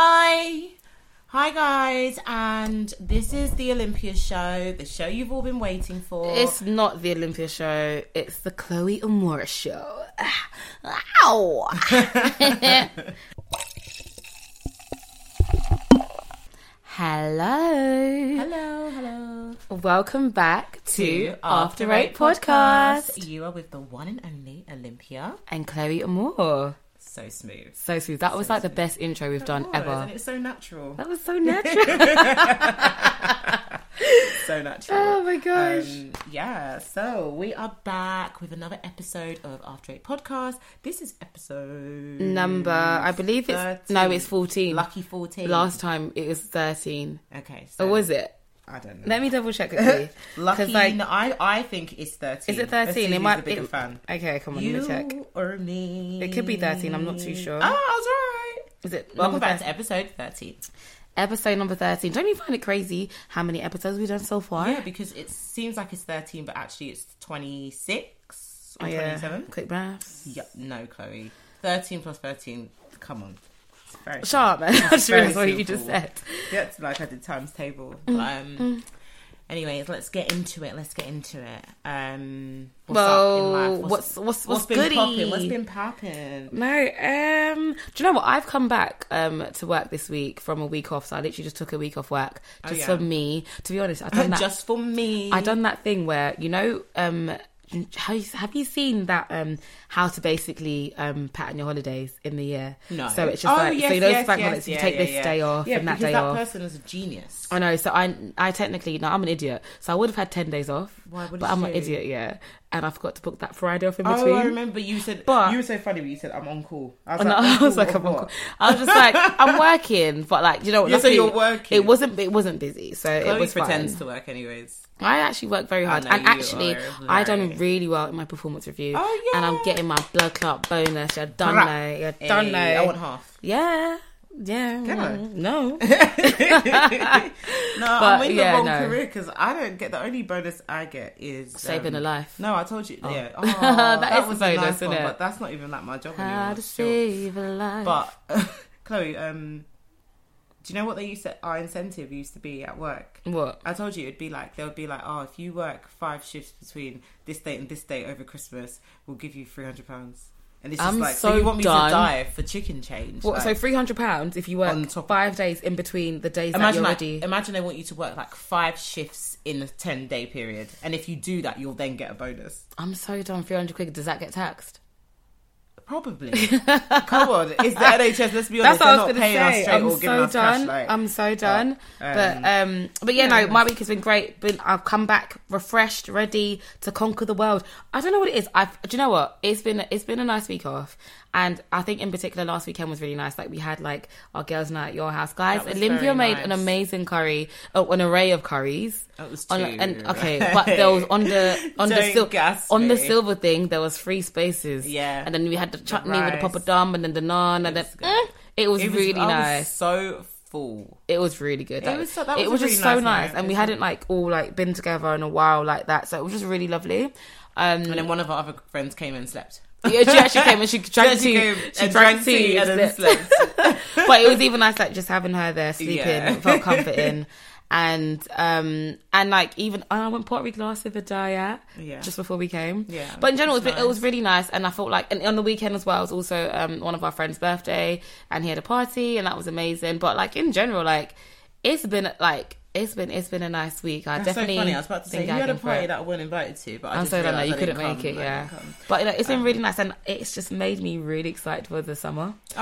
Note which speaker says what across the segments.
Speaker 1: Hi. Hi guys, and this is the Olympia show, the show you've all been waiting for.
Speaker 2: It's not the Olympia show. It's the Chloe and Maura show. Ow! Hello.
Speaker 1: hello, hello.
Speaker 2: Welcome back to After Eight Podcast
Speaker 1: You are with the one and only Olympia.
Speaker 2: and Chloe and Moore.
Speaker 1: So smooth.
Speaker 2: So sweet. That was like the best intro we've done ever.
Speaker 1: And it's so natural.
Speaker 2: That was so natural.
Speaker 1: So natural.
Speaker 2: oh my gosh.
Speaker 1: Um, yeah, so we are back with another episode of After Eight Podcast. This is episode
Speaker 2: Number, I believe it's no,
Speaker 1: 13.
Speaker 2: it's fourteen.
Speaker 1: Lucky 14.
Speaker 2: Last time it was thirteen,
Speaker 1: Okay,
Speaker 2: or
Speaker 1: so
Speaker 2: was it?
Speaker 1: I don't know.
Speaker 2: Let me double check quickly.
Speaker 1: Lucky,
Speaker 2: Because like,
Speaker 1: no, I, I think it's 13.
Speaker 2: is it
Speaker 1: Let's see
Speaker 2: thirteen? It
Speaker 1: who's
Speaker 2: might
Speaker 1: the bigger
Speaker 2: it-
Speaker 1: fan.
Speaker 2: Okay, come on, let me
Speaker 1: You
Speaker 2: check.
Speaker 1: or me?
Speaker 2: It could be thirteen. I'm not too sure.
Speaker 1: Oh, I was alright.
Speaker 2: Is it
Speaker 1: Welcome
Speaker 2: number
Speaker 1: back
Speaker 2: 13?
Speaker 1: to episode 13.
Speaker 2: episode number thirteen? Don't you find it crazy how many episodes we've done so far?
Speaker 1: Yeah, because it seems like it's 13, but actually it's 26
Speaker 2: Oh,
Speaker 1: or
Speaker 2: yeah.
Speaker 1: 27.
Speaker 2: Quick maths.
Speaker 1: Yep, no, Chloe. 13 plus 13, come on. It's very
Speaker 2: Shut up, man. I just
Speaker 1: very
Speaker 2: realised what you just
Speaker 1: simple.
Speaker 2: said.
Speaker 1: Yeah, it's like I did times table. But,
Speaker 2: Mm,
Speaker 1: um, anyways, let's get into it. Let's get into it. Um, what's
Speaker 2: Well,
Speaker 1: up in life?
Speaker 2: what's- what's- what's
Speaker 1: been popping?
Speaker 2: goody?
Speaker 1: What's been popping?
Speaker 2: No, um, do you know what? I've come back um to work this week from a week off, so I literally just took a week off work just
Speaker 1: Oh, yeah.
Speaker 2: for me. To be honest, I've done that.
Speaker 1: Just for me.
Speaker 2: I done that thing where you know um how you- have you seen that um how to basically um pattern your holidays in the year?
Speaker 1: No. Oh,
Speaker 2: So it's just like so you know it's bank holidays, you
Speaker 1: yeah,
Speaker 2: take
Speaker 1: yeah,
Speaker 2: this
Speaker 1: yeah.
Speaker 2: day off
Speaker 1: yeah,
Speaker 2: and that
Speaker 1: because
Speaker 2: day
Speaker 1: that
Speaker 2: off.
Speaker 1: person is a genius.
Speaker 2: I know, so I I technically no, I'm an idiot. So I would have had ten days off.
Speaker 1: Why, what
Speaker 2: but
Speaker 1: did
Speaker 2: I'm
Speaker 1: you
Speaker 2: an
Speaker 1: do?
Speaker 2: idiot, yeah. And I forgot to book that Friday off in
Speaker 1: Oh, I
Speaker 2: between.
Speaker 1: remember you said.
Speaker 2: But-
Speaker 1: you were so funny. But you said I'm on call. I was
Speaker 2: and
Speaker 1: like,
Speaker 2: I was like,
Speaker 1: or
Speaker 2: I'm on
Speaker 1: what?
Speaker 2: call. I was just like, I'm working, but like, you know, what,
Speaker 1: Yeah, so
Speaker 2: luckily,
Speaker 1: you're working.
Speaker 2: It wasn't, it wasn't busy, so
Speaker 1: Chloe
Speaker 2: it was fine.
Speaker 1: pretends to work, anyways.
Speaker 2: I actually work very hard,
Speaker 1: know
Speaker 2: and
Speaker 1: you
Speaker 2: actually,
Speaker 1: are
Speaker 2: I done
Speaker 1: very-
Speaker 2: really well in my performance review.
Speaker 1: Oh,
Speaker 2: and I'm
Speaker 1: yeah.
Speaker 2: getting my blood clot bonus. You're done
Speaker 1: Bruh.
Speaker 2: now. You're done now.
Speaker 1: Hey, I want half.
Speaker 2: yeah, yeah.
Speaker 1: Can I?
Speaker 2: mm, No,
Speaker 1: No,
Speaker 2: But,
Speaker 1: I'm in the
Speaker 2: yeah,
Speaker 1: wrong
Speaker 2: no.
Speaker 1: career because I don't get the only bonus I get is
Speaker 2: saving
Speaker 1: um,
Speaker 2: a life.
Speaker 1: No, I told you. Yeah, oh,
Speaker 2: That
Speaker 1: that,
Speaker 2: is
Speaker 1: was
Speaker 2: a
Speaker 1: a
Speaker 2: bonus,
Speaker 1: nice
Speaker 2: isn't
Speaker 1: one,
Speaker 2: it?
Speaker 1: but that's not even like my job
Speaker 2: How
Speaker 1: anymore.
Speaker 2: to
Speaker 1: still.
Speaker 2: save a life?
Speaker 1: But Chloe, um, do you know what they used to? Our incentive used to be at work.
Speaker 2: what?
Speaker 1: I told you it'd be like they would be like, oh, if you work five shifts between this date and this date over Christmas, we'll give you three hundred pounds. And it's just
Speaker 2: I'm
Speaker 1: like, so,
Speaker 2: so
Speaker 1: you want me
Speaker 2: done.
Speaker 1: to die for chicken change?
Speaker 2: What?
Speaker 1: Like,
Speaker 2: so three hundred pounds if you
Speaker 1: On
Speaker 2: work
Speaker 1: top of-
Speaker 2: five days in between the days
Speaker 1: imagine
Speaker 2: that
Speaker 1: like,
Speaker 2: you already.
Speaker 1: imagine they want you to work like five shifts in a ten day period, and if you do that, you'll then get a bonus.
Speaker 2: I'm so done. Three hundred quid. Does that get taxed?
Speaker 1: Probably. Come on, it's the NHS. Let's be honest. they're
Speaker 2: That's what I was
Speaker 1: not
Speaker 2: gonna
Speaker 1: paying us
Speaker 2: say.
Speaker 1: straight
Speaker 2: I'm
Speaker 1: or
Speaker 2: so,
Speaker 1: giving us cash,
Speaker 2: done.
Speaker 1: like-
Speaker 2: I'm so done.
Speaker 1: um,
Speaker 2: But um, but yeah, no, my week has been great. Been I've come back refreshed, ready to conquer the world. I don't know what it is. I've do you know what? It's been it's been a nice week off, and I think in particular last weekend was really nice. Like we had like our girls' night at your house, guys.
Speaker 1: That was
Speaker 2: Olympia
Speaker 1: very
Speaker 2: made
Speaker 1: nice. Oh,
Speaker 2: an amazing curry, oh, an array of curries.
Speaker 1: That was
Speaker 2: On-
Speaker 1: two.
Speaker 2: and okay, but there was on the on the
Speaker 1: Don't
Speaker 2: sil-
Speaker 1: gas
Speaker 2: on the
Speaker 1: me.
Speaker 2: silver thing there was three spaces.
Speaker 1: Yeah.
Speaker 2: and then we had the chutney with the
Speaker 1: rice.
Speaker 2: papadum and then the naan and then
Speaker 1: was good.
Speaker 2: mm, it was
Speaker 1: It was-
Speaker 2: really
Speaker 1: I was
Speaker 2: nice.
Speaker 1: so full.
Speaker 2: It was really good. Like,
Speaker 1: was so- that
Speaker 2: it
Speaker 1: was
Speaker 2: was
Speaker 1: a
Speaker 2: just
Speaker 1: really
Speaker 2: so
Speaker 1: nice
Speaker 2: nice,
Speaker 1: night,
Speaker 2: and we
Speaker 1: isn't
Speaker 2: hadn't like all like been together in a while like that, so it was just really lovely. Um,
Speaker 1: And then one of our other friends came and slept.
Speaker 2: yeah, she actually came and she drank
Speaker 1: She
Speaker 2: tea.
Speaker 1: came
Speaker 2: She
Speaker 1: and
Speaker 2: drank tea,
Speaker 1: and then
Speaker 2: and
Speaker 1: slept.
Speaker 2: but it was even nice like just having her there sleeping.
Speaker 1: Yeah.
Speaker 2: It felt comforting. And um and like even and I went pottery glass with a diet
Speaker 1: Yeah.
Speaker 2: just before we came
Speaker 1: Yeah,
Speaker 2: but in general it was,
Speaker 1: that's
Speaker 2: it was really nice and I felt like and on the weekend as well it was also um one of our friends birthday and he had a party and that was amazing but like in general like it's been like it's been it's been a nice week I
Speaker 1: That's so
Speaker 2: definitely
Speaker 1: funny. I was about to say,
Speaker 2: been
Speaker 1: you had a
Speaker 2: gagging for
Speaker 1: party
Speaker 2: it.
Speaker 1: that I wasn't invited to, but I
Speaker 2: I'm
Speaker 1: just
Speaker 2: so don't know.
Speaker 1: realised
Speaker 2: You
Speaker 1: I
Speaker 2: couldn't
Speaker 1: didn't
Speaker 2: make
Speaker 1: come, I
Speaker 2: it,
Speaker 1: Um,
Speaker 2: yeah.
Speaker 1: didn't come.
Speaker 2: But you know, it's been really nice, and it's just made me really excited for the summer.
Speaker 1: Aw,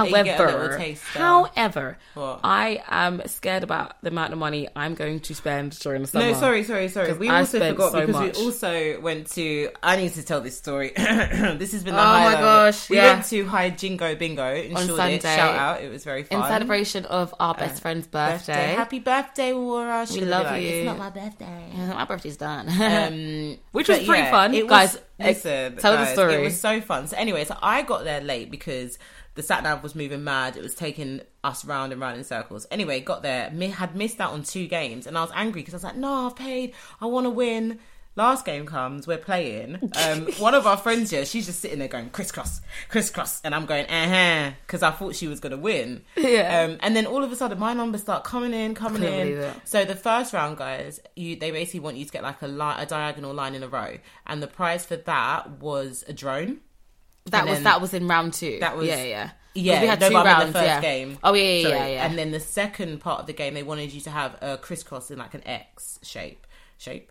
Speaker 1: Uh, you get a little
Speaker 2: However,
Speaker 1: taste, though.
Speaker 2: however,
Speaker 1: What?
Speaker 2: I am scared about the amount of money I'm going to spend during the summer.
Speaker 1: No, sorry, sorry, sorry.
Speaker 2: 'Cause
Speaker 1: We
Speaker 2: I
Speaker 1: also
Speaker 2: spent
Speaker 1: forgot
Speaker 2: so
Speaker 1: because
Speaker 2: much.
Speaker 1: we also went to. I need to tell this story. this has been the
Speaker 2: Oh my
Speaker 1: highlight.
Speaker 2: gosh,
Speaker 1: We
Speaker 2: yeah.
Speaker 1: went to High Jingo Bingo in
Speaker 2: On
Speaker 1: Shoreditch.
Speaker 2: Sunday.
Speaker 1: Shout out! It was very
Speaker 2: In
Speaker 1: fun.
Speaker 2: celebration of our best friend's birthday,
Speaker 1: Happy Uh, birthday, Aurora. She would be
Speaker 2: love
Speaker 1: like,
Speaker 2: you.
Speaker 1: It's not my birthday.
Speaker 2: my birthday's done,
Speaker 1: Um,
Speaker 2: which was
Speaker 1: but
Speaker 2: pretty
Speaker 1: yeah,
Speaker 2: fun.
Speaker 1: it was-
Speaker 2: guys,
Speaker 1: listen,
Speaker 2: tell
Speaker 1: guys,
Speaker 2: the story.
Speaker 1: It was so fun. So anyway, so I got there late because the sat nav was moving mad. It was taking us round and round in circles. Anyway, got there, mi- had missed out on two games, and I was angry because I was like, "No, I've paid. I want to win." Last game comes, we're playing. Um, one of our friends here, she's just sitting there going crisscross, crisscross, and I'm going uh huh because I thought she was gonna win.
Speaker 2: Yeah.
Speaker 1: Um, and then all of a sudden, my numbers start coming in, coming
Speaker 2: Couldn't believe
Speaker 1: in.
Speaker 2: it.
Speaker 1: So the first round, guys, you they basically want you to get like a line, a diagonal line in a row, and the prize for that was a drone.
Speaker 2: That
Speaker 1: And
Speaker 2: was
Speaker 1: then-
Speaker 2: that was in round two.
Speaker 1: That was-
Speaker 2: yeah, yeah, 'Cause
Speaker 1: Yeah,
Speaker 2: We had
Speaker 1: no,
Speaker 2: two
Speaker 1: but I meant
Speaker 2: rounds.
Speaker 1: The first
Speaker 2: yeah.
Speaker 1: game.
Speaker 2: Oh yeah, yeah,
Speaker 1: Sorry.
Speaker 2: yeah, yeah.
Speaker 1: And then the second part of the game, they wanted you to have a crisscross in like an X shape. Shape.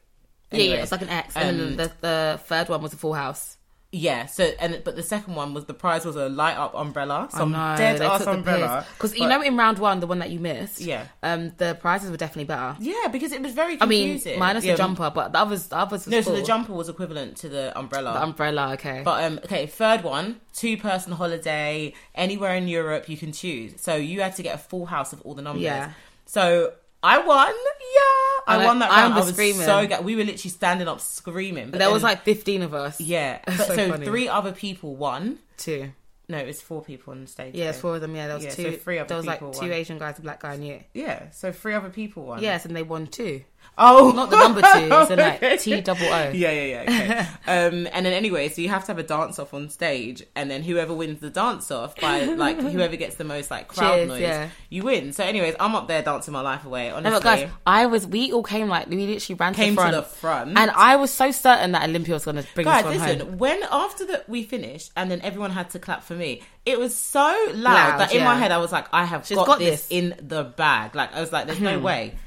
Speaker 2: yeah, yeah.
Speaker 1: Anyway,
Speaker 2: It's like an X. and then
Speaker 1: um,
Speaker 2: the, the third one was a full house.
Speaker 1: yeah. So and but the second one was the prize was a light up umbrella, some
Speaker 2: No,
Speaker 1: um, dead
Speaker 2: they
Speaker 1: ass
Speaker 2: took the
Speaker 1: umbrella.
Speaker 2: Because you
Speaker 1: But-
Speaker 2: know, in round one, the one that you missed,
Speaker 1: Yeah.
Speaker 2: um, the prizes were definitely better.
Speaker 1: yeah, because it was very.
Speaker 2: I mean,
Speaker 1: Confusing.
Speaker 2: minus
Speaker 1: Yeah.
Speaker 2: the jumper, but the others, the others was
Speaker 1: No, so the
Speaker 2: cool.
Speaker 1: jumper was equivalent to the umbrella.
Speaker 2: The umbrella. Okay,
Speaker 1: But um, okay, third one, two person holiday anywhere in Europe you can choose. So you had to get a full house of all the numbers.
Speaker 2: Yeah.
Speaker 1: So I won. Yeah, I,
Speaker 2: And I-
Speaker 1: won that
Speaker 2: I
Speaker 1: round. I
Speaker 2: was
Speaker 1: was
Speaker 2: screaming.
Speaker 1: so ga- we were literally standing up screaming. But
Speaker 2: there was
Speaker 1: then-
Speaker 2: like fifteen of us.
Speaker 1: yeah. But,
Speaker 2: so
Speaker 1: so
Speaker 2: funny.
Speaker 1: three other people won.
Speaker 2: two.
Speaker 1: No, it was four people on the stage.
Speaker 2: Yeah, it's
Speaker 1: though.
Speaker 2: four of them. Yeah, there was
Speaker 1: Yeah, so
Speaker 2: two.
Speaker 1: three other
Speaker 2: there was like
Speaker 1: people
Speaker 2: two
Speaker 1: won.
Speaker 2: Asian guys, a black guy, and you.
Speaker 1: Yeah, so three other people won.
Speaker 2: Yes, and they won two.
Speaker 1: Oh,
Speaker 2: Not the number two. It's in
Speaker 1: Okay.
Speaker 2: like T double O.
Speaker 1: Yeah, yeah, yeah. Okay. um, and then anyway, so you have to have a dance off on stage, and then whoever wins the dance off by like whoever gets the most like crowd
Speaker 2: Cheers,
Speaker 1: noise,
Speaker 2: yeah.
Speaker 1: you win. So, anyways, I'm up there dancing my life away. Honestly,
Speaker 2: No, but guys, I was. We all came like we literally ran
Speaker 1: Came
Speaker 2: to,
Speaker 1: to
Speaker 2: the front,
Speaker 1: the front.
Speaker 2: and I was so certain that Olympia was going to bring
Speaker 1: guys,
Speaker 2: us one
Speaker 1: listen.
Speaker 2: home.
Speaker 1: When after that we finished, and then everyone had to clap for me, it was so loud,
Speaker 2: Loud,
Speaker 1: that in my
Speaker 2: yeah.
Speaker 1: head I was like, I have
Speaker 2: She's
Speaker 1: got,
Speaker 2: got
Speaker 1: this
Speaker 2: this. Hmm.
Speaker 1: in the bag. Like I was like, there's no way.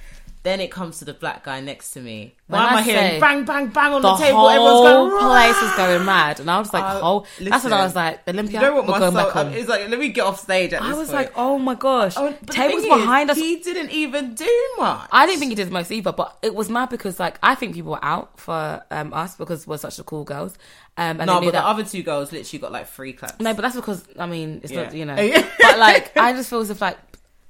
Speaker 1: Then it comes to the black guy next to me.
Speaker 2: When
Speaker 1: Why am I,
Speaker 2: I say
Speaker 1: hearing bang, bang, bang on
Speaker 2: The
Speaker 1: the, table? Everyone's
Speaker 2: whole
Speaker 1: going.
Speaker 2: place was going mad, and I was like,
Speaker 1: Uh,
Speaker 2: "Whole." That's when I was
Speaker 1: listen,
Speaker 2: like, "Olympia,
Speaker 1: You know what
Speaker 2: we're
Speaker 1: my
Speaker 2: going back
Speaker 1: soul-
Speaker 2: home."
Speaker 1: It's like, let me get off stage at
Speaker 2: I
Speaker 1: this
Speaker 2: was
Speaker 1: point.
Speaker 2: like, "Oh my gosh!"
Speaker 1: Oh, but the
Speaker 2: Tables
Speaker 1: thing is,
Speaker 2: behind us.
Speaker 1: He didn't even do much.
Speaker 2: I didn't think he did the most either, but it was mad because like I think people were out for um, us because we're such the cool girls, um,
Speaker 1: no,
Speaker 2: and they knew
Speaker 1: but
Speaker 2: that
Speaker 1: the other two girls literally got like three claps.
Speaker 2: No, but that's because I mean it's not
Speaker 1: Yeah.
Speaker 2: you know.
Speaker 1: Yeah.
Speaker 2: but like I just feel as if like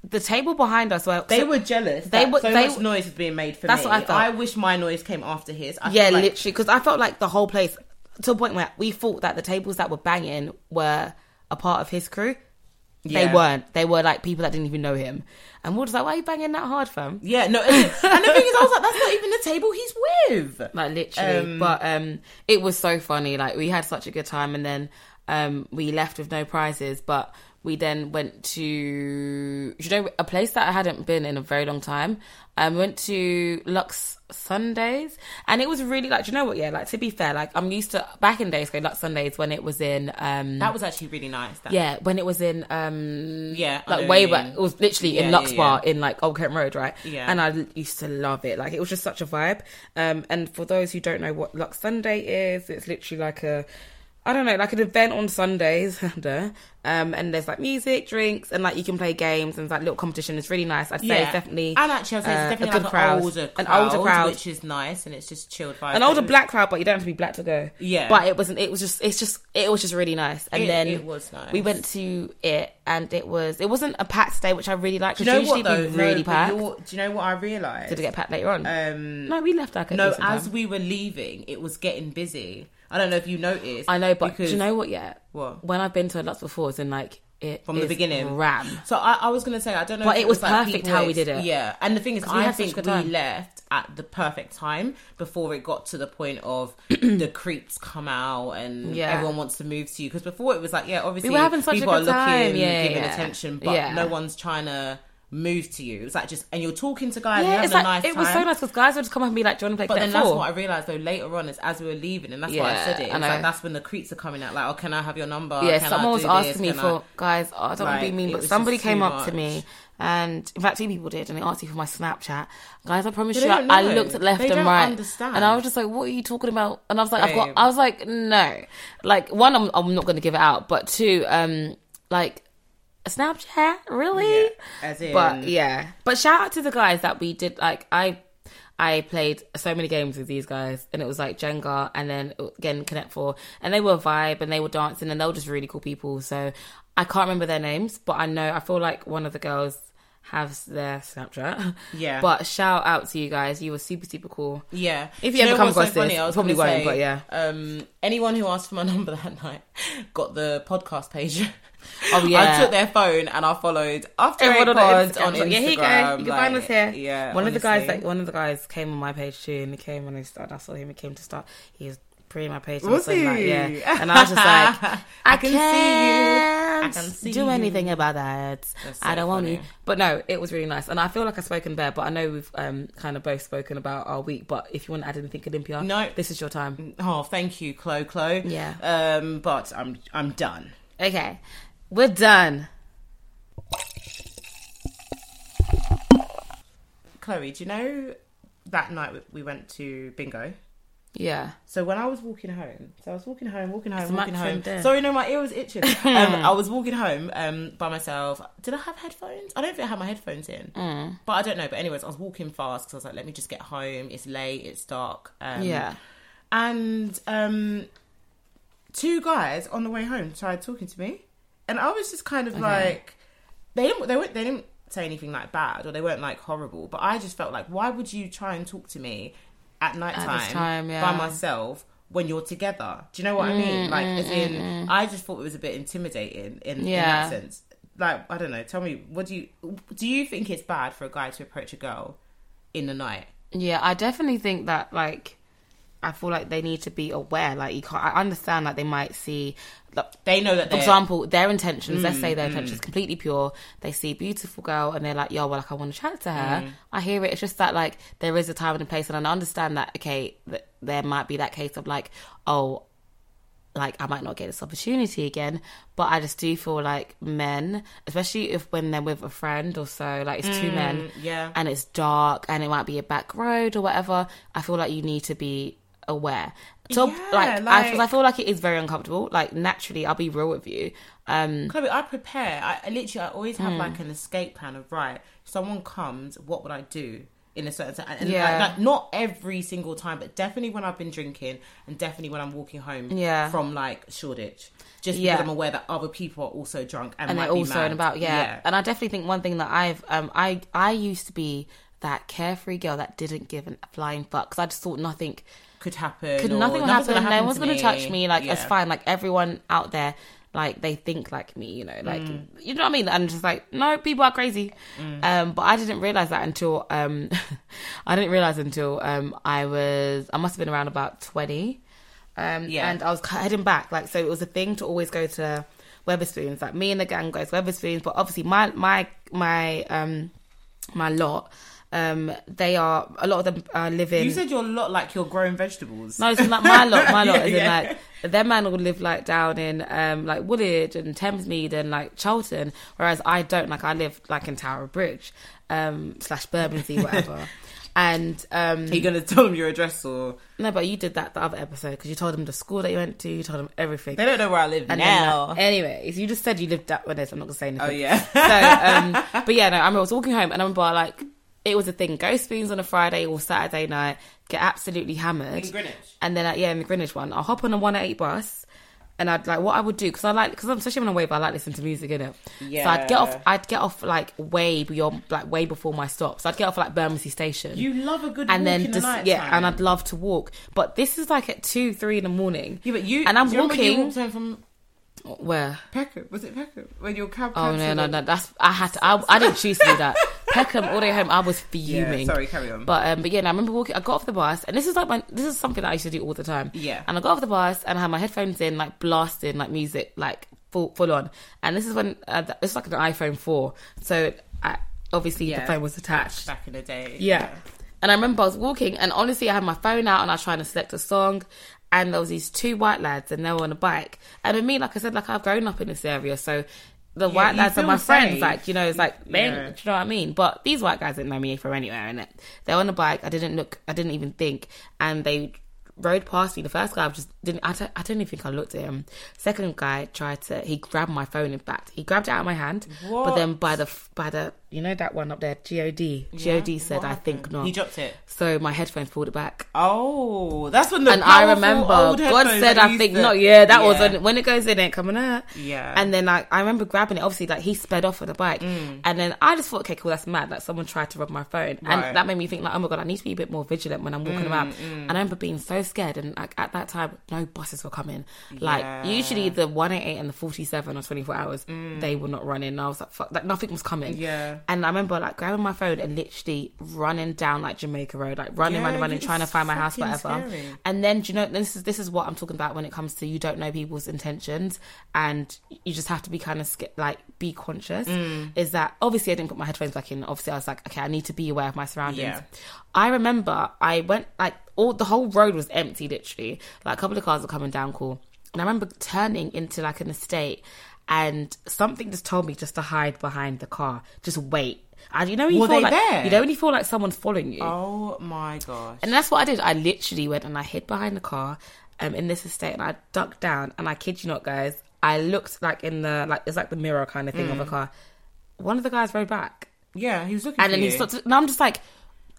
Speaker 2: the table behind us where
Speaker 1: they
Speaker 2: so-
Speaker 1: were jealous.
Speaker 2: they
Speaker 1: They
Speaker 2: were-
Speaker 1: were so
Speaker 2: they-
Speaker 1: much noise was being made for
Speaker 2: That's
Speaker 1: me.
Speaker 2: what I thought.
Speaker 1: I wish my noise came after his. I
Speaker 2: yeah
Speaker 1: feel like-
Speaker 2: literally because I felt like the whole place to a point where we thought that the tables that were banging were a part of his crew. They
Speaker 1: Yeah.
Speaker 2: weren't. They were like people that didn't even know him. And we were just like, why are you banging that hard, fam?
Speaker 1: Yeah, no. And the thing is, I was like, that's not even the table he's with.
Speaker 2: Like literally.
Speaker 1: Um,
Speaker 2: but um it was so funny. Like we had such a good time and then um we left with no prizes, but we then went to you know a place that I hadn't been in a very long time. I um, went to Lux Sundays and it was really like do you know what yeah like to be fair like I'm used to back in days going Lux Sundays when it was in um
Speaker 1: That was actually really nice. That.
Speaker 2: yeah when it was in um
Speaker 1: Yeah, I know what
Speaker 2: like way
Speaker 1: you
Speaker 2: back.
Speaker 1: mean.
Speaker 2: It was literally in
Speaker 1: Yeah,
Speaker 2: Lux
Speaker 1: yeah,
Speaker 2: Bar in like Old Kent Road, right?
Speaker 1: Yeah.
Speaker 2: And I l- used to love it. Like it was just such a vibe. Um, and for those who don't know what Lux Sunday is, it's literally like a, I don't know, like an event on Sundays. duh. um, and there's like music, drinks, and like you can play games and like little competition. It's really nice. I'd say definitely
Speaker 1: And actually, I was
Speaker 2: uh,
Speaker 1: it's definitely like an older, crowd,
Speaker 2: an older crowd,
Speaker 1: which is nice, and it's just chilled vibes.
Speaker 2: an older black crowd, but you don't have to be black to go.
Speaker 1: Yeah.
Speaker 2: But it wasn't. It was just. It's just. It was just really nice. And
Speaker 1: It-
Speaker 2: then
Speaker 1: it was nice.
Speaker 2: We went to it, and it was. It wasn't a packed day, which I really liked.
Speaker 1: Do
Speaker 2: Because
Speaker 1: you know
Speaker 2: usually
Speaker 1: what though?
Speaker 2: it'd be really
Speaker 1: No, but
Speaker 2: packed.
Speaker 1: you're- Do you know what I realized?
Speaker 2: Did it get packed later on?
Speaker 1: um,
Speaker 2: no, we left like a
Speaker 1: No,
Speaker 2: decent
Speaker 1: as
Speaker 2: time.
Speaker 1: we were leaving, it was getting busy. I don't know if you noticed.
Speaker 2: I know, but
Speaker 1: because
Speaker 2: do you know what? Yeah.
Speaker 1: What?
Speaker 2: When I've been to a Lux before, it's in like it
Speaker 1: from the
Speaker 2: is
Speaker 1: beginning,
Speaker 2: Ram.
Speaker 1: So I, I was gonna say I don't know,
Speaker 2: But
Speaker 1: if
Speaker 2: it was
Speaker 1: like
Speaker 2: perfect
Speaker 1: people
Speaker 2: how we did it.
Speaker 1: Yeah, and the thing is,
Speaker 2: 'Cause we
Speaker 1: I
Speaker 2: had such a
Speaker 1: think
Speaker 2: good
Speaker 1: we
Speaker 2: time.
Speaker 1: left at the perfect time before it got to the point of the creeps come out and
Speaker 2: Yeah.
Speaker 1: everyone wants to move to you. Because before it was like, yeah, obviously
Speaker 2: We were having such a
Speaker 1: people
Speaker 2: good
Speaker 1: are
Speaker 2: time.
Speaker 1: looking,
Speaker 2: Yeah,
Speaker 1: giving
Speaker 2: yeah.
Speaker 1: attention, but
Speaker 2: Yeah.
Speaker 1: no one's trying to move to you. It's like just and you're talking to guys,
Speaker 2: Yeah,
Speaker 1: you're
Speaker 2: it's
Speaker 1: having
Speaker 2: like
Speaker 1: a nice
Speaker 2: it was so
Speaker 1: time.
Speaker 2: nice because guys would just come up and be like, "Do you want to play?"
Speaker 1: But
Speaker 2: Connect
Speaker 1: then that's
Speaker 2: Four?"
Speaker 1: what I realised though later on is as we were leaving, and that's why I
Speaker 2: Yeah,
Speaker 1: said it. It's
Speaker 2: I know.
Speaker 1: like that's when the creeps are coming out, like, oh, can I have your number?
Speaker 2: yeah,
Speaker 1: can
Speaker 2: someone
Speaker 1: I
Speaker 2: was
Speaker 1: do
Speaker 2: asking
Speaker 1: this?
Speaker 2: me
Speaker 1: Can I-
Speaker 2: for guys. I don't want to
Speaker 1: Like,
Speaker 2: be mean,
Speaker 1: it
Speaker 2: but
Speaker 1: was
Speaker 2: somebody
Speaker 1: just
Speaker 2: came
Speaker 1: too
Speaker 2: up to
Speaker 1: much.
Speaker 2: me, and in fact, two people did, and they asked me for my Snapchat. Guys, I promise
Speaker 1: They
Speaker 2: you,
Speaker 1: don't
Speaker 2: I
Speaker 1: know.
Speaker 2: looked at left
Speaker 1: They
Speaker 2: and
Speaker 1: don't
Speaker 2: right,
Speaker 1: understand.
Speaker 2: and I was just like, "What are you talking about?" And I was like, "I've got."
Speaker 1: Babe.
Speaker 2: I was like, "No, like one, I'm, I'm not going to give it out, but two, um, like." Snapchat, really?
Speaker 1: Yeah, as in-
Speaker 2: but yeah. But shout out to the guys that we did. Like I, I played so many games with these guys, and it was like Jenga, and then uh, again Connect Four, and they were a vibe, and they were dancing, and they were just really cool people. So I can't remember their names, but I know I feel like one of the girls has their Snapchat.
Speaker 1: Yeah.
Speaker 2: But shout out to you guys. You were super super cool.
Speaker 1: Yeah.
Speaker 2: If
Speaker 1: Do
Speaker 2: you ever
Speaker 1: know
Speaker 2: come
Speaker 1: what's
Speaker 2: across this,
Speaker 1: I was
Speaker 2: probably
Speaker 1: gonna
Speaker 2: won't, but yeah.
Speaker 1: Um, anyone who asked for my number that night got the podcast page.
Speaker 2: Oh yeah.
Speaker 1: I took their phone and I followed after
Speaker 2: Everyone
Speaker 1: Everyone
Speaker 2: on
Speaker 1: eight pods
Speaker 2: Instagram.
Speaker 1: on
Speaker 2: on
Speaker 1: Instagram.
Speaker 2: Yeah, here you go. You can find
Speaker 1: like,
Speaker 2: us here.
Speaker 1: Yeah,
Speaker 2: One of the guys
Speaker 1: honestly.
Speaker 2: that one of the guys came on my page too, and he came and he started. I saw him. He came to start. He was pre my page. and
Speaker 1: Was
Speaker 2: something like-
Speaker 1: he?
Speaker 2: yeah. And I was just like, I,
Speaker 1: I
Speaker 2: can
Speaker 1: can see you.
Speaker 2: not
Speaker 1: I can see
Speaker 2: do
Speaker 1: you.
Speaker 2: anything about that.
Speaker 1: That's so
Speaker 2: I don't want
Speaker 1: funny.
Speaker 2: you. But no, it was really nice, and I feel like I've spoken there. But I know we've um kind of both spoken about our week. But if you want to add anything, Olympia,
Speaker 1: No.
Speaker 2: this is your time.
Speaker 1: Oh, thank you, Chloe. Chloe.
Speaker 2: Yeah.
Speaker 1: Um, but I'm I'm done.
Speaker 2: Okay, we're done.
Speaker 1: Chloe, do you know that night we- we went to bingo?
Speaker 2: Yeah.
Speaker 1: So when I was walking home, so I was walking home, walking home,
Speaker 2: It's
Speaker 1: walking
Speaker 2: much from
Speaker 1: home.
Speaker 2: there.
Speaker 1: Sorry, no, my ear was itching. um, I was walking home um, by myself. Did I have headphones? I don't think I had my headphones in,
Speaker 2: Mm.
Speaker 1: but I don't know. But anyways, I was walking fast because I was like, let me just get home. It's late. It's dark. Um,
Speaker 2: yeah.
Speaker 1: And um, two guys on the way home tried talking to me, and I was just kind of like, they didn't, they weren't, they didn't say anything like bad or they weren't like horrible, but I just felt like, why would you try and talk to me at night
Speaker 2: time,
Speaker 1: time
Speaker 2: yeah. Mm,
Speaker 1: by myself? When you're together, do you know what I mean? Like, as in, I just thought it was a bit intimidating in, in
Speaker 2: Yeah.
Speaker 1: that sense. Like, I don't know. Tell me, what do you do? You think it's bad for a guy to approach a girl in the night?
Speaker 2: Yeah, I definitely think that like I feel like they need to be aware. Like you can't. I understand like they might see. Like,
Speaker 1: They know that
Speaker 2: for
Speaker 1: they're
Speaker 2: example, their intentions. let's say their intentions completely pure. They see a beautiful girl and they're like, "Yo, well, like I want to chat to her." I hear it. It's just that like there is a time and a place, and I understand that. Okay, th- there might be that case of like, oh, like I might not get this opportunity again. But I just do feel like men, especially if when they're with a friend or so, like it's two men,
Speaker 1: Mm, yeah.
Speaker 2: and it's dark and it might be a back road or whatever. I feel like you need to be aware. So
Speaker 1: Yeah,
Speaker 2: like, I, 'cause I
Speaker 1: like-
Speaker 2: feel like it is very uncomfortable. Like naturally, I'll be real with you. Um,
Speaker 1: Chloe, I prepare. I, I literally, I always
Speaker 2: Hmm.
Speaker 1: have like an escape plan of right. If someone comes, what would I do in a certain time? And
Speaker 2: Yeah.
Speaker 1: like, like, not every single time, but definitely when I've been drinking, and definitely when I'm walking home
Speaker 2: Yeah.
Speaker 1: from like Shoreditch, just
Speaker 2: Yeah.
Speaker 1: because I'm aware that other people are also drunk and,
Speaker 2: and
Speaker 1: might
Speaker 2: they're
Speaker 1: be
Speaker 2: also
Speaker 1: mad.
Speaker 2: in about yeah. And I definitely think one thing that I've um I I used to be that carefree girl that didn't give a flying fuck because I just thought nothing.
Speaker 1: could happen.
Speaker 2: could
Speaker 1: or
Speaker 2: nothing would
Speaker 1: nothing's
Speaker 2: happen.
Speaker 1: gonna
Speaker 2: No one's
Speaker 1: to
Speaker 2: gonna touch me. Like it's
Speaker 1: Yeah.
Speaker 2: fine. Like everyone out there, like they think like me. You know, like
Speaker 1: Mm.
Speaker 2: you know what I mean. And just like no, people are crazy. Um, but I didn't realize that until um, I didn't realize until um, I was I must have been around about twenty. Um,
Speaker 1: Yeah.
Speaker 2: and I was cu- heading back. Like so, it was a thing to always go to Weatherspoons. Like me and the gang goes Weatherspoons, but obviously my my my um my lot. Um, they are a lot of them uh, live in.
Speaker 1: You said you're a lot like your growing vegetables.
Speaker 2: No, it's in, like my lot, my lot
Speaker 1: Yeah,
Speaker 2: is
Speaker 1: yeah.
Speaker 2: in like their man will live like down in um like Woolwich and Thamesmead and like Charlton, whereas I don't like I live like in Tower Bridge, um slash Bermondsey whatever, and um
Speaker 1: Are you gonna tell them your address or
Speaker 2: no, but you did that the other episode because you told them the school that you went to, you told them everything.
Speaker 1: they don't know where I live
Speaker 2: And then,
Speaker 1: now?
Speaker 2: like, anyways, you just said you lived up with this. I'm not gonna say anything.
Speaker 1: oh yeah.
Speaker 2: So, um, but yeah, no, I remember I was walking home and I remember like it was a thing. Go spoons on a Friday or Saturday night, get absolutely hammered.
Speaker 1: In Greenwich?
Speaker 2: And then, like, yeah, in the Greenwich one, I'll hop on a 108 bus. And I'd like what I would do because I like because I'm especially when I wave I like listening to music in it. So I'd get off
Speaker 1: Yeah.
Speaker 2: I'd get off like way beyond like way before my stop. So I'd get off like Bermondsey station
Speaker 1: You love a good walk
Speaker 2: and then
Speaker 1: in the
Speaker 2: just
Speaker 1: night
Speaker 2: yeah
Speaker 1: time.
Speaker 2: and I'd love to walk. But this is like at two three in the morning.
Speaker 1: Yeah, but you
Speaker 2: and I'm
Speaker 1: do you remember
Speaker 2: walking
Speaker 1: You walked home from
Speaker 2: where
Speaker 1: Peckham. Was it Peckham? When your cab.
Speaker 2: Oh no,
Speaker 1: cancelled
Speaker 2: no,
Speaker 1: it?
Speaker 2: no! That's I had to. I, I didn't choose to do that. Peckham all the way home. I was
Speaker 1: Yeah,
Speaker 2: fuming.
Speaker 1: sorry, carry on.
Speaker 2: But um, but yeah, no, I remember walking. I got off the bus, and this is like my this is something that I used to do all the time.
Speaker 1: Yeah.
Speaker 2: And I got off the bus, and I had my headphones in, like blasting like music, like full full on. And this is when uh, th- it's like an iPhone four, so I, obviously the
Speaker 1: Yeah.
Speaker 2: phone was attached.
Speaker 1: Back in the day.
Speaker 2: Yeah. And I remember I was walking, and honestly, I had my phone out and I was trying to select a song. And there was these two white lads, and they were on a bike. And with me, like I said, like I've grown up in this area, so the white
Speaker 1: you
Speaker 2: lads are
Speaker 1: feel
Speaker 2: my friends.
Speaker 1: safe.
Speaker 2: Like you know, it's like they,
Speaker 1: Yeah.
Speaker 2: do you know what I mean? But these white guys didn't know me from anywhere, and they're on a bike. I didn't look, I didn't even think, and they rode past me. The first guy, I just didn't. I don't, I don't even think I looked at him. Second guy tried to. He grabbed my phone. In fact, he grabbed it out of my hand. But then by the by the you know that one up there, God. God said, I think not.
Speaker 1: He dropped it.
Speaker 2: So my headphones pulled it back.
Speaker 1: Oh, that's when the
Speaker 2: And I
Speaker 1: powerful
Speaker 2: remember
Speaker 1: old
Speaker 2: God
Speaker 1: headphones
Speaker 2: said,
Speaker 1: that
Speaker 2: I
Speaker 1: used
Speaker 2: think
Speaker 1: to-
Speaker 2: not. Yeah, that was
Speaker 1: Yeah.
Speaker 2: on, when it goes in, it ain't coming out.
Speaker 1: Yeah.
Speaker 2: And then like, I remember grabbing it. Obviously, like he sped off on the bike.
Speaker 1: Mm.
Speaker 2: And then I just thought, okay, cool, that's mad. Like someone tried to rob my phone.
Speaker 1: Right. Mm,
Speaker 2: And that made me think, like, oh my God, I need to be a bit more vigilant when I'm walking around. And I remember being so scared, and like at that time, no buses were coming. Like usually the one eight eight and the forty seven or twenty four hours, they were not running. And I was like, fuck, like nothing was coming.
Speaker 1: Mm. Yeah.
Speaker 2: And I remember like grabbing my phone and literally running down like Jamaica Road, like running,
Speaker 1: Yeah,
Speaker 2: running, running,
Speaker 1: it's
Speaker 2: trying to find my house,
Speaker 1: fucking
Speaker 2: whatever.
Speaker 1: scary.
Speaker 2: And then do you know this is this is what I'm talking about when it comes to you don't know people's intentions and you just have to be kind of sca- like be conscious.
Speaker 1: Mm.
Speaker 2: Is that obviously I didn't put my headphones back in. Obviously I was like, okay, I need to be aware of my surroundings.
Speaker 1: Yeah.
Speaker 2: I remember I went like all the whole road was empty literally. Like a couple of cars were coming down cool. And I remember turning into like an estate and something just told me just to hide behind the car. Just wait. And you know when you
Speaker 1: Were
Speaker 2: feel
Speaker 1: they
Speaker 2: like
Speaker 1: there?
Speaker 2: you know when you feel like someone's following you.
Speaker 1: Oh my gosh.
Speaker 2: And that's what I did. I literally went and I hid behind the car um, in this estate and I ducked down. And I kid you not, guys, I looked like in the, like, it's like the mirror kind of thing
Speaker 1: Mm.
Speaker 2: of a car. One of the guys rode back
Speaker 1: Yeah, he was looking. for
Speaker 2: and then
Speaker 1: you.
Speaker 2: he stopped. And I'm just like,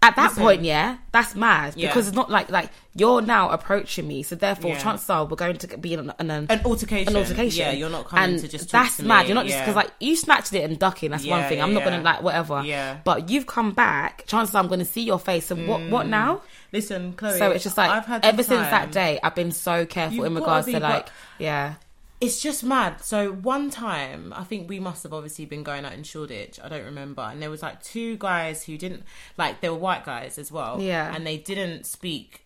Speaker 2: at that point, yeah, that's mad
Speaker 1: Yeah.
Speaker 2: because it's not like, like, you're now approaching me. So therefore,
Speaker 1: Yeah.
Speaker 2: chances are we're going to be in an, an
Speaker 1: an altercation.
Speaker 2: an altercation.
Speaker 1: Yeah, you're not coming
Speaker 2: And
Speaker 1: to just. Talk
Speaker 2: that's
Speaker 1: to
Speaker 2: mad.
Speaker 1: me.
Speaker 2: You're not just because
Speaker 1: Yeah.
Speaker 2: like you snatched it and ducking. That's one
Speaker 1: Yeah,
Speaker 2: thing.
Speaker 1: yeah,
Speaker 2: I'm not
Speaker 1: yeah.
Speaker 2: gonna like whatever.
Speaker 1: Yeah.
Speaker 2: But you've come back. Chances are I'm gonna see your face. And what
Speaker 1: Mm.
Speaker 2: what now?
Speaker 1: Listen, Chloe.
Speaker 2: So it's just like
Speaker 1: I've had
Speaker 2: ever
Speaker 1: some
Speaker 2: since that
Speaker 1: time-
Speaker 2: day, I've been so careful
Speaker 1: You've
Speaker 2: in
Speaker 1: gotta
Speaker 2: regards
Speaker 1: be,
Speaker 2: to
Speaker 1: but-
Speaker 2: like yeah.
Speaker 1: It's just mad. So one time, I think we must have obviously been going out in Shoreditch. I don't remember. And there was like two guys who didn't like they were white guys as well.
Speaker 2: Yeah.
Speaker 1: and they didn't speak.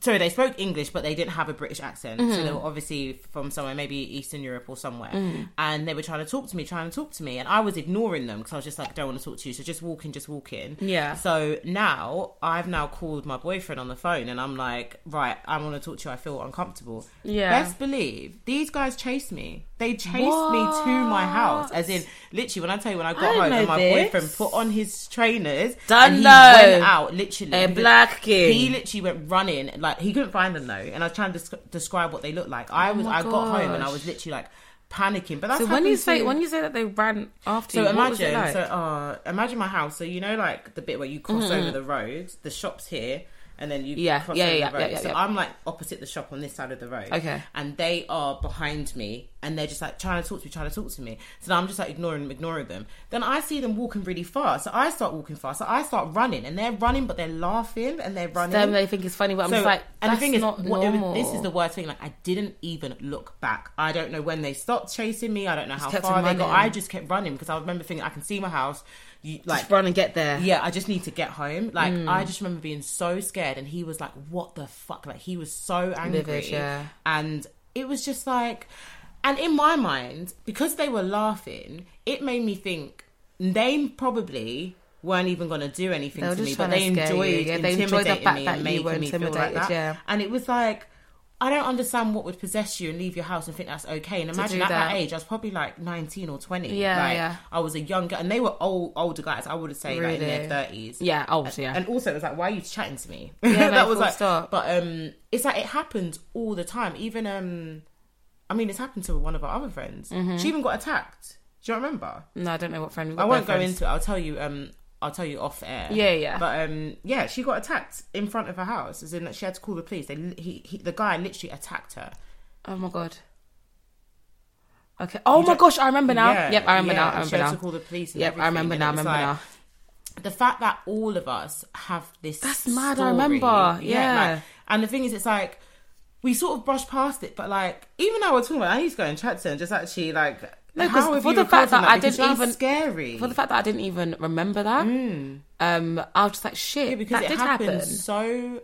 Speaker 1: Sorry, they spoke English, but they didn't have a British accent. So
Speaker 2: Mm-hmm.
Speaker 1: they were obviously from somewhere, maybe Eastern Europe or somewhere.
Speaker 2: Mm.
Speaker 1: And they were trying to talk to me, trying to talk to me, and I was ignoring them because I was just like, "Don't want to talk to you." So just walking, just walking.
Speaker 2: Yeah.
Speaker 1: So now I've now called my boyfriend on the phone, and I'm like, "Right, I want to talk to you. I feel uncomfortable."
Speaker 2: Yeah.
Speaker 1: Best believe these guys chased me. They chased me to my house. As in, literally, when I tell you when I got
Speaker 2: didn't
Speaker 1: home and
Speaker 2: know
Speaker 1: my
Speaker 2: this.
Speaker 1: boyfriend put on his trainers and he
Speaker 2: Dunno.
Speaker 1: went out, literally.
Speaker 2: A
Speaker 1: because
Speaker 2: black kid.
Speaker 1: He literally went running. Like, he couldn't find them though. And I was trying to desc- describe what they looked like. I was,
Speaker 2: Oh my
Speaker 1: I got home and I
Speaker 2: gosh.
Speaker 1: was literally like panicking. But that's
Speaker 2: So when you
Speaker 1: happened
Speaker 2: say
Speaker 1: to-
Speaker 2: when you say that they ran after
Speaker 1: so
Speaker 2: you, what was it
Speaker 1: imagine,
Speaker 2: like? Mm-hmm.
Speaker 1: so uh, imagine my house. So you know, like the bit where you cross over the road, the shop's here, and then you
Speaker 2: Yeah,
Speaker 1: cross
Speaker 2: yeah,
Speaker 1: over
Speaker 2: yeah,
Speaker 1: the road.
Speaker 2: yeah, yeah,
Speaker 1: so
Speaker 2: yeah.
Speaker 1: I'm like opposite the shop on this side of the road.
Speaker 2: Okay.
Speaker 1: and they are behind me, and they're just like trying to talk to me, trying to talk to me. So now I'm just like ignoring them, ignoring them. Then I see them walking really fast, so I start walking fast, so I start running, and they're running, but they're laughing and they're running.
Speaker 2: Then they think it's funny, but I'm just like,
Speaker 1: and the
Speaker 2: that's
Speaker 1: thing is,
Speaker 2: not
Speaker 1: what- it was-
Speaker 2: normal.
Speaker 1: this is the worst thing. Like, I didn't even look back. I don't know when they stopped chasing me. I don't know how
Speaker 2: kept
Speaker 1: far
Speaker 2: on
Speaker 1: they got.
Speaker 2: running.
Speaker 1: I just kept running because I remember thinking, I can see my house. You, like,
Speaker 2: just run and get there.
Speaker 1: yeah, I just need to get home. Like,
Speaker 2: Mm.
Speaker 1: I just remember being so scared, and he was like, "What the fuck?" Like, he was so angry,
Speaker 2: Livid, yeah.
Speaker 1: and it was just like, and in my mind, because they were laughing, it made me think they probably weren't even going to do anything
Speaker 2: They were
Speaker 1: to me,
Speaker 2: just
Speaker 1: but they
Speaker 2: trying to scare you.
Speaker 1: enjoyed
Speaker 2: Yeah, they
Speaker 1: intimidating
Speaker 2: enjoyed the fact
Speaker 1: me
Speaker 2: that
Speaker 1: and
Speaker 2: you
Speaker 1: making
Speaker 2: were
Speaker 1: me feel like
Speaker 2: intimidated,
Speaker 1: that.
Speaker 2: yeah.
Speaker 1: And it was like. I don't understand what would possess you and leave your house and think that's okay. And imagine
Speaker 2: do
Speaker 1: at that.
Speaker 2: that.
Speaker 1: age, I was probably like nineteen or twenty.
Speaker 2: Yeah,
Speaker 1: like,
Speaker 2: yeah.
Speaker 1: I was a young girl, and they were old, older guys. I would say like in their
Speaker 2: Really?
Speaker 1: thirties.
Speaker 2: yeah, obviously, yeah.
Speaker 1: And also, it was like, why are you chatting to me?
Speaker 2: Yeah, no,
Speaker 1: that was
Speaker 2: full
Speaker 1: like,
Speaker 2: stop.
Speaker 1: but um, it's like it happens all the time. Even um, I mean, it's happened to one of our other friends.
Speaker 2: Mm-hmm.
Speaker 1: She even got attacked. Do you remember?
Speaker 2: no, I don't know what friend. We've
Speaker 1: I
Speaker 2: got
Speaker 1: won't go
Speaker 2: boyfriends.
Speaker 1: into. it. I'll tell you. Um, I'll tell you off air.
Speaker 2: Yeah, yeah.
Speaker 1: But um, yeah, she got attacked in front of her house. As in, that she had to call the police. They li- he, he the guy literally attacked her.
Speaker 2: Oh my god. Okay. Oh my gosh, I remember now.
Speaker 1: Yeah,
Speaker 2: yep, I remember
Speaker 1: yeah,
Speaker 2: now. I
Speaker 1: she
Speaker 2: remember
Speaker 1: had
Speaker 2: now.
Speaker 1: to call the police and
Speaker 2: Yep, I remember
Speaker 1: everything,
Speaker 2: now. I
Speaker 1: and it was
Speaker 2: remember
Speaker 1: like-
Speaker 2: now.
Speaker 1: the fact that all of us have this that's
Speaker 2: mad, I remember, yeah.
Speaker 1: and the thing is it's like we sort of brush past it but like even now we're talking about i need to go and chat to her and just actually like
Speaker 2: No, 'cause
Speaker 1: how have
Speaker 2: for
Speaker 1: you
Speaker 2: the
Speaker 1: recorded
Speaker 2: fact that I
Speaker 1: Because
Speaker 2: didn't
Speaker 1: that's
Speaker 2: even-
Speaker 1: scary
Speaker 2: For the fact that I didn't even remember that, um, I was just like, shit,
Speaker 1: Mm. yeah, because
Speaker 2: that
Speaker 1: it
Speaker 2: did
Speaker 1: happens
Speaker 2: happen.
Speaker 1: so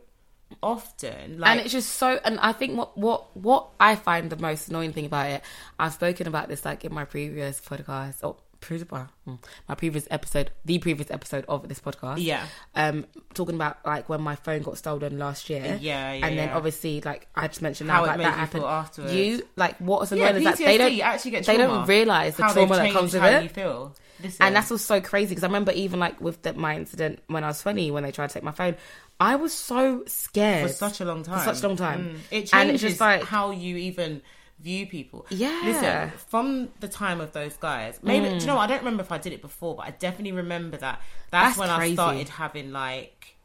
Speaker 1: often like
Speaker 2: and it's just so and i think what what what i find the most annoying thing about it i've spoken about this like in my previous podcast or pre- uh, mm, my previous episode the previous episode of this podcast
Speaker 1: Yeah.
Speaker 2: um talking about like when my phone got stolen last year
Speaker 1: Yeah, yeah,
Speaker 2: and then
Speaker 1: yeah.
Speaker 2: obviously like i just mentioned
Speaker 1: How
Speaker 2: now
Speaker 1: it
Speaker 2: like
Speaker 1: made
Speaker 2: that
Speaker 1: you
Speaker 2: happened
Speaker 1: feel afterwards.
Speaker 2: you like what's
Speaker 1: yeah,
Speaker 2: annoying is that
Speaker 1: PTSD,
Speaker 2: they don't
Speaker 1: you actually get
Speaker 2: they
Speaker 1: trauma.
Speaker 2: don't realize the
Speaker 1: How they've
Speaker 2: trauma that
Speaker 1: changed
Speaker 2: comes with
Speaker 1: how
Speaker 2: it
Speaker 1: you feel Listen.
Speaker 2: and that's what's so crazy because I remember even like with the, my incident when I was 20, when they tried to take my phone, I was so scared
Speaker 1: for such a long time.
Speaker 2: For such a long time,
Speaker 1: Mm. It changes
Speaker 2: and it's just like
Speaker 1: how you even view people.
Speaker 2: Yeah. Mm.
Speaker 1: Listen, from the time of those guys, maybe do you know? what? I don't remember if I did it before, but I definitely remember that. That's,
Speaker 2: That's
Speaker 1: when I
Speaker 2: crazy.
Speaker 1: started having like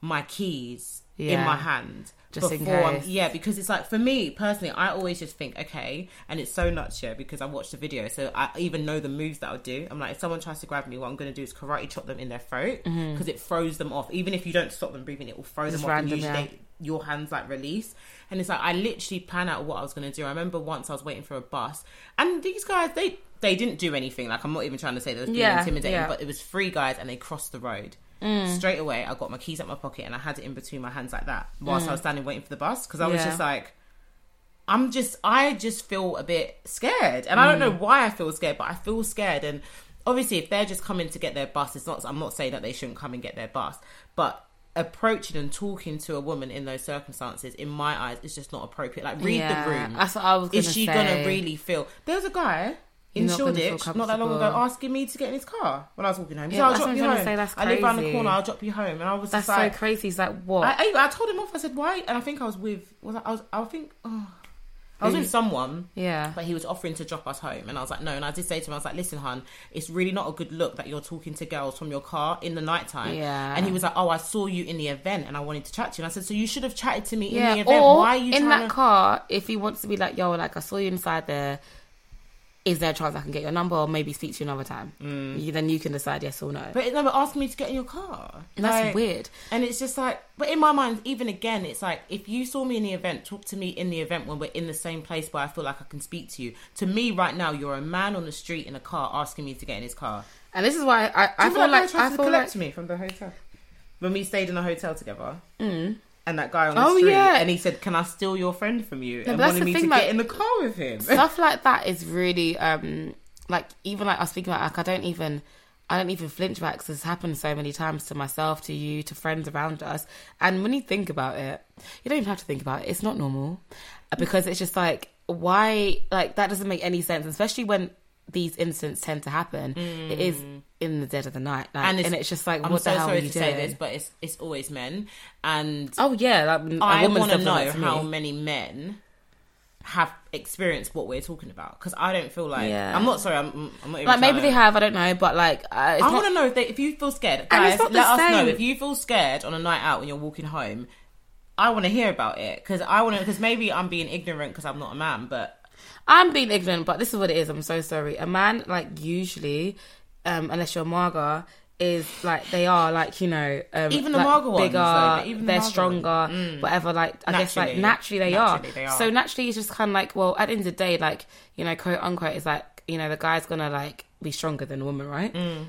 Speaker 1: my keys in
Speaker 2: Yeah.
Speaker 1: my hand.
Speaker 2: Just in
Speaker 1: I'm-
Speaker 2: case.
Speaker 1: yeah, because it's like for me personally, I always just think, okay, and it's so nuts, yeah, because I watched the video, so I even know the moves that I'll do. I'm like, if someone tries to grab me, what I'm going to do is
Speaker 2: Mm-hmm.
Speaker 1: karate chop them in their throat because it throws them off. Even if you don't stop them breathing, it will throw
Speaker 2: Just
Speaker 1: them off. and
Speaker 2: random,
Speaker 1: usually
Speaker 2: yeah.
Speaker 1: they- your hands like release. And it's like I literally plan out what I was gonna do. I remember once I was waiting for a bus, and these guys they they didn't do anything. Like I'm not even trying to say they was being
Speaker 2: Yeah,
Speaker 1: intimidating,
Speaker 2: yeah. Mm.
Speaker 1: but it was three guys and they crossed the road. Straight away, I got my keys out my pocket and I had it in between my hands like that whilst I was standing waiting for the bus because I was
Speaker 2: Mm. Yeah.
Speaker 1: just like, I'm just I just feel a bit scared, and I don't know
Speaker 2: Mm.
Speaker 1: why I feel scared, but I feel scared. And obviously, if they're just coming to get their bus, it's not. I'm not saying that they shouldn't come and get their bus, but approaching and talking to a woman in those circumstances, in my eyes, is just not appropriate. Like read
Speaker 2: Yeah,
Speaker 1: the room.
Speaker 2: that's what I was
Speaker 1: Is
Speaker 2: gonna
Speaker 1: she gonna
Speaker 2: say.
Speaker 1: really feel? There was a guy. In
Speaker 2: Not gonna feel
Speaker 1: Shoreditch, not that long ago,
Speaker 2: comfortable.
Speaker 1: asking me to get in his car when I was walking home. He's
Speaker 2: Yeah,
Speaker 1: like, I'll
Speaker 2: that's
Speaker 1: drop
Speaker 2: what
Speaker 1: you
Speaker 2: I'm trying
Speaker 1: home.
Speaker 2: to say, that's
Speaker 1: I live around the
Speaker 2: crazy.
Speaker 1: corner. I'll drop you home. And I was
Speaker 2: That's
Speaker 1: just like,
Speaker 2: so crazy. He's like, what?
Speaker 1: I, I, I told him off. I said, "Why?" And I think I was with. Was I, I was. I think. Oh, I was
Speaker 2: Who?
Speaker 1: with someone,
Speaker 2: yeah.
Speaker 1: but he was offering to drop us home, and I was like, "No." And I did say to him, "I was like, listen, hon, it's really not a good look that you're talking to girls from your car in the nighttime."
Speaker 2: Yeah.
Speaker 1: And he was like, "Oh, I saw you in the event, and I wanted to chat to you." And I said, "So you should have chatted to me
Speaker 2: yeah,
Speaker 1: in the event.
Speaker 2: or
Speaker 1: Why are you
Speaker 2: in
Speaker 1: trying
Speaker 2: that
Speaker 1: to?"
Speaker 2: car, if he wants to be like, yo, like I saw you inside there, is there a chance I can get your number or maybe speak to you another time? You, then you can decide yes or no.
Speaker 1: Mm. but it never asked me to get in your car.
Speaker 2: That's
Speaker 1: Like,
Speaker 2: weird.
Speaker 1: And it's just like, but in my mind, even again, it's like if you saw me in the event, talk to me in the event when we're in the same place where I feel like I can speak to you. To me, right now, you're a man on the street in a car asking me to get in his car.
Speaker 2: And this is why I, I, I feel like I
Speaker 1: to
Speaker 2: feel like
Speaker 1: collect me from the hotel Mm. when we stayed in a hotel together. And that guy on the
Speaker 2: Oh,
Speaker 1: street,
Speaker 2: yeah.
Speaker 1: and he said, "Can I steal your friend from you?" and
Speaker 2: but that's
Speaker 1: wanted
Speaker 2: the
Speaker 1: me
Speaker 2: thing,
Speaker 1: to
Speaker 2: like-
Speaker 1: get in the car with him.
Speaker 2: stuff like that is really um like even like I was speaking about like I don't even I don't even flinch back 'cause it's happened so many times to myself, to you, to friends around us. And when you think about it, you don't even have to think about it. It's not normal
Speaker 1: Mm.
Speaker 2: Uh, because it's just like why like that doesn't make any sense, especially when these incidents tend to happen. It is in the dead of the night, like, and,
Speaker 1: Mm. And
Speaker 2: it's,
Speaker 1: it's-
Speaker 2: just like
Speaker 1: I'm
Speaker 2: what
Speaker 1: so
Speaker 2: the hell
Speaker 1: sorry
Speaker 2: are you
Speaker 1: to
Speaker 2: doing?
Speaker 1: say this, but it's it's always men, and
Speaker 2: oh yeah, like, a
Speaker 1: I
Speaker 2: woman's
Speaker 1: want to
Speaker 2: done that
Speaker 1: know
Speaker 2: me.
Speaker 1: how many men have experienced what we're talking about because I don't feel like
Speaker 2: Yeah.
Speaker 1: I'm not sorry. I'm, I'm not even
Speaker 2: like maybe
Speaker 1: trying
Speaker 2: they
Speaker 1: to-
Speaker 2: have, I don't know, but like uh, it's
Speaker 1: I
Speaker 2: not-
Speaker 1: want to know if they, if you feel scared,
Speaker 2: And
Speaker 1: guys.
Speaker 2: it's not
Speaker 1: Let
Speaker 2: the
Speaker 1: us know
Speaker 2: same.
Speaker 1: if you feel scared on a night out when you're walking home. I want to hear about it because I want to because maybe I'm being ignorant because I'm not a man, but
Speaker 2: I'm being ignorant, but this is what it is. I'm so sorry. A man, like usually, um, unless you're Marga, is like they are like you know um,
Speaker 1: Even the
Speaker 2: like,
Speaker 1: Marga ones,
Speaker 2: bigger,
Speaker 1: though, but even the
Speaker 2: they're
Speaker 1: Marga
Speaker 2: stronger, whatever. Like I guess like
Speaker 1: Naturally.
Speaker 2: naturally they
Speaker 1: Naturally
Speaker 2: are.
Speaker 1: they are.
Speaker 2: So naturally it's just kind of like well at the end of the day like you know quote unquote is like you know the guy's gonna like be stronger than the woman, right?
Speaker 1: Mm.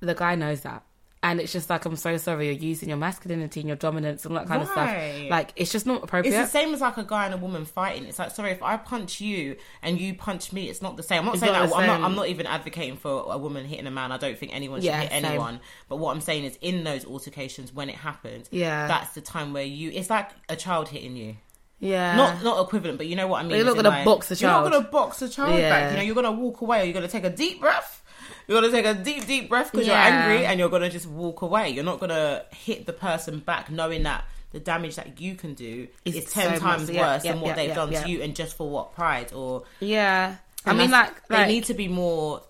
Speaker 2: The guy knows that. And it's just like I'm so sorry. You're using your masculinity and your dominance and all that kind of
Speaker 1: Right.
Speaker 2: stuff. Like it's just not appropriate.
Speaker 1: it's the same as like a guy and a woman fighting. It's like sorry if I punch you and you punch me, it's not the same. I'm not
Speaker 2: It's
Speaker 1: saying
Speaker 2: not
Speaker 1: that
Speaker 2: the
Speaker 1: I'm
Speaker 2: same.
Speaker 1: not. I'm not even advocating for a woman hitting a man. I don't think anyone should
Speaker 2: Yeah,
Speaker 1: hit
Speaker 2: same.
Speaker 1: anyone. But what I'm saying is in those altercations when it happens,
Speaker 2: Yeah.
Speaker 1: that's the time where you. It's like a child hitting you.
Speaker 2: yeah.
Speaker 1: not not equivalent, but you know what I mean.
Speaker 2: you're not
Speaker 1: It's in
Speaker 2: gonna
Speaker 1: like-
Speaker 2: box a child.
Speaker 1: You're not gonna box a child
Speaker 2: Yeah.
Speaker 1: back. You know, you're gonna walk away, or you're gonna take a deep breath. You're gonna take a deep, deep breath because
Speaker 2: Yeah.
Speaker 1: you're angry, and you're gonna just walk away. You're not gonna hit the person back, knowing that the damage that you can do
Speaker 2: Is
Speaker 1: is, ten
Speaker 2: so
Speaker 1: times
Speaker 2: much- yeah,
Speaker 1: worse
Speaker 2: yeah,
Speaker 1: than what
Speaker 2: yeah,
Speaker 1: they've
Speaker 2: yeah,
Speaker 1: done
Speaker 2: yeah.
Speaker 1: to you, and just for what pride or.
Speaker 2: Yeah. I
Speaker 1: and
Speaker 2: mean,
Speaker 1: that's-
Speaker 2: like, like
Speaker 1: they need to be more.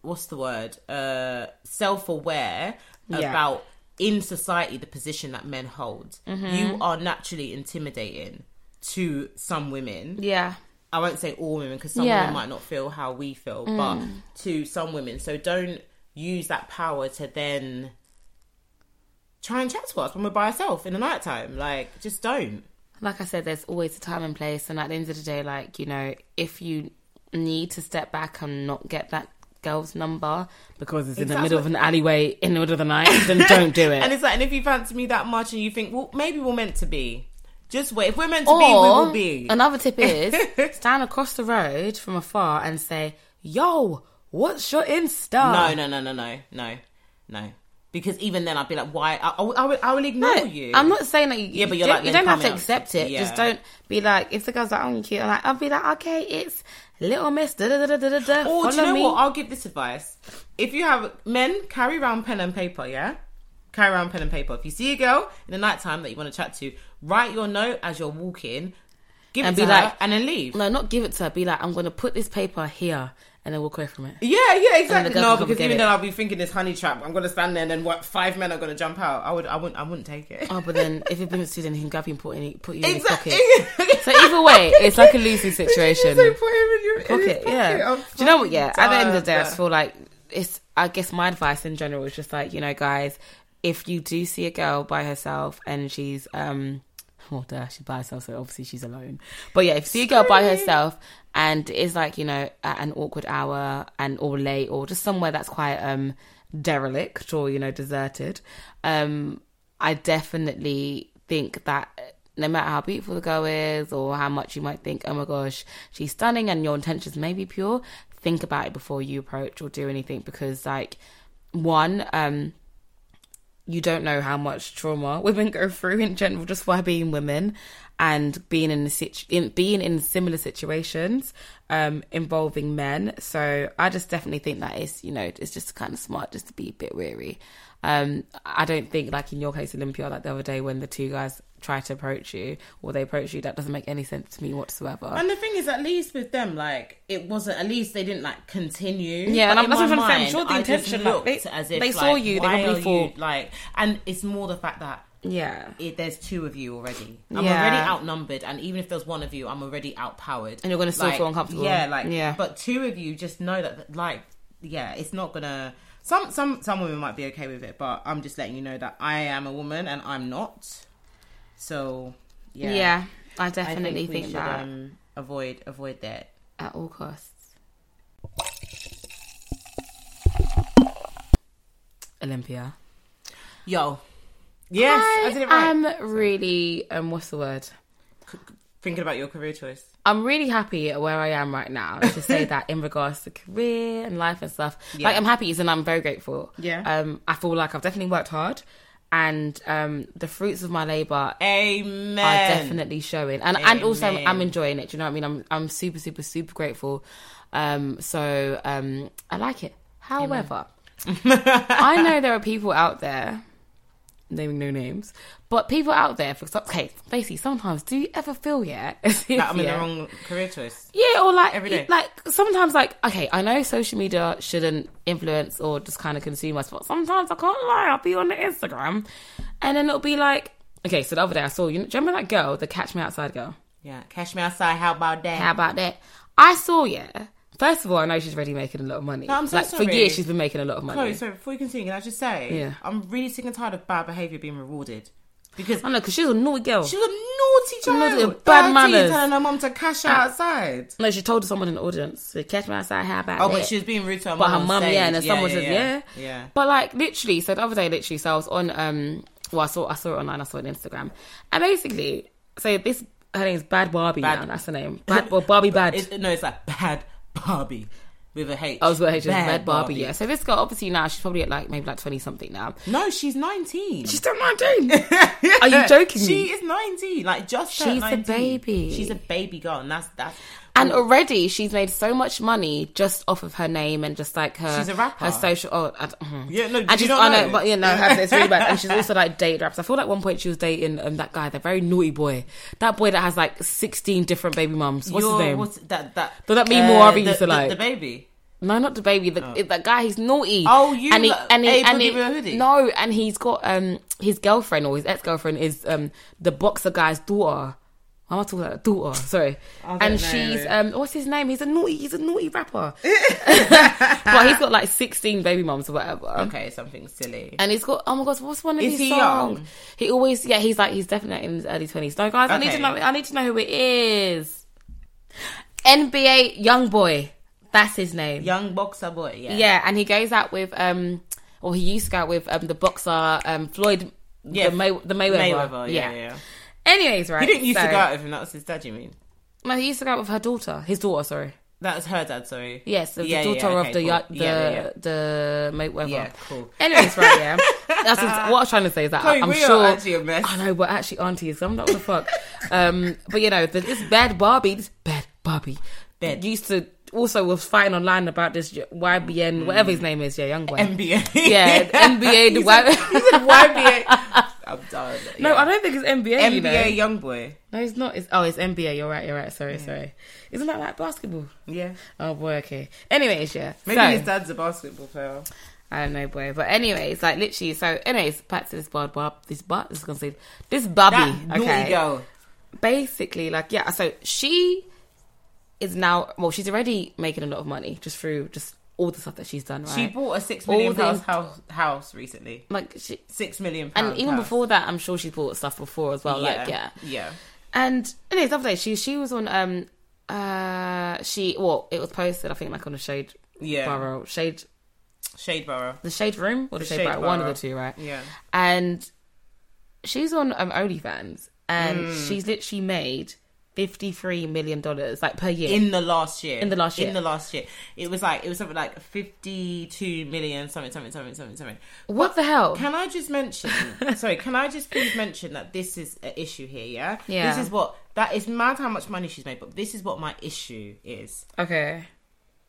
Speaker 1: What's the word? Uh, self-aware
Speaker 2: Yeah.
Speaker 1: about in society the position that men hold.
Speaker 2: Mm-hmm.
Speaker 1: You are naturally intimidating to some women.
Speaker 2: yeah,
Speaker 1: I won't say all women because some
Speaker 2: Yeah. Mm.
Speaker 1: women might not feel how we feel, but to some women. So don't use that power to then try and chat to us when we're by ourselves in the night time. Like, just don't.
Speaker 2: like I said, there's always a time and place, and at the end of the day, like you know, if you need to step back and not get that girl's number because it's in the
Speaker 1: Exactly.
Speaker 2: middle of an alleyway in the middle of the night, then don't do it.
Speaker 1: And it's like, and if you fancy me that much and you think, well, maybe we're meant to be, just wait. If we're meant to be, we will be.
Speaker 2: another tip is stand across the road from afar and say, "Yo, what's your Insta?"
Speaker 1: No, no, no, no, no, no, no. Because even then, I'd be like, why? I, I, would- I would, I would ignore
Speaker 2: No,
Speaker 1: you.
Speaker 2: I'm not saying that you,
Speaker 1: Yeah, but
Speaker 2: you
Speaker 1: you're
Speaker 2: don't,
Speaker 1: like,
Speaker 2: you
Speaker 1: then
Speaker 2: don't have
Speaker 1: come
Speaker 2: to
Speaker 1: out.
Speaker 2: accept it.
Speaker 1: Yeah.
Speaker 2: Just don't be like, if the girl's like, oh, I'm cute, I'm like, I'll be like, okay, it's little miss, da da da da da da.
Speaker 1: Or Oh, do you
Speaker 2: follow
Speaker 1: know
Speaker 2: me.
Speaker 1: what? I'll give this advice. If you have men, carry around pen and paper. Yeah, carry around pen and paper. If you see a girl in the night time that you want to chat to, write your note as you're walking, give
Speaker 2: And
Speaker 1: it to
Speaker 2: be
Speaker 1: her,
Speaker 2: like-
Speaker 1: and then leave.
Speaker 2: No, not give it to her. Be like, I'm gonna put this paper here and then walk away from it.
Speaker 1: yeah, yeah, exactly.
Speaker 2: girl
Speaker 1: No,
Speaker 2: can come
Speaker 1: because
Speaker 2: get
Speaker 1: even
Speaker 2: it.
Speaker 1: then I'll be thinking this honey trap. I'm gonna stand there, and then what? Five men are gonna jump out. I would, I wouldn't, I wouldn't take it.
Speaker 2: Oh, but then if it brings to then he can grab you and put, in, put you in
Speaker 1: exactly.
Speaker 2: his pocket. So either way, it's like a losing situation.
Speaker 1: They put him in your in his
Speaker 2: Pocket, yeah.
Speaker 1: I'm
Speaker 2: Do you know what?
Speaker 1: fucking
Speaker 2: Yeah, at the end of the day, I
Speaker 1: tired.
Speaker 2: just feel like it's. I guess my advice in general is just like you know, guys, if you do see a girl by herself and she's um well duh, she's by herself so obviously she's alone but yeah if you see a girl by herself and it's like you know at an awkward hour and or late or just somewhere that's quite um derelict or you know deserted um i definitely think that uh, no matter how beautiful the girl is or how much you might think oh my gosh she's stunning and your intentions may be pure think about it before you approach or do anything because like one um you don't know how much trauma women go through in general just by being women and being in the situ- in, being in similar situations um involving men so i just definitely think that it's you know it's just kind of smart just to be a bit wary um i don't think like in your case olympia like the other day when the two guys try to approach you or they approach you that doesn't make any sense to me whatsoever
Speaker 1: And the thing is, at least with them, like it wasn't. At least they didn't like continue.
Speaker 2: Yeah, and
Speaker 1: Like,
Speaker 2: I'm- that's
Speaker 1: in
Speaker 2: what I'm
Speaker 1: my
Speaker 2: trying to say. I'm sure the
Speaker 1: mind, I just
Speaker 2: intention, like,
Speaker 1: looked
Speaker 2: they-
Speaker 1: as if,
Speaker 2: they saw
Speaker 1: like,
Speaker 2: you, they
Speaker 1: why
Speaker 2: probably
Speaker 1: are
Speaker 2: thought-
Speaker 1: you, like, and it's more the fact that
Speaker 2: yeah
Speaker 1: it, there's two of you already. I'm
Speaker 2: Yeah.
Speaker 1: already outnumbered, and even if there's one of you, I'm already outpowered.
Speaker 2: And you're gonna still feel uncomfortable.
Speaker 1: Yeah, like
Speaker 2: Yeah.
Speaker 1: yeah. But two of you just know that, like, yeah, it's not gonna. Some some some women might be okay with it, but I'm just letting you know that I am a woman and I'm not. So
Speaker 2: yeah,
Speaker 1: yeah,
Speaker 2: i
Speaker 1: I think,
Speaker 2: definitely
Speaker 1: we
Speaker 2: think,
Speaker 1: should,
Speaker 2: that
Speaker 1: um, avoid avoid that.
Speaker 2: at all costs olympia
Speaker 1: Yo, yes, I, did it right.
Speaker 2: am really um what's the word
Speaker 1: Thinking about your career choice.
Speaker 2: I'm really happy at where I am right now to say that in regards to career and life and stuff.
Speaker 1: Yeah.
Speaker 2: Like I'm happy and I'm very grateful.
Speaker 1: Yeah.
Speaker 2: Um I feel like I've definitely worked hard and um the fruits of my labour
Speaker 1: Amen.
Speaker 2: are definitely showing. And and also I'm,
Speaker 1: Amen.
Speaker 2: I'm enjoying it. Do you know what I mean? I'm I'm super, super, super grateful. Um so um I like it. However, I know there are people out there naming no names, but people out there for example okay, basically sometimes do you ever feel yeah as if,
Speaker 1: That I'm in
Speaker 2: yeah,
Speaker 1: the wrong career choice.
Speaker 2: yeah, or like
Speaker 1: Every day.
Speaker 2: Like sometimes, like okay, I know social media shouldn't influence or just kind of consume us, but sometimes I can't lie. I'll be on the Instagram, and then it'll be like, okay, so the other day I saw you. Do you remember that girl, the catch me outside girl?
Speaker 1: Yeah, cash me outside. How about that?
Speaker 2: How about that? I saw yeah. First of all, I know she's already making a lot of money.
Speaker 1: I'm so
Speaker 2: like for
Speaker 1: sorry.
Speaker 2: years, she's been making a lot of money.
Speaker 1: Chloe, so before you continue, can I just say,
Speaker 2: Yeah.
Speaker 1: I'm really sick and tired of bad behaviour being rewarded because
Speaker 2: I know because she's a naughty girl.
Speaker 1: she was a naughty
Speaker 2: Naughty,
Speaker 1: child,
Speaker 2: bad manners. Ah.
Speaker 1: manners, telling her mum to cash her outside.
Speaker 2: no, she told someone in the audience, so catch me outside. How about
Speaker 1: Oh,
Speaker 2: that?
Speaker 1: but she was being rude to her mum.
Speaker 2: But her
Speaker 1: on
Speaker 2: mum, yeah, and then
Speaker 1: stage.
Speaker 2: someone said, yeah.
Speaker 1: yeah.
Speaker 2: But like literally, so the other day, literally, so I was on um, well, I saw I saw it online, I saw it on Instagram, and basically, so this her name's Bad Barbie
Speaker 1: Bad-
Speaker 2: now, that's her name, Bad well, Barbie Bad.
Speaker 1: It- no, it's like bad Barbie with a H.
Speaker 2: I was with her, she was Bad Barbie, yeah. So this girl, obviously now she's probably at like maybe like twenty something now.
Speaker 1: No, she's 19.
Speaker 2: She's still nineteen. Are you joking
Speaker 1: She
Speaker 2: me?
Speaker 1: is 19. Like just
Speaker 2: She's a
Speaker 1: turned 19.
Speaker 2: baby.
Speaker 1: She's a baby girl, and that's that's.
Speaker 2: And already she's made so much money just off of her name and just like her
Speaker 1: She's a rapper.
Speaker 2: her social oh I don't- mhm.
Speaker 1: Yeah, no,
Speaker 2: and
Speaker 1: you
Speaker 2: she's
Speaker 1: don't
Speaker 2: I know
Speaker 1: know.
Speaker 2: but you know her- it's really bad and she's also like date raps I feel like at one point she was dating um, that guy the very naughty boy that boy that has like 16 different baby mums what's
Speaker 1: Your-
Speaker 2: his name
Speaker 1: What's that? That. uh,
Speaker 2: Does that mean Moari
Speaker 1: the-
Speaker 2: used
Speaker 1: the-
Speaker 2: to like-
Speaker 1: the baby?
Speaker 2: no not the baby the, that guy he's naughty
Speaker 1: Oh, you like- Hey, Boogie Bear Hoodie?
Speaker 2: no and he's got um his girlfriend or his ex-girlfriend is um the boxer guy's daughter I'm not talking about the daughter, sorry.
Speaker 1: I don't
Speaker 2: And
Speaker 1: know.
Speaker 2: she's um what's his name? He's a naughty he's a naughty rapper. but he's got like 16 baby mums or whatever.
Speaker 1: Okay, something silly.
Speaker 2: And he's got oh my gosh, what's one of
Speaker 1: Is
Speaker 2: his
Speaker 1: he
Speaker 2: songs?
Speaker 1: young?
Speaker 2: He always yeah, he's like he's definitely in his early twenties. No guys, I need to
Speaker 1: Okay.
Speaker 2: know I need to know who it is. NBA Young Boy, that's his name.
Speaker 1: Young boxer boy. Yeah.
Speaker 2: Yeah, and he goes out with um, or he used to go out with um the boxer um Floyd.
Speaker 1: Yeah,
Speaker 2: the, May- the Mayweather.
Speaker 1: Mayweather, yeah, yeah.
Speaker 2: Anyways, right?
Speaker 1: He didn't used
Speaker 2: so-
Speaker 1: to go out with him. That was his dad. You mean?
Speaker 2: No, he used to go out with her daughter, his daughter. Sorry.
Speaker 1: That was her dad. Sorry.
Speaker 2: Yes, the, the
Speaker 1: Yeah, yeah,
Speaker 2: daughter
Speaker 1: yeah,
Speaker 2: of
Speaker 1: okay,
Speaker 2: the,
Speaker 1: cool.
Speaker 2: ya- the
Speaker 1: Yeah, yeah, yeah.
Speaker 2: the Mayweather.
Speaker 1: Yeah, cool.
Speaker 2: Anyways, right? Yeah, that's ex- what I was trying to say. Is that
Speaker 1: Chloe,
Speaker 2: I'm
Speaker 1: we are
Speaker 2: sure
Speaker 1: actually a mess.
Speaker 2: I know, but actually, aunties, I'm not what the fuck. um, but you know, the, this bad Barbie, this bad Barbie,
Speaker 1: Bad.
Speaker 2: used to also was fighting online about this YBN, whatever his name is, yeah, young boy.
Speaker 1: NBA.
Speaker 2: Yeah, the NBA, the
Speaker 1: he, said, he
Speaker 2: Y-
Speaker 1: said YBA. I'm done.
Speaker 2: No,
Speaker 1: yeah.
Speaker 2: I don't think it's NBA.
Speaker 1: NBA
Speaker 2: you know.
Speaker 1: young boy.
Speaker 2: No, it's not. It's oh, it's NBA. You're right. You're right. Sorry, sorry. Isn't that like basketball?
Speaker 1: Yeah.
Speaker 2: Oh boy. Okay. Anyways, yeah.
Speaker 1: Maybe
Speaker 2: So-
Speaker 1: his dad's a basketball player.
Speaker 2: I don't know, boy. But anyways, like literally. So anyways, back to this bar, bar this bar. This is gonna say this
Speaker 1: That
Speaker 2: Bobby.
Speaker 1: naughty
Speaker 2: okay.
Speaker 1: girl.
Speaker 2: Basically, like yeah. So she is now. Well, she's already making a lot of money just through just all the stuff that she's done. Right?
Speaker 1: She bought a six million
Speaker 2: the-
Speaker 1: pounds house, house recently.
Speaker 2: like she,
Speaker 1: Six million pounds.
Speaker 2: and even
Speaker 1: house.
Speaker 2: before that, I'm sure she bought stuff before as well. Like yeah,
Speaker 1: Oh, yeah.
Speaker 2: And anyways, the other day she she was on um uh she well it was posted I think like on the shade
Speaker 1: Yeah.
Speaker 2: borough shade
Speaker 1: Shade Borough.
Speaker 2: the shade room or the,
Speaker 1: The
Speaker 2: shade,
Speaker 1: Shade
Speaker 2: borough, one of the
Speaker 1: Borough.
Speaker 2: two right
Speaker 1: Yeah.
Speaker 2: and she's on um OnlyFans and
Speaker 1: Mm.
Speaker 2: she's literally made fifty three million dollars like per year
Speaker 1: In the last year.
Speaker 2: In the last year.
Speaker 1: In the last year. It was like it was something like fifty two million something something something something something.
Speaker 2: what the hell
Speaker 1: Can I just mention? sorry, can I just please mention that this is an issue here? Yeah.
Speaker 2: Yeah.
Speaker 1: This is what that is mad how much money she's made, but this is what my issue is.
Speaker 2: okay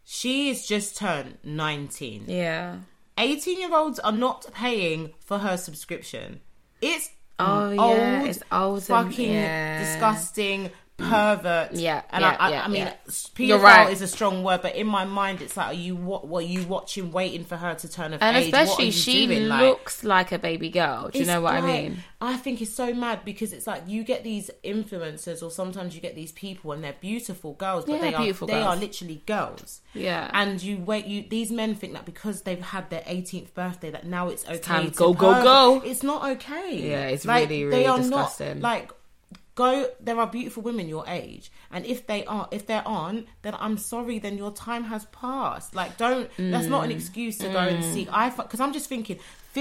Speaker 1: She is just turned nineteen.
Speaker 2: yeah
Speaker 1: 18 year olds are not paying for her subscription. It's
Speaker 2: Oh,
Speaker 1: an
Speaker 2: yeah, it's old and-
Speaker 1: fucking
Speaker 2: yeah.
Speaker 1: disgusting pervert.
Speaker 2: Yeah,
Speaker 1: and
Speaker 2: yeah,
Speaker 1: I, I,
Speaker 2: yeah,
Speaker 1: I mean,
Speaker 2: yeah.
Speaker 1: pedophile
Speaker 2: You're right.
Speaker 1: is a strong word, but in my mind, it's like, are you what? Were you watching, waiting for her to turn of
Speaker 2: and
Speaker 1: age? What are
Speaker 2: especially
Speaker 1: you
Speaker 2: she
Speaker 1: doing? Like,
Speaker 2: looks like a baby girl do you
Speaker 1: it's
Speaker 2: know what I
Speaker 1: like-
Speaker 2: mean
Speaker 1: I think it's so mad because it's like you get these influencers, or sometimes you get these people, and they're beautiful girls, but
Speaker 2: Yeah,
Speaker 1: they are
Speaker 2: beautiful
Speaker 1: they
Speaker 2: girls.
Speaker 1: are literally girls.
Speaker 2: Yeah.
Speaker 1: and you wait. You these men think that because they've had their 18th birthday, that now it's okay.
Speaker 2: time
Speaker 1: to
Speaker 2: go, go,
Speaker 1: perv.
Speaker 2: go.
Speaker 1: It's not okay.
Speaker 2: Yeah, it's really,
Speaker 1: they
Speaker 2: really
Speaker 1: are
Speaker 2: disgusting.
Speaker 1: Not, like. Go. There are beautiful women your age, and if they are, if there aren't, then I'm sorry. Then your time has passed. Like, don't. That's not an
Speaker 2: Mm.
Speaker 1: excuse to go and see. I because I'm just thinking,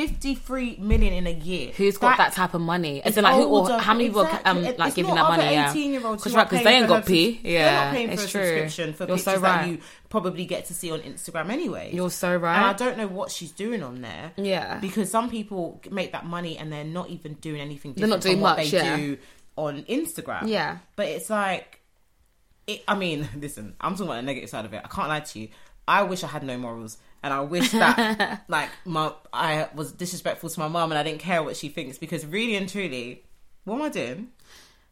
Speaker 1: 53 million in a year.
Speaker 2: Who's
Speaker 1: Who's
Speaker 2: got that, type of money? As in, like, who, or
Speaker 1: older-
Speaker 2: how many people are,
Speaker 1: exactly.
Speaker 2: um,
Speaker 1: It-
Speaker 2: like
Speaker 1: it's
Speaker 2: giving
Speaker 1: not
Speaker 2: that
Speaker 1: other
Speaker 2: money? Yeah,
Speaker 1: 18-year-olds
Speaker 2: because
Speaker 1: who are
Speaker 2: right, 'cause they
Speaker 1: paying
Speaker 2: ain't
Speaker 1: for
Speaker 2: got
Speaker 1: her
Speaker 2: p.
Speaker 1: subs-
Speaker 2: Yeah,
Speaker 1: they're not paying for
Speaker 2: it's
Speaker 1: a
Speaker 2: true.
Speaker 1: subscription for
Speaker 2: You're
Speaker 1: pictures
Speaker 2: so
Speaker 1: that
Speaker 2: right.
Speaker 1: you probably get to see on Instagram anyway.
Speaker 2: You're so
Speaker 1: And I
Speaker 2: right.
Speaker 1: don't know what she's doing on there.
Speaker 2: Yeah.
Speaker 1: because some people make that money and they're not even doing anything. Different
Speaker 2: not
Speaker 1: from
Speaker 2: doing
Speaker 1: what
Speaker 2: much,
Speaker 1: They
Speaker 2: yeah.
Speaker 1: do on Instagram.
Speaker 2: Yeah.
Speaker 1: but it's like, it, I mean, listen, I'm talking about the negative side of it. I can't lie to you. I wish I had no morals. And I wish that, like, my I was disrespectful to my mom, and I didn't care what she thinks because, really and truly, what am I doing?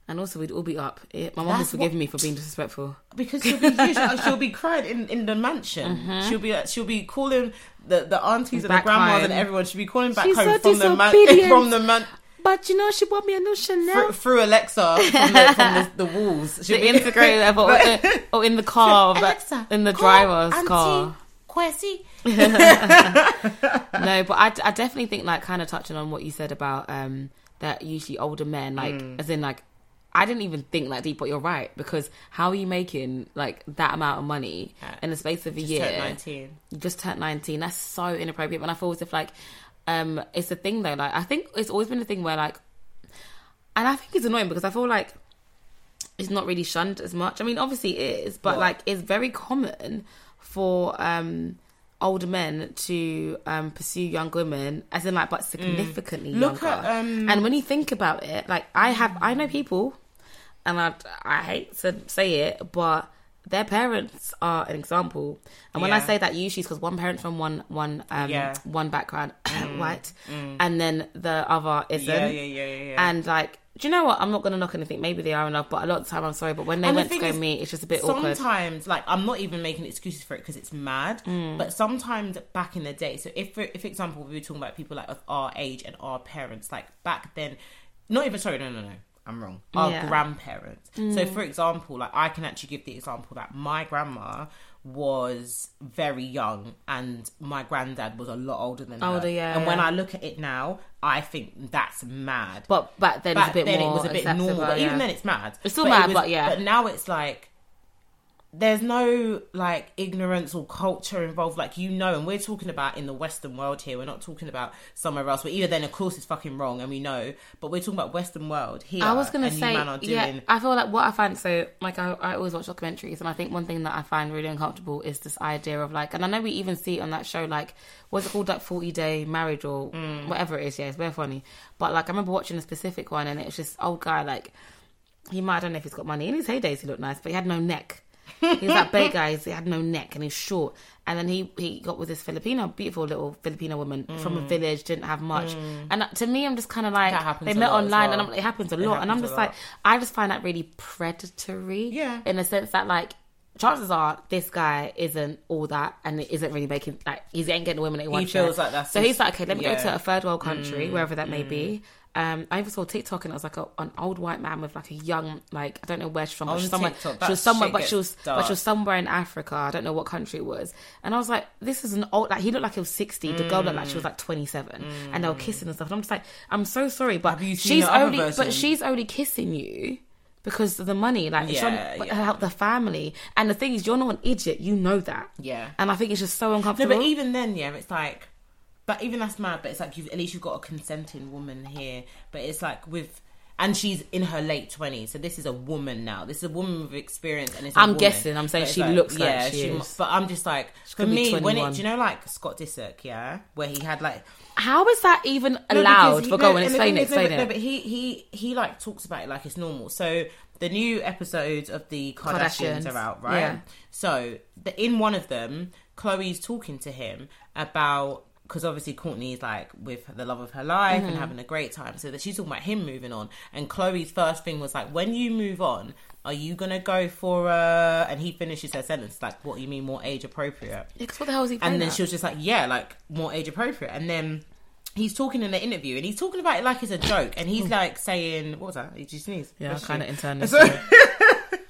Speaker 2: And also, we'd all be up. Yeah, my mum would
Speaker 1: That's
Speaker 2: forgive
Speaker 1: what-
Speaker 2: me for being disrespectful.
Speaker 1: because she'll be she'll, she'll be crying in, in the mansion. She'll be she'll be calling the, the aunties and
Speaker 2: Mm-hmm. Back
Speaker 1: the grandmas
Speaker 2: home.
Speaker 1: and everyone. She'll be calling back
Speaker 2: She's
Speaker 1: home
Speaker 2: so
Speaker 1: from the, man-
Speaker 2: disobedient.
Speaker 1: from the man
Speaker 2: But you know, she bought me a new Chanel.
Speaker 1: through, through Alexa from the, from the, the walls. She'll
Speaker 2: the integrator, or, in- or in the car, but in the driver's car.
Speaker 1: Quincy.
Speaker 2: No, but I, I definitely think, like, kind of touching on what you said about um that usually older men, like, as in, like, I didn't even think that deep, but you're right because how are you making like that amount of money in the space of a year?
Speaker 1: Yeah. Nineteen.
Speaker 2: you just turned 19 that's so inappropriate and i feel as if like um it's a thing though like i think it's always been a thing where like and i think it's annoying because i feel like it's not really shunned as much i mean obviously it is but
Speaker 1: What?
Speaker 2: like it's very common for um older men to um pursue young women as in like but significantly
Speaker 1: Look
Speaker 2: younger
Speaker 1: at, um,
Speaker 2: and when you think about it like i have i know people and I, I hate to say it, but their parents are an example. And when I
Speaker 1: Yeah.
Speaker 2: say that, usually it's because one parent's from one one um,
Speaker 1: Yeah. Mm.
Speaker 2: one background, white, and then the other isn't.
Speaker 1: Yeah, yeah, yeah, yeah, yeah.
Speaker 2: And like, do you know what? I'm not gonna knock anything. Maybe they are enough, but a lot of the time, I'm sorry. But when they
Speaker 1: And the
Speaker 2: went to
Speaker 1: thing
Speaker 2: go
Speaker 1: is,
Speaker 2: meet, it's just a bit awkward.
Speaker 1: sometimes like i'm not even making excuses for it because it's mad
Speaker 2: Mm.
Speaker 1: but sometimes back in the day so if for if for example we were talking about people like of our age and our parents like back then not even sorry no no no i'm wrong our
Speaker 2: Yeah. Mm.
Speaker 1: grandparents so for example like i can actually give the example that my grandma was very young and my granddad was a lot older than
Speaker 2: Older,
Speaker 1: her
Speaker 2: yeah,
Speaker 1: and when
Speaker 2: yeah.
Speaker 1: i look at it now i think that's mad
Speaker 2: But back then,
Speaker 1: back
Speaker 2: it's a bit
Speaker 1: then
Speaker 2: more
Speaker 1: it was a bit
Speaker 2: acceptable,
Speaker 1: normal, but
Speaker 2: yeah.
Speaker 1: even then it's mad.
Speaker 2: It's still
Speaker 1: it
Speaker 2: mad, but yeah.
Speaker 1: But now it's like there's no like ignorance or culture involved. Like you know, and we're talking about in the Western world here. We're not talking about somewhere else. But either then, of course, it's fucking wrong, and we know. But we're talking about Western world here.
Speaker 2: I was gonna
Speaker 1: and you
Speaker 2: say,
Speaker 1: man are doing,
Speaker 2: yeah. I feel like what I find so like I, I always watch documentaries, and I think one thing that I find really uncomfortable is this idea of like, and I know we even see it on that show, like, what's it called, like Forty Day Marriage or
Speaker 1: Mm.
Speaker 2: whatever it is. Yeah, it's very funny. But like, I remember watching a specific one, and it was this old guy like he might, I don't know if he's got money. In his heydays, he looked nice, but he had no neck. He was that big guy, he had no neck and he's short. And then he, he got with this Filipino, beautiful little Filipino woman from a village, didn't have much. And that- to me, I'm just kind of like,
Speaker 1: Mm. That happens
Speaker 2: they
Speaker 1: a
Speaker 2: met
Speaker 1: lot as
Speaker 2: online and
Speaker 1: well.
Speaker 2: I'm, it happens a lot. and I'm
Speaker 1: happens a
Speaker 2: just like, I just find that really predatory.
Speaker 1: Yeah.
Speaker 2: In the sense that, like, chances are this guy isn't all that and it isn't really making like he ain't getting the women that he wants.
Speaker 1: feels like that's
Speaker 2: so
Speaker 1: his-
Speaker 2: he's like, okay, let me
Speaker 1: yeah. Mm,
Speaker 2: go to a third world country, wherever that may be. Um, I even saw TikTok and it was like a, an old white man with like a young like I don't know where she's from, but
Speaker 1: On
Speaker 2: she's somewhere,
Speaker 1: TikTok, that
Speaker 2: she was somewhere,
Speaker 1: shit
Speaker 2: but
Speaker 1: gets
Speaker 2: she was but
Speaker 1: dark.
Speaker 2: she was somewhere in Africa. I don't know what country it was, and I was like, this is an old like he looked like he was sixty. The girl looked like she was like twenty seven, and they were kissing and stuff. And I'm just like, I'm so sorry, but
Speaker 1: you seen
Speaker 2: she's
Speaker 1: the other
Speaker 2: only
Speaker 1: version?
Speaker 2: but she's only kissing you because of the money. Like it's
Speaker 1: Yeah,
Speaker 2: on, but
Speaker 1: yeah.
Speaker 2: help the family. And the thing is, you're not an idiot. You know that.
Speaker 1: Yeah.
Speaker 2: And I think it's just so
Speaker 1: No,
Speaker 2: uncomfortable.
Speaker 1: but e- even then, yeah, it's like, but even that's mad. But it's like you've at least you've got a consenting woman here. But it's like with, and she's in her late twenties, so this is a woman now. This is a woman with experience, and it's. a
Speaker 2: I'm
Speaker 1: woman.
Speaker 2: guessing, I'm saying
Speaker 1: But it's
Speaker 2: she looks like she
Speaker 1: mu-
Speaker 2: is.
Speaker 1: But I'm just like, for
Speaker 2: could be
Speaker 1: me, when it,
Speaker 2: 21.
Speaker 1: do you know, like Scott Disick, yeah, where he had like
Speaker 2: How is that even
Speaker 1: no,
Speaker 2: allowed?
Speaker 1: because he-
Speaker 2: But go
Speaker 1: no, and
Speaker 2: and
Speaker 1: the
Speaker 2: explain it.
Speaker 1: thing is, no,
Speaker 2: Explain
Speaker 1: but-
Speaker 2: it.
Speaker 1: No, but he he he like talks about it like it's normal. So the new episodes of the Kardashians,
Speaker 2: Kardashians.
Speaker 1: are out, right?
Speaker 2: Yeah.
Speaker 1: So the, in one of them, Chloe's talking to him about because obviously Courtney's like with the love of her life
Speaker 2: Mm-hmm.
Speaker 1: and having a great time. So that she's talking about him moving on, and Chloe's first thing was like, when you move on. Are you gonna go for uh and he finishes her sentence like what do you mean more age appropriate?
Speaker 2: Because what the hell is he playing
Speaker 1: and then
Speaker 2: at?
Speaker 1: she was just like, yeah, like more age appropriate. And then he's talking in the interview, and he's talking about it like it's a joke, and he's like saying, "What was that? Did you sneeze?"
Speaker 2: Mm. yeah,
Speaker 1: Bless you.
Speaker 2: kind of internal.
Speaker 1: So-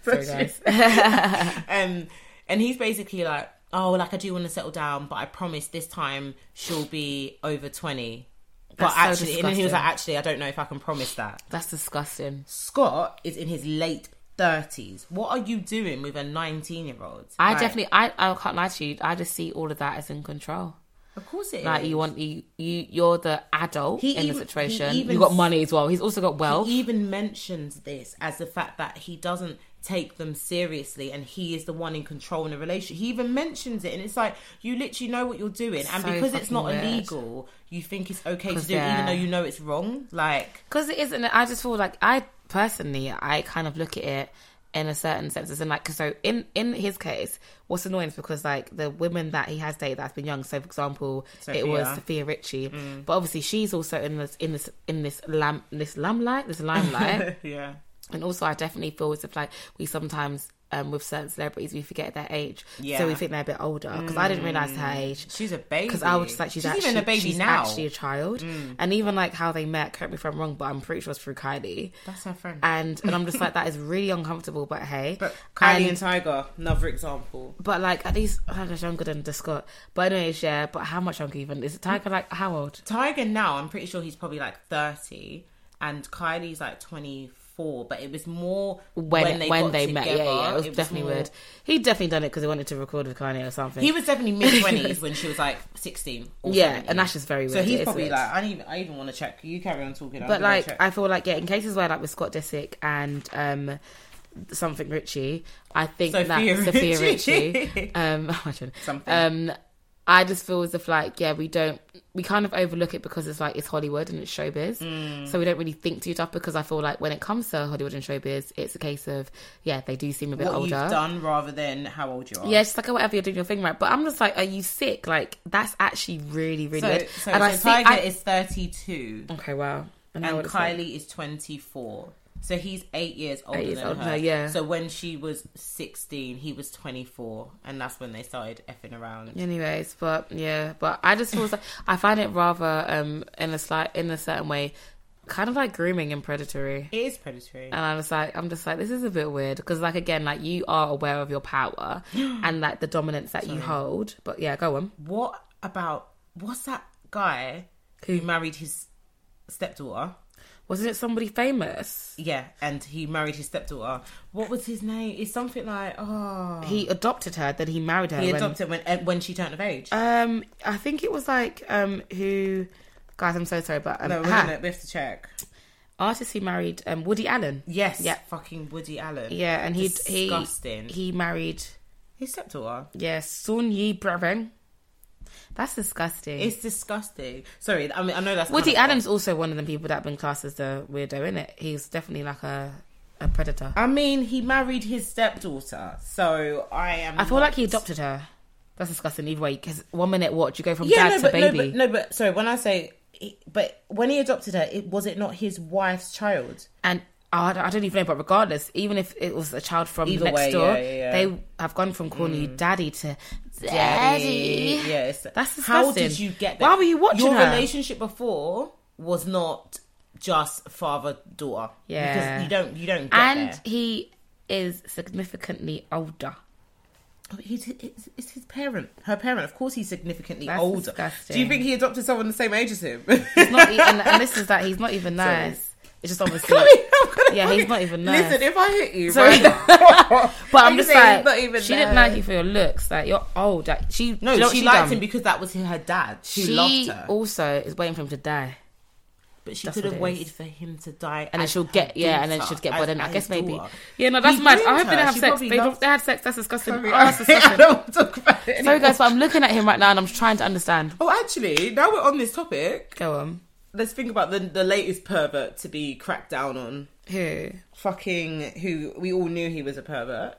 Speaker 2: Sorry, sorry guys.
Speaker 1: um, and he's basically like, "Oh, like I do want to settle down, but I promise this time she'll be over 20. But
Speaker 2: That's so
Speaker 1: actually, and then he was like,
Speaker 2: disgusting.
Speaker 1: "Actually, I don't know if I can promise that."
Speaker 2: That's disgusting.
Speaker 1: Scott is in his late thirties. What are you doing with a nineteen-year-old?
Speaker 2: I definitely, I, I can't lie to you. I just see all of that as in control.
Speaker 1: of course, it is.
Speaker 2: Like you want you, you you're the adult
Speaker 1: He
Speaker 2: in
Speaker 1: even-
Speaker 2: the
Speaker 1: he
Speaker 2: situation.
Speaker 1: even
Speaker 2: You got
Speaker 1: s-
Speaker 2: money as well. He's also got wealth.
Speaker 1: He even mentions this as the fact that he doesn't take them seriously and he is the one in control in the relationship. He even mentions it and it's like you literally know what you're doing and
Speaker 2: So
Speaker 1: because it's not
Speaker 2: fucking weird.
Speaker 1: illegal, you think it's okay to
Speaker 2: 'Cause
Speaker 1: do it even
Speaker 2: they're-
Speaker 1: though you know it's wrong. Like
Speaker 2: because it isn't. I just feel like I personally, I kind of look at it in a certain sense. As in, like, 'cause so in in his case, what's annoying is because like the women that he has dated that's been young. So, for example, it was
Speaker 1: Sophia. Mm.
Speaker 2: Sophia Ritchie, but obviously she's also in this in this in this lam this limelight this limelight.
Speaker 1: yeah.
Speaker 2: And also, I definitely feel as if like we sometimes um, with certain celebrities we forget their age,
Speaker 1: Yeah. Mm.
Speaker 2: so we think they're a bit older. Because I didn't realize her age.
Speaker 1: She's a baby.
Speaker 2: Because I was just like, she's, actually,
Speaker 1: even a baby
Speaker 2: she's
Speaker 1: now. Mm.
Speaker 2: actually a child, and even like how they met. Correct me if I'm wrong, but I'm pretty sure it's through Kylie.
Speaker 1: That's her friend.
Speaker 2: And and I'm just like, that is really uncomfortable. But hey,
Speaker 1: but Kylie and,
Speaker 2: And-
Speaker 1: Tiger, another example.
Speaker 2: but like at least I was younger than the Scott. But anyways, yeah. But how much younger even is it? Tiger like how old?
Speaker 1: Tiger now, I'm pretty sure he's probably like 30 and Kylie's like 24, but it was more
Speaker 2: When when they,
Speaker 1: got
Speaker 2: met? Yeah,
Speaker 1: together,
Speaker 2: yeah. It was definitely
Speaker 1: more-
Speaker 2: weird. He definitely done it because he wanted to record with Kanye or something.
Speaker 1: He was definitely mid twenties when she was like sixteen. Or
Speaker 2: yeah,
Speaker 1: 17.
Speaker 2: and that's just very weird.
Speaker 1: so
Speaker 2: It
Speaker 1: he's
Speaker 2: is
Speaker 1: probably
Speaker 2: weird.
Speaker 1: like, I even I even want to check. You carry on talking, I'm
Speaker 2: But
Speaker 1: gonna
Speaker 2: like,
Speaker 1: check.
Speaker 2: I feel like yeah, in cases where like with Scott Disick and um something Richie, I think
Speaker 1: Sophia
Speaker 2: that Sophia
Speaker 1: Richie.
Speaker 2: Richie, um, imagine.
Speaker 1: Something.
Speaker 2: um, I just feel as if like yeah, we don't we kind of overlook it because it's like it's Hollywood and it's showbiz,
Speaker 1: Mm.
Speaker 2: so we don't really think too tough. Because I feel like when it comes to Hollywood and showbiz, it's a case of yeah, they do seem a bit
Speaker 1: what
Speaker 2: older.
Speaker 1: you've done rather than how old you are.
Speaker 2: Yeah, she's like, oh, whatever, you're doing your thing right. But I'm just like, are you sick? Like, that's actually really, really
Speaker 1: So,
Speaker 2: weird.
Speaker 1: so,
Speaker 2: and
Speaker 1: so
Speaker 2: I see,
Speaker 1: Tiger
Speaker 2: I-
Speaker 1: is thirty-two
Speaker 2: okay, wow. And, how
Speaker 1: and
Speaker 2: old is he?
Speaker 1: Kylie is twenty-four. So he's eight years older
Speaker 2: years
Speaker 1: than
Speaker 2: older,
Speaker 1: her.
Speaker 2: yeah.
Speaker 1: So when she was sixteen, he was twenty-four, and that's when they started effing around.
Speaker 2: Anyways, but yeah, but I just feel like I find it rather um in a slight in a certain way, kind of like grooming and predatory.
Speaker 1: It is predatory.
Speaker 2: And I was like, I'm just like, this is a bit weird because like again, like you are aware of your power and like the dominance that you hold. But yeah, go on.
Speaker 1: what about what's that guy who married his stepdaughter?
Speaker 2: Wasn't it somebody famous?
Speaker 1: Yeah, and he married his stepdaughter. What was his name? It's something like oh. He,
Speaker 2: He adopted her, then he married her. when-
Speaker 1: adopted when eh, when she turned of age.
Speaker 2: um, I think it was like um who. Guys, I'm so sorry, but um,
Speaker 1: no, we're
Speaker 2: ha-
Speaker 1: gonna, we have to check.
Speaker 2: artist who married um Woody Allen.
Speaker 1: Yes,
Speaker 2: Yeah.
Speaker 1: fucking Woody Allen.
Speaker 2: Yeah, and he
Speaker 1: Disgusting.
Speaker 2: he he married
Speaker 1: His stepdaughter.
Speaker 2: Yeah, Sun Yi Brevin. That's disgusting.
Speaker 1: It's disgusting. Sorry, I mean I know that's
Speaker 2: Woody
Speaker 1: kind of-
Speaker 2: Allen's also one of the people that have been classed as the weirdo, in it? He's definitely like a a predator.
Speaker 1: I mean, he married his stepdaughter, so I am.
Speaker 2: I feel
Speaker 1: not-
Speaker 2: like he adopted her. That's disgusting either way, because one minute what? You go from
Speaker 1: Yeah,
Speaker 2: dad
Speaker 1: no,
Speaker 2: to
Speaker 1: but,
Speaker 2: baby.
Speaker 1: no, but no, but sorry. When I say, but when he adopted her, it was it not his wife's child?
Speaker 2: And oh, I don't, I don't even know, but regardless, even if it was a child from
Speaker 1: Either
Speaker 2: next
Speaker 1: way,
Speaker 2: door,
Speaker 1: yeah, yeah, Mm. yeah.
Speaker 2: they have gone from calling you daddy to
Speaker 1: Daddy.
Speaker 2: daddy.
Speaker 1: Yes.
Speaker 2: That's
Speaker 1: How
Speaker 2: disgusting.
Speaker 1: did you get that?
Speaker 2: Why were you watching
Speaker 1: Your
Speaker 2: her?
Speaker 1: relationship before was not just father daughter.
Speaker 2: Yeah.
Speaker 1: Because you don't you don't get
Speaker 2: And
Speaker 1: there.
Speaker 2: he is significantly older.
Speaker 1: Oh, He's, it's, it's his parent, her parent. Of course, he's significantly
Speaker 2: That's
Speaker 1: older.
Speaker 2: disgusting.
Speaker 1: Do you think he adopted someone the same age as him?
Speaker 2: He's not even, and this is that he's not even nice. It's just obviously.
Speaker 1: Chloe, I'm gonna
Speaker 2: Yeah, he's
Speaker 1: fucking-
Speaker 2: not even nice.
Speaker 1: Listen, if I hit you,
Speaker 2: Sorry.
Speaker 1: right now-
Speaker 2: But I'm
Speaker 1: you
Speaker 2: just
Speaker 1: say he's
Speaker 2: like,
Speaker 1: not even
Speaker 2: she didn't
Speaker 1: nice.
Speaker 2: like you for your looks. Like you're old. Like, she do
Speaker 1: No,
Speaker 2: you know what
Speaker 1: she,
Speaker 2: she
Speaker 1: liked
Speaker 2: done?
Speaker 1: him because that was her dad. She,
Speaker 2: she
Speaker 1: loved her,
Speaker 2: also is waiting for him to die,
Speaker 1: but she
Speaker 2: that's
Speaker 1: could
Speaker 2: what
Speaker 1: have
Speaker 2: it
Speaker 1: waited for him to die,
Speaker 2: and then
Speaker 1: as
Speaker 2: she'll
Speaker 1: her
Speaker 2: get yeah, and then
Speaker 1: daughter,
Speaker 2: she'll get.
Speaker 1: as-
Speaker 2: But then I
Speaker 1: as
Speaker 2: guess
Speaker 1: his
Speaker 2: maybe
Speaker 1: daughter.
Speaker 2: yeah. No, that's
Speaker 1: He
Speaker 2: mad. I
Speaker 1: groomed
Speaker 2: hope they didn't
Speaker 1: her.
Speaker 2: have
Speaker 1: She
Speaker 2: sex.
Speaker 1: probably
Speaker 2: They,
Speaker 1: loved-
Speaker 2: they had sex. That's disgusting.
Speaker 1: Sorry,
Speaker 2: Oh, that's
Speaker 1: I
Speaker 2: disgusting.
Speaker 1: don't want to talk about it.
Speaker 2: Sorry
Speaker 1: anymore.
Speaker 2: guys, but I'm looking at him right now and I'm trying to understand.
Speaker 1: Oh, actually, now we're on this topic.
Speaker 2: Go on.
Speaker 1: Let's think about the the latest pervert to be cracked down on.
Speaker 2: Who?
Speaker 1: Fucking who we all knew he was a pervert.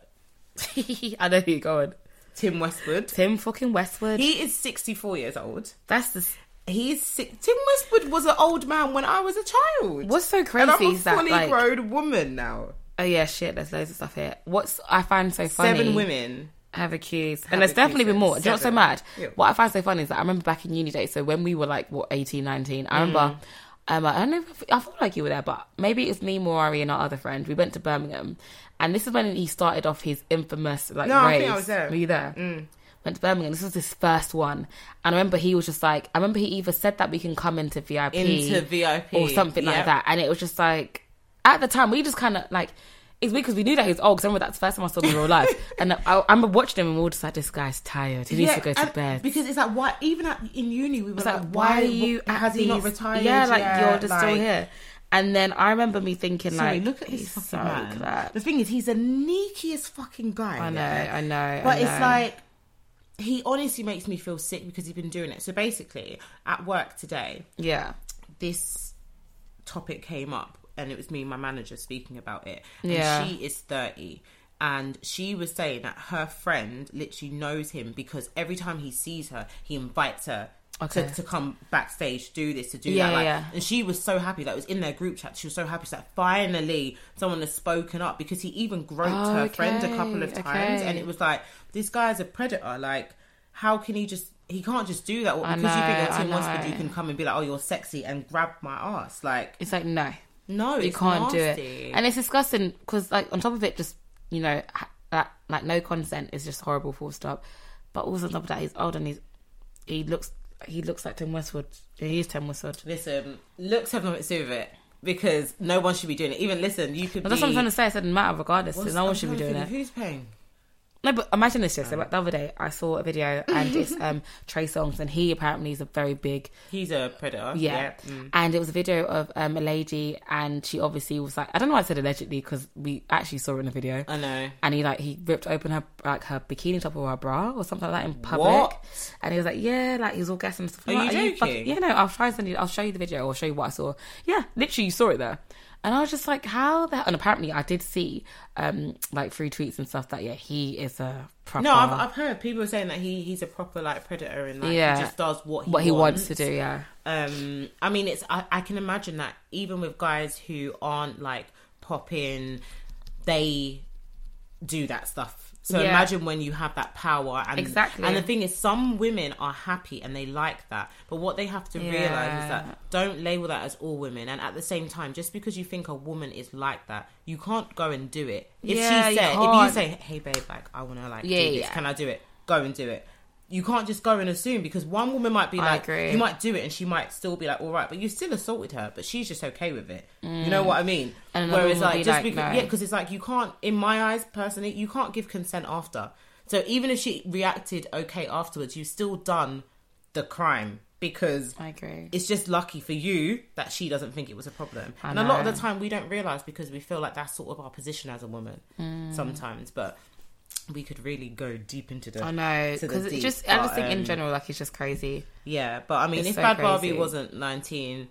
Speaker 2: I know who you're going.
Speaker 1: Tim Westwood.
Speaker 2: Tim fucking Westwood.
Speaker 1: He is sixty four years old.
Speaker 2: that's the
Speaker 1: He is si- Tim Westwood was an old man when I was a child.
Speaker 2: What's so
Speaker 1: and I'm
Speaker 2: crazy
Speaker 1: a
Speaker 2: is that
Speaker 1: fully
Speaker 2: like
Speaker 1: grown woman now.
Speaker 2: oh yeah shit there's loads of stuff here. What's I find so funny
Speaker 1: Seven women.
Speaker 2: have accused and there's definitely
Speaker 1: accused
Speaker 2: been more. Do you know what's so
Speaker 1: seven.
Speaker 2: mad?
Speaker 1: Yeah.
Speaker 2: What I find so funny is that I remember back in uni days. So when we were like what 18, 19, I remember.
Speaker 1: Mm.
Speaker 2: Um, I don't know. If, I feel like you were there, but maybe it was me, Morari, and our other friend. We went to Birmingham, and this is when he started off his infamous like.
Speaker 1: No, I think I
Speaker 2: raves.
Speaker 1: was there. Mm.
Speaker 2: Were you there? Went to Birmingham. This was his first one, and I remember he was just like. I remember he either said that we can come into VIP,
Speaker 1: Into VIP,
Speaker 2: or something like
Speaker 1: yep.
Speaker 2: that, and it was just like at the time we just kind of like it's weird because we knew that he was old. Because remember that's the first time I saw him in real life, and I, I remember watching him and we were just like, this guy's tired. He needs to go to
Speaker 1: and-
Speaker 2: bed.
Speaker 1: Because it's like why even at, in uni we were
Speaker 2: It's
Speaker 1: like, why, are you has he not retired?
Speaker 2: Yeah, like
Speaker 1: yet?
Speaker 2: you're just still
Speaker 1: Like,
Speaker 2: here. And then I remember me thinking,
Speaker 1: Sorry,
Speaker 2: like,
Speaker 1: look at this
Speaker 2: he's
Speaker 1: fucking
Speaker 2: so
Speaker 1: man.
Speaker 2: crap.
Speaker 1: The thing is, he's the sneakiest fucking guy.
Speaker 2: I know,
Speaker 1: yeah?
Speaker 2: I know, I
Speaker 1: But
Speaker 2: know.
Speaker 1: it's like he honestly makes me feel sick because he's been doing it. So basically, at work today,
Speaker 2: Yeah,
Speaker 1: this topic came up and it was me and my manager speaking about it and
Speaker 2: Yeah.
Speaker 1: she is 30 and she was saying that her friend literally knows him because every time he sees her he invites her
Speaker 2: Okay.
Speaker 1: to, to come backstage to do this to do
Speaker 2: Yeah,
Speaker 1: that like,
Speaker 2: yeah.
Speaker 1: and she was so happy that it was in their group chat she was so happy she's like finally someone has spoken up because he even groped
Speaker 2: Oh,
Speaker 1: her friend a couple of
Speaker 2: okay,
Speaker 1: times and
Speaker 2: okay.
Speaker 1: it was like this guy's a predator like how can he just he can't just do that Well,
Speaker 2: I
Speaker 1: because you think
Speaker 2: know,
Speaker 1: that's
Speaker 2: I
Speaker 1: him once but
Speaker 2: know.
Speaker 1: you can come and be like, "Oh, you're sexy," and grab my ass. Like,
Speaker 2: it's like no,
Speaker 1: no,
Speaker 2: you
Speaker 1: it's
Speaker 2: can't do
Speaker 1: nasty.
Speaker 2: it. And it's disgusting because, like, on top of it, just you know, ha- that like no consent is just horrible. Full stop. But also on top of that, he's old and he's he looks he looks like Tim Westwood. He is Tim Westwood.
Speaker 1: Listen, looks have nothing to do with it because no one should be doing it. Even listen, you could.
Speaker 2: But that's what I'm
Speaker 1: be-
Speaker 2: trying to say. It doesn't matter regardless.
Speaker 1: What's-
Speaker 2: no one
Speaker 1: I'm
Speaker 2: should be
Speaker 1: trying to Um,
Speaker 2: doing it.
Speaker 1: think of Who's paying?
Speaker 2: No, but imagine this, just so, like the other day, I saw a video and it's um Trey Songs, and he apparently is a very big
Speaker 1: He's a predator.
Speaker 2: yeah.
Speaker 1: mm.
Speaker 2: And it was a video of um a lady, and she obviously was like, I don't know why I said allegedly because we actually saw it in the video.
Speaker 1: I know.
Speaker 2: And he like he ripped open her like her bikini top or her bra or something like that in public,
Speaker 1: What?
Speaker 2: and he was like, yeah, like he was all gassing and stuff.
Speaker 1: Are
Speaker 2: I'm
Speaker 1: you
Speaker 2: like,
Speaker 1: joking?
Speaker 2: fucking, yeah, no, I'll try and send you. I'll show you the video or show you what I saw. Yeah, literally, you saw it there. And I was just like, how the? And apparently, I did see um like through tweets and stuff that yeah, he is a proper.
Speaker 1: No, I've, I've heard people saying that he he's a proper like predator and like
Speaker 2: Yeah.
Speaker 1: he just does what he
Speaker 2: what he
Speaker 1: wants
Speaker 2: wants to do, yeah.
Speaker 1: um i mean it's I, I can imagine that even with guys who aren't like popping they do that stuff so
Speaker 2: Yeah.
Speaker 1: imagine when you have that power and
Speaker 2: Exactly.
Speaker 1: and the thing is some women are happy and they like that but what they have to realize is
Speaker 2: Yeah.
Speaker 1: that don't label that as all women and at the same time just because you think a woman is like that you can't go and do it if
Speaker 2: Yeah,
Speaker 1: she
Speaker 2: you
Speaker 1: said if you
Speaker 2: can't.
Speaker 1: say hey babe like i want to like
Speaker 2: Yeah,
Speaker 1: do this
Speaker 2: yeah.
Speaker 1: can i do it go and do it you can't just go and assume because one woman might be
Speaker 2: I
Speaker 1: like
Speaker 2: agree.
Speaker 1: you might might do it and she might still be like, all right, but you still assaulted her, but she's just okay with it. You know what I mean?
Speaker 2: Mm. And another
Speaker 1: Whereas,
Speaker 2: woman
Speaker 1: like,
Speaker 2: will be
Speaker 1: just
Speaker 2: like,
Speaker 1: because,
Speaker 2: no.
Speaker 1: yeah, because it's like you can't, in my eyes personally, you can't give consent after. So even if she reacted okay afterwards, you've still done the crime because
Speaker 2: I agree.
Speaker 1: it's just lucky for you that she doesn't think it was a problem.
Speaker 2: I
Speaker 1: and a lot of
Speaker 2: know.
Speaker 1: the time we don't realize because we feel like that's sort of our position as a woman
Speaker 2: Mm.
Speaker 1: sometimes, but we could really go deep into the
Speaker 2: I know
Speaker 1: to the
Speaker 2: because
Speaker 1: deep,
Speaker 2: just I just
Speaker 1: but,
Speaker 2: think in
Speaker 1: um,
Speaker 2: general, like it's just crazy.
Speaker 1: yeah, but I mean,
Speaker 2: It's
Speaker 1: if
Speaker 2: so
Speaker 1: Bad Barbie
Speaker 2: crazy.
Speaker 1: wasn't 19,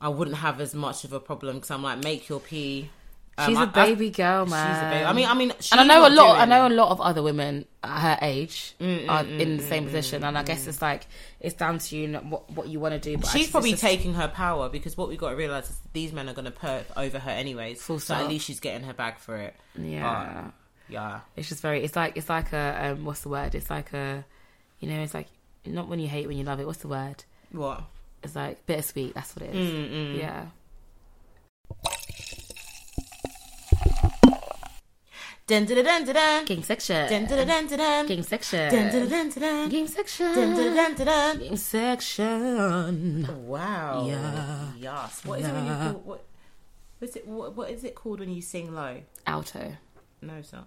Speaker 1: I wouldn't have as much of a problem because I'm like, make your pee. Um,
Speaker 2: She's
Speaker 1: I-
Speaker 2: a
Speaker 1: I-
Speaker 2: baby girl, man.
Speaker 1: She's a baby. I mean, I mean,
Speaker 2: and I know a
Speaker 1: she's not
Speaker 2: lot. I
Speaker 1: doing- Mm,
Speaker 2: know a lot of other women at her age are in the same position, and I guess it's like it's down to you and what what you want to do. But I
Speaker 1: She's
Speaker 2: just-
Speaker 1: probably
Speaker 2: it's just-
Speaker 1: taking her power because what we got to realize is these men are going to perp over her anyways.
Speaker 2: Full
Speaker 1: so at
Speaker 2: stop.
Speaker 1: least she's getting her bag for it.
Speaker 2: Yeah,
Speaker 1: Um, yeah.
Speaker 2: it's just very. It's like it's like a um, what's the word? It's like a, you know, it's like not when you hate, when you love it. What's the word?
Speaker 1: What?
Speaker 2: It's like bittersweet. That's what it is.
Speaker 1: Mm,
Speaker 2: Yeah.
Speaker 1: Dun dun dun dun dun.
Speaker 2: King section.
Speaker 1: Dun dun dun dun dun.
Speaker 2: King section.
Speaker 1: Dun dun dun dun dun.
Speaker 2: Game section.
Speaker 1: Dun dun dun dun dun.
Speaker 2: Game section.
Speaker 1: Wow.
Speaker 2: Yeah.
Speaker 1: Yes. What is it when you call, what, what is it what, what is it called when you sing low?
Speaker 2: Alto.
Speaker 1: No, it's not.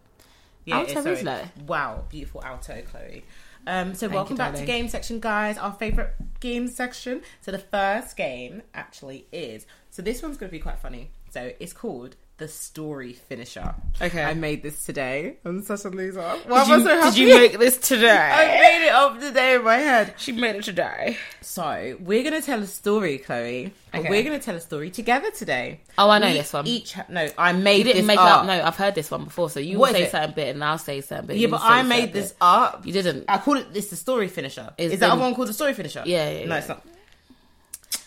Speaker 2: Alto
Speaker 1: it is,
Speaker 2: is
Speaker 1: sorry.
Speaker 2: low.
Speaker 1: Wow, beautiful alto, Chloe. Um, so welcome
Speaker 2: you,
Speaker 1: back to
Speaker 2: darling.
Speaker 1: game section, guys. Our favorite game section. So the first game actually is. So this one's going to be quite funny. So it's called the story finisher.
Speaker 2: Okay.
Speaker 1: I made this today. I'm such a loser. Why am
Speaker 2: did,
Speaker 1: I
Speaker 2: you,
Speaker 1: so happy?
Speaker 2: did you make this
Speaker 1: I
Speaker 2: today?
Speaker 1: made it up today in my head.
Speaker 2: she made it today.
Speaker 1: So we're gonna tell a story, Chloe. But
Speaker 2: Okay.
Speaker 1: We're gonna tell a story together today.
Speaker 2: Oh, I know
Speaker 1: We
Speaker 2: this one.
Speaker 1: Each ha- no, I made
Speaker 2: You didn't
Speaker 1: this
Speaker 2: make it
Speaker 1: up.
Speaker 2: up. No, I've heard this one before. So you
Speaker 1: What
Speaker 2: will
Speaker 1: is
Speaker 2: say
Speaker 1: it?
Speaker 2: certain bit, and I'll say certain bit.
Speaker 1: Yeah,
Speaker 2: you
Speaker 1: but
Speaker 2: say
Speaker 1: I
Speaker 2: certain
Speaker 1: made
Speaker 2: bit.
Speaker 1: this up.
Speaker 2: You didn't.
Speaker 1: I called it. This the story finisher.
Speaker 2: It's
Speaker 1: Is that
Speaker 2: been-
Speaker 1: one called the story finisher?
Speaker 2: Yeah, yeah,
Speaker 1: no,
Speaker 2: yeah.
Speaker 1: it's not.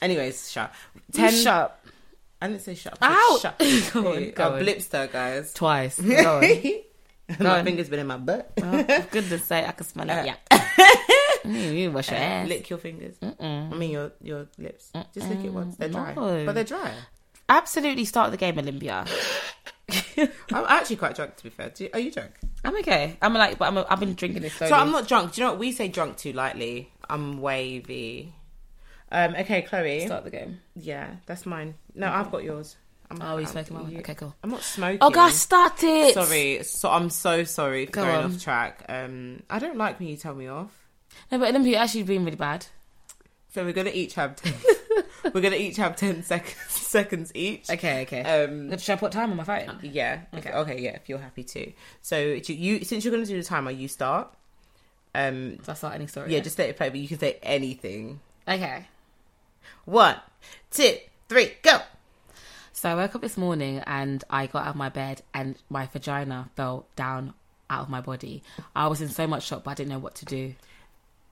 Speaker 1: Anyways, shut.
Speaker 2: You
Speaker 1: Ten.
Speaker 2: shut up
Speaker 1: I didn't say shut.
Speaker 2: Ow!
Speaker 1: I said Shut.
Speaker 2: Go on,
Speaker 1: Hey,
Speaker 2: go
Speaker 1: I
Speaker 2: on.
Speaker 1: blipped her, guys.
Speaker 2: twice. Go on.
Speaker 1: my
Speaker 2: on.
Speaker 1: finger's been in my butt.
Speaker 2: Oh, for goodness sake, I can smell it. Yeah. Mm, you wash your ass.
Speaker 1: Lick your fingers. I mean your your lips. Just lick it once. They're dry,
Speaker 2: No.
Speaker 1: but they're dry.
Speaker 2: Absolutely start the game, Olympia.
Speaker 1: I'm actually quite drunk, to be fair. Do you, are you drunk?
Speaker 2: I'm okay. I'm like, but I'm, I've been drinking this slowly.
Speaker 1: So I'm not drunk. Do you know what we say? Drunk too lightly. I'm wavy. Um. Okay, Chloe.
Speaker 2: start the game.
Speaker 1: Yeah, that's mine. No, I've got yours. I'm,
Speaker 2: Oh, you
Speaker 1: I'm-
Speaker 2: smoking my one? Okay, cool.
Speaker 1: I'm not smoking.
Speaker 2: Oh gosh, start it.
Speaker 1: Sorry. So I'm so sorry for
Speaker 2: Go
Speaker 1: going
Speaker 2: on.
Speaker 1: off track. Um, I don't like when you tell me off.
Speaker 2: No, but Olympia actually been really bad.
Speaker 1: So we're gonna each have ten. we're gonna each have ten seconds seconds each.
Speaker 2: Okay, okay.
Speaker 1: Um.
Speaker 2: Should I put time on my phone?
Speaker 1: Yeah. Okay. okay. Yeah. If you're happy to. So do you since you're gonna do the timer, you start. Um.
Speaker 2: If I start any story.
Speaker 1: Yeah. Just let it play, but you can say anything.
Speaker 2: okay.
Speaker 1: One, two, three, go.
Speaker 2: So I woke up this morning and I got out of my bed and my vagina fell down out of my body. I was in so much shock, but I didn't know what to do.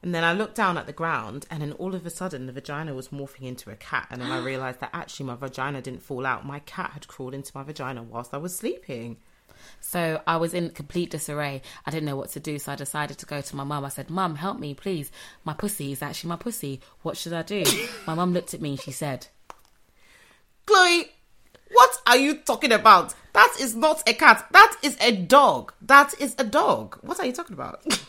Speaker 1: And then I looked down at the ground, and then all of a sudden, the vagina was morphing into a cat. And then I realized that actually my vagina didn't fall out. My cat had crawled into my vagina whilst I was sleeping.
Speaker 2: So I was in complete disarray. I didn't know what to do, so I decided to go to my mum. I said, "Mum, help me, please. My pussy is actually my pussy. What should I do?" my mum looked at me and she said,
Speaker 1: Chloe, what are you talking about? That is not a cat. That is a dog. That is a dog. What are you talking about?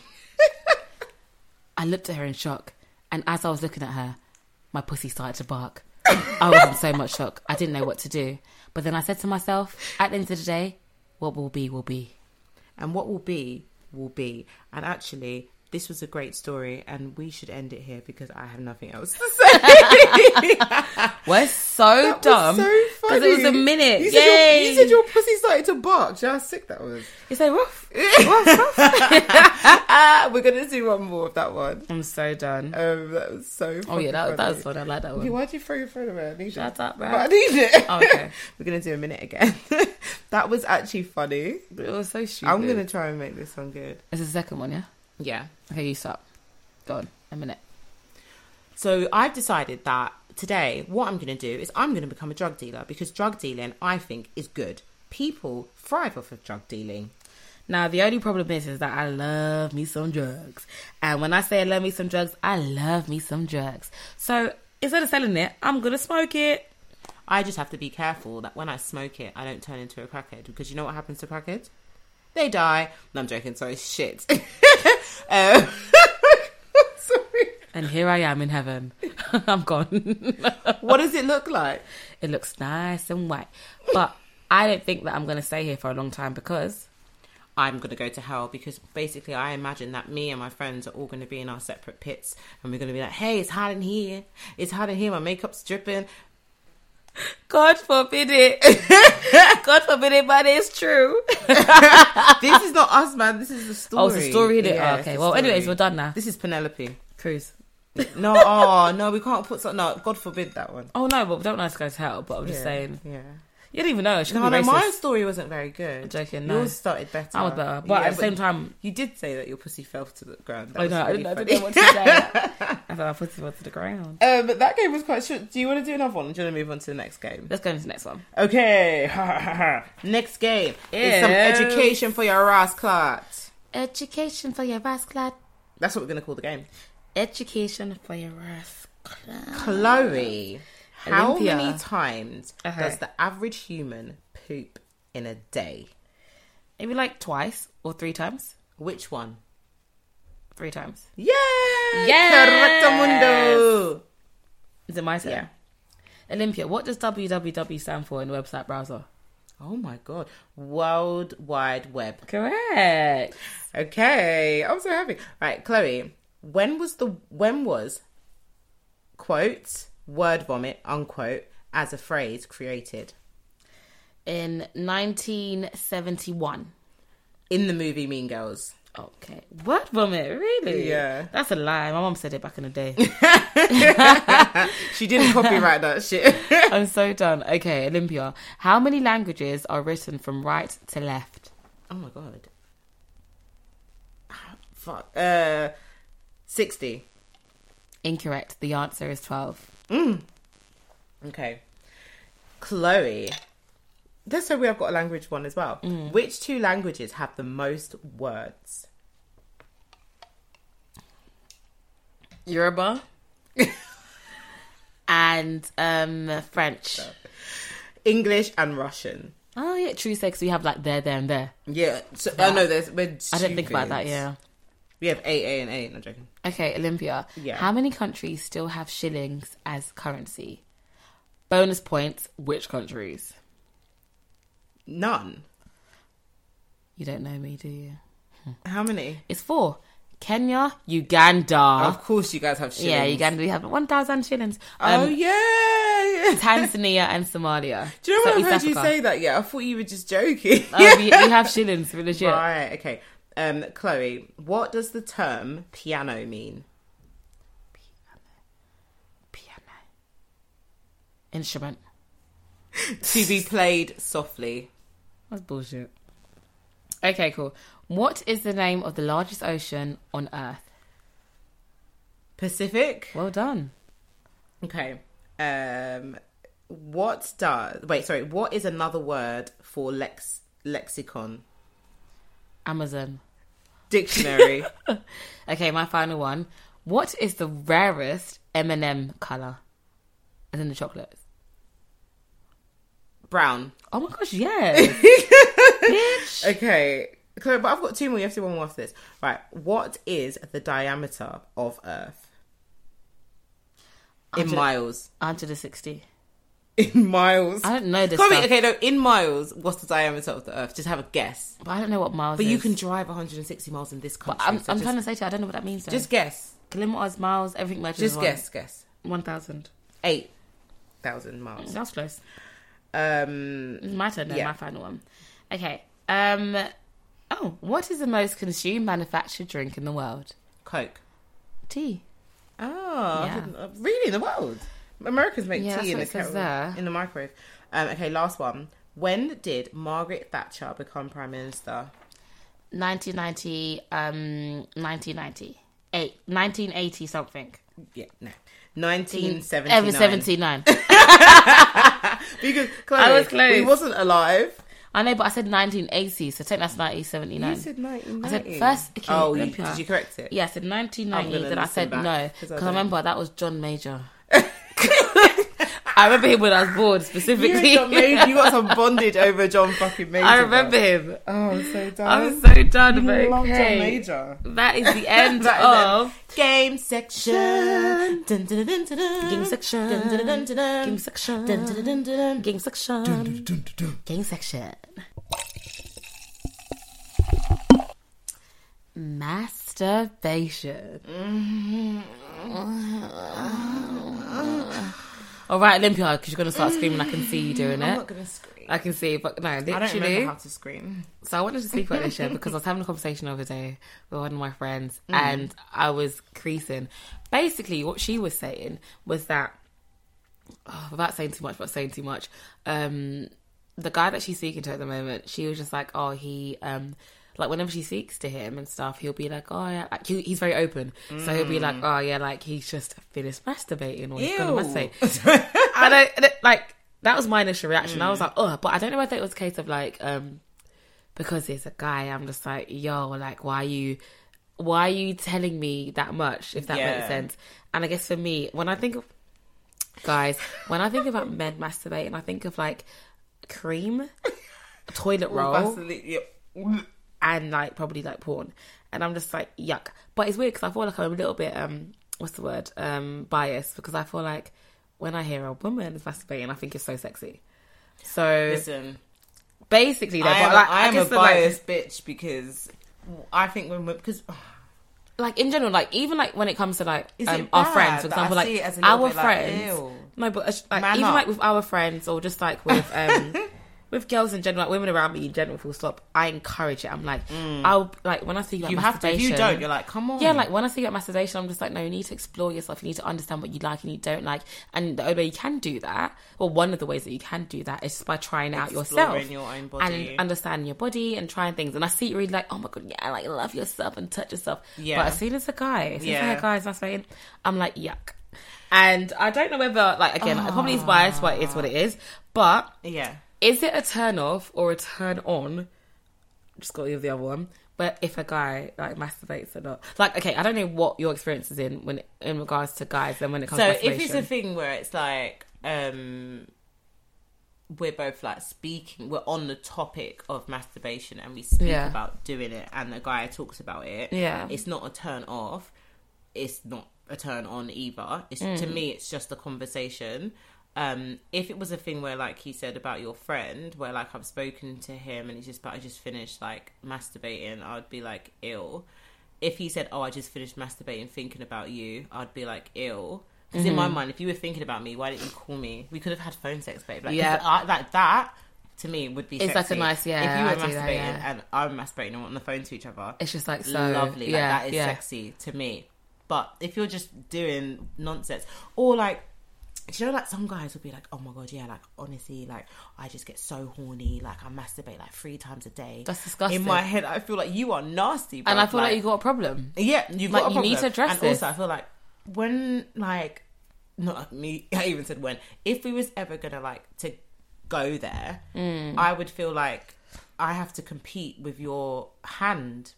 Speaker 2: I looked at her in shock, and as I was looking at her, my pussy started to bark. I was in so much shock, I didn't know what to do. But then I said to myself, at the end of the day, what will be, will be.
Speaker 1: and what will be, will be. And actually, this was a great story, and we should end it here because I have nothing else to say.
Speaker 2: We're so
Speaker 1: That was
Speaker 2: dumb.
Speaker 1: so
Speaker 2: Because it was a
Speaker 1: funny.
Speaker 2: minute.
Speaker 1: You said, your,
Speaker 2: Yay.
Speaker 1: you said your pussy started to bark. Do you know how sick that was?
Speaker 2: It's so rough.
Speaker 1: Ah, we're gonna do one more of that one.
Speaker 2: I'm so done.
Speaker 1: Um, that was so.
Speaker 2: Oh, yeah, that, that
Speaker 1: funny.
Speaker 2: was fun. I like that
Speaker 1: Hey,
Speaker 2: one.
Speaker 1: Why'd you throw your phone away? I need
Speaker 2: Shut
Speaker 1: it.
Speaker 2: up, bro.
Speaker 1: But I need it.
Speaker 2: Oh, okay.
Speaker 1: we're gonna do a minute again. that was actually funny.
Speaker 2: It was so stupid.
Speaker 1: I'm gonna try and make this one good.
Speaker 2: It's the second one, yeah?
Speaker 1: Yeah.
Speaker 2: Okay, you stop. Go on. A minute.
Speaker 1: So I've decided that today, what I'm going to do is I'm going to become a drug dealer because drug dealing, I think, is good. People thrive off of drug dealing.
Speaker 2: Now the only problem is is that I love me some drugs, and when I say I love me some drugs, I love me some drugs. So instead of selling it, I'm gonna smoke it.
Speaker 1: I just have to be careful that when I smoke it, I don't turn into a crackhead because you know what happens to crackheads? They die. No, I'm joking. Sorry, shit. um, sorry.
Speaker 2: And here I am in heaven. I'm gone.
Speaker 1: What does it look like?
Speaker 2: it looks nice and white, but I don't think that I'm gonna stay here for a long time because
Speaker 1: I'm going to go to hell because basically I imagine that me and my friends are all going to be in our separate pits and we're going to be like, hey, it's hot in here. It's hot in here. My makeup's dripping.
Speaker 2: God forbid it. God forbid it, but it's true.
Speaker 1: this is not us, man. This is the story.
Speaker 2: Oh, it's a story, innit?
Speaker 1: Yeah,
Speaker 2: Oh,
Speaker 1: it's
Speaker 2: okay.
Speaker 1: a
Speaker 2: Well,
Speaker 1: story.
Speaker 2: anyways, we're done now.
Speaker 1: This is Penelope.
Speaker 2: Cruise.
Speaker 1: No, oh no, we can't put so, no. God forbid that one.
Speaker 2: Oh no, but we don't know if it's going to hell. But I'm just
Speaker 1: Yeah,
Speaker 2: saying.
Speaker 1: Yeah.
Speaker 2: You didn't even know. She could
Speaker 1: No,
Speaker 2: be
Speaker 1: no,
Speaker 2: racist.
Speaker 1: my story wasn't very good.
Speaker 2: I'm joking, no.
Speaker 1: Yours started better.
Speaker 2: I was better, but
Speaker 1: Yeah,
Speaker 2: at the same time,
Speaker 1: you did say that your pussy fell to the ground. That
Speaker 2: I
Speaker 1: was
Speaker 2: know. I
Speaker 1: really
Speaker 2: didn't, I didn't
Speaker 1: funny.
Speaker 2: know what to say. I thought I put it to the ground.
Speaker 1: Um, but that game was quite short. Do you want to do another one? Or do you want to move on to the next game?
Speaker 2: Let's go into the next one.
Speaker 1: Okay. next game is some
Speaker 2: Yes.
Speaker 1: education for your ass clot.
Speaker 2: Education for your ass clot.
Speaker 1: That's what we're going to call the game.
Speaker 2: Education for your ass clot.
Speaker 1: Chloe, how
Speaker 2: Olympia. Uh-huh.
Speaker 1: many times
Speaker 2: Okay.
Speaker 1: does the average human poop in a day?
Speaker 2: Maybe like twice or three times.
Speaker 1: Which one?
Speaker 2: Three times.
Speaker 1: Yeah.
Speaker 2: Yes!
Speaker 1: Correcto mundo.
Speaker 2: Is it my turn?
Speaker 1: Yeah.
Speaker 2: Olympia, what does www stand for in the website browser?
Speaker 1: Oh my god. World Wide Web.
Speaker 2: Correct.
Speaker 1: Okay, I'm so happy. Right, Chloe, when was the when was quote word vomit unquote as a phrase created
Speaker 2: In 1971.
Speaker 1: in the movie Mean Girls?
Speaker 2: Okay. Word vomit, really?
Speaker 1: Yeah.
Speaker 2: That's a lie. My mom said it back in the day.
Speaker 1: She didn't copyright that shit.
Speaker 2: I'm so done. Okay, Olympia, how many languages are written from right to left?
Speaker 1: oh my god. Fuck. Uh, sixty.
Speaker 2: Incorrect. The answer is 12.
Speaker 1: Okay. Chloe. Let's say we have got a language one as well. Which two languages have the most words?
Speaker 2: Yoruba and um, French.
Speaker 1: English and Russian.
Speaker 2: Oh, yeah, true sex. We have like there, there, and there.
Speaker 1: Yeah. So, oh no, there's. We're
Speaker 2: I didn't think about that,
Speaker 1: stupid.
Speaker 2: yeah.
Speaker 1: We have eight, eight, and eight. No joking.
Speaker 2: Okay, Olympia.
Speaker 1: Yeah.
Speaker 2: How many countries still have shillings as currency? Bonus points, which countries?
Speaker 1: None.
Speaker 2: You don't know me, do you?
Speaker 1: How many?
Speaker 2: It's four. Kenya, Uganda.
Speaker 1: of course, you guys have shillings.
Speaker 2: yeah, Uganda, we have 1,000 shillings.
Speaker 1: Oh
Speaker 2: Um,
Speaker 1: yeah.
Speaker 2: Tanzania and Somalia.
Speaker 1: Do you
Speaker 2: So
Speaker 1: know when
Speaker 2: East
Speaker 1: I've heard you
Speaker 2: Africa.
Speaker 1: say that? Yeah, I thought you were just joking.
Speaker 2: Oh, we, we have shillings for legit.
Speaker 1: Right. Okay. Um, Chloe, what does the term piano mean?
Speaker 2: Piano. Instrument.
Speaker 1: to be played softly.
Speaker 2: That's bullshit. Okay, cool. What is the name of the largest ocean on Earth?
Speaker 1: Pacific.
Speaker 2: Well done.
Speaker 1: Okay. Um, what does? Wait, sorry. What is another word for lex lexicon
Speaker 2: Amazon.
Speaker 1: dictionary?
Speaker 2: Okay, my final one. What is the rarest M&M color? As in the chocolates.
Speaker 1: Brown.
Speaker 2: Oh my gosh, yes. Bitch.
Speaker 1: Okay, Chloe, but I've got two more. You have to do one more after this. Right, what is the diameter of Earth in
Speaker 2: Hundred-
Speaker 1: miles?
Speaker 2: 160.
Speaker 1: In miles.
Speaker 2: I don't know this
Speaker 1: Chloe,
Speaker 2: stuff.
Speaker 1: okay, no, in miles. What's the diameter of the Earth? Just have a guess.
Speaker 2: But I don't know what miles
Speaker 1: But you
Speaker 2: is.
Speaker 1: can drive 160 miles in this country.
Speaker 2: I'm,
Speaker 1: so
Speaker 2: I'm
Speaker 1: just,
Speaker 2: trying to say to you, I don't know what that means. Though.
Speaker 1: just
Speaker 2: Just
Speaker 1: guess.
Speaker 2: kilometers, miles, everything matches.
Speaker 1: Just
Speaker 2: one.
Speaker 1: guess. Guess.
Speaker 2: One thousand.
Speaker 1: Eight thousand miles.
Speaker 2: That's close.
Speaker 1: Um,
Speaker 2: It's my turn then,
Speaker 1: Yeah.
Speaker 2: my final one. Okay. Um oh, what is the most consumed manufactured drink in the world?
Speaker 1: Coke.
Speaker 2: Tea.
Speaker 1: Oh,
Speaker 2: Yeah.
Speaker 1: I didn't- uh, really? In the world? Americans make
Speaker 2: Yeah, that's
Speaker 1: tea in
Speaker 2: what
Speaker 1: the
Speaker 2: it says
Speaker 1: kettle,
Speaker 2: there.
Speaker 1: in the microwave. Um, okay, last one. When did Margaret Thatcher become prime minister?
Speaker 2: 1990 um 1990. Eight, 1980 something.
Speaker 1: Yeah, no, nineteen
Speaker 2: Ever
Speaker 1: seventy-nine.
Speaker 2: 79.
Speaker 1: Because Chloe,
Speaker 2: I was close.
Speaker 1: We wasn't alive.
Speaker 2: I know, but I said 1980, so take that's 1979.
Speaker 1: You said nineteen
Speaker 2: Um, I said
Speaker 1: ninety.
Speaker 2: first- okay,
Speaker 1: oh, you,
Speaker 2: Olympia.
Speaker 1: did you correct it?
Speaker 2: yeah, I said 1990,
Speaker 1: I'm gonna
Speaker 2: then I
Speaker 1: listen
Speaker 2: said
Speaker 1: back,
Speaker 2: no.
Speaker 1: 'cause I
Speaker 2: Because I
Speaker 1: don't-
Speaker 2: remember that was John Major. I remember him when I was bored,
Speaker 1: You, and
Speaker 2: specifically.
Speaker 1: John Major, you got some bondage over John fucking Major. bro.
Speaker 2: I
Speaker 1: Uh-huh.
Speaker 2: remember him.
Speaker 1: Oh, I'm so
Speaker 2: I
Speaker 1: done.
Speaker 2: was so done, but
Speaker 1: I love John
Speaker 2: okay.
Speaker 1: Major.
Speaker 2: That is the end
Speaker 1: That is
Speaker 2: of
Speaker 1: it. game section. Dun, dun, dun, dun, dun.
Speaker 2: Game section.
Speaker 1: Dun, dun, dun, dun, dun.
Speaker 2: Game section.
Speaker 1: Dun, dun, dun, dun, dun.
Speaker 2: Gang Section. Gang Section. Masturbation. All right, Olympia, because you're gonna start screaming. I can see you doing
Speaker 1: I'm
Speaker 2: it.
Speaker 1: not gonna scream.
Speaker 2: I can see, but no,
Speaker 1: I don't
Speaker 2: literally.
Speaker 1: remember how to scream.
Speaker 2: So I wanted to speak about this show because I was having a conversation the other day with one of my friends and I was creasing. Basically, what she was saying was that, oh, without saying too much, but saying too much, um, the guy that she's speaking to at the moment, she was just like, oh, he, um, like whenever she speaks to him and stuff, he'll be like, oh yeah, like he, he's very open. So he'll be like, oh yeah, like he's just finished masturbating or he's gonna masturbate. I don't th- like that was my initial reaction. I was like, oh, but I don't know whether it was a case of like, um, because it's a guy. I'm just like, yo, like why are you, why are you telling me that much? If that
Speaker 1: Yeah.
Speaker 2: makes sense. And I guess for me, when I think of guys, when I think about men masturbating, I think of like cream, toilet
Speaker 1: Oh.
Speaker 2: roll,
Speaker 1: Absolutely.
Speaker 2: and like probably like porn. And I'm just like, yuck. But it's weird because I feel like I'm a little bit, um, what's the word, um, biased because I feel like when I hear a woman is masturbating, I think it's so sexy. So
Speaker 1: Listen,
Speaker 2: basically, though,
Speaker 1: I am,
Speaker 2: but like,
Speaker 1: I am
Speaker 2: guess
Speaker 1: a
Speaker 2: the, like-
Speaker 1: biased bitch because I think when we because
Speaker 2: like in general, like even like when it comes to like
Speaker 1: Is
Speaker 2: um,
Speaker 1: it
Speaker 2: our
Speaker 1: bad
Speaker 2: friends, for
Speaker 1: that I
Speaker 2: example,
Speaker 1: see
Speaker 2: like
Speaker 1: it as a little
Speaker 2: our
Speaker 1: bit like,
Speaker 2: friends.
Speaker 1: ew?
Speaker 2: no, but it's, like
Speaker 1: Man
Speaker 2: even
Speaker 1: up.
Speaker 2: like with our friends or just like with um with girls in general, like women around me in general, full stop. I encourage it. I'm like, I'll like when I see like
Speaker 1: Mm. you have to. If you don't, you're like, come on.
Speaker 2: yeah, like when I see about masturbation, I'm just like, no, you need to explore yourself. You need to understand what you like and you don't like. And the only way you can do that, well, one of the ways that you can do that is just by trying out yourself
Speaker 1: Exploring your own body.
Speaker 2: and understanding your body and trying things. And I see it really like, oh my god, yeah, like love yourself and touch yourself.
Speaker 1: Yeah.
Speaker 2: But as soon as a guy, as soon
Speaker 1: Yeah.
Speaker 2: as a guy's masturbating, I'm like, yuck. And I don't know whether, like, again, it probably is biased, but it's what it is. But
Speaker 1: yeah.
Speaker 2: is it a turn off or a turn on? Just got to give the other one. But if a guy like masturbates or not, like okay, I don't know what your experience is in when in regards to guys and when it comes
Speaker 1: So
Speaker 2: to
Speaker 1: if it's
Speaker 2: masturbation.
Speaker 1: a thing where it's like um we're both like speaking we're on the topic of masturbation and we speak
Speaker 2: Yeah.
Speaker 1: about doing it and the guy talks about it.
Speaker 2: Yeah.
Speaker 1: It's not a turn off. It's not a turn on either. It's to
Speaker 2: Mm.
Speaker 1: me it's just a conversation. Um, if it was a thing where like he said about your friend, where like I've spoken to him and he's just but I just finished like masturbating, I'd be like ill if he said, "Oh, I just finished masturbating, thinking about you," I'd be like, "Ill." Because in my
Speaker 2: Mm-hmm.
Speaker 1: mind, if you were thinking about me, why didn't you call me? We could have had phone sex, babe. Like,
Speaker 2: Yeah.
Speaker 1: yeah, I, like that to me would be.
Speaker 2: It's like a
Speaker 1: sexy.
Speaker 2: nice- yeah,
Speaker 1: If you
Speaker 2: I
Speaker 1: were
Speaker 2: do
Speaker 1: masturbating
Speaker 2: that, yeah.
Speaker 1: and I'm masturbating and we're on the phone to each other,
Speaker 2: it's just like so
Speaker 1: lovely.
Speaker 2: Yeah,
Speaker 1: like, that is
Speaker 2: yeah.
Speaker 1: sexy to me. But if you're just doing nonsense or like. Do you know, like some guys will be like, "Oh my god, yeah, like honestly, like I just get so horny, like I masturbate like three times a day."
Speaker 2: That's disgusting.
Speaker 1: In my head, I feel like you are nasty,
Speaker 2: And
Speaker 1: bruv,
Speaker 2: I feel like, you got a problem.
Speaker 1: yeah, you've
Speaker 2: Like,
Speaker 1: got a
Speaker 2: you need
Speaker 1: problem.
Speaker 2: to address
Speaker 1: and
Speaker 2: this.
Speaker 1: also, I feel like when like not me, I even said when if we was ever gonna like to go there,
Speaker 2: Mm.
Speaker 1: I would feel like I have to compete with your hand,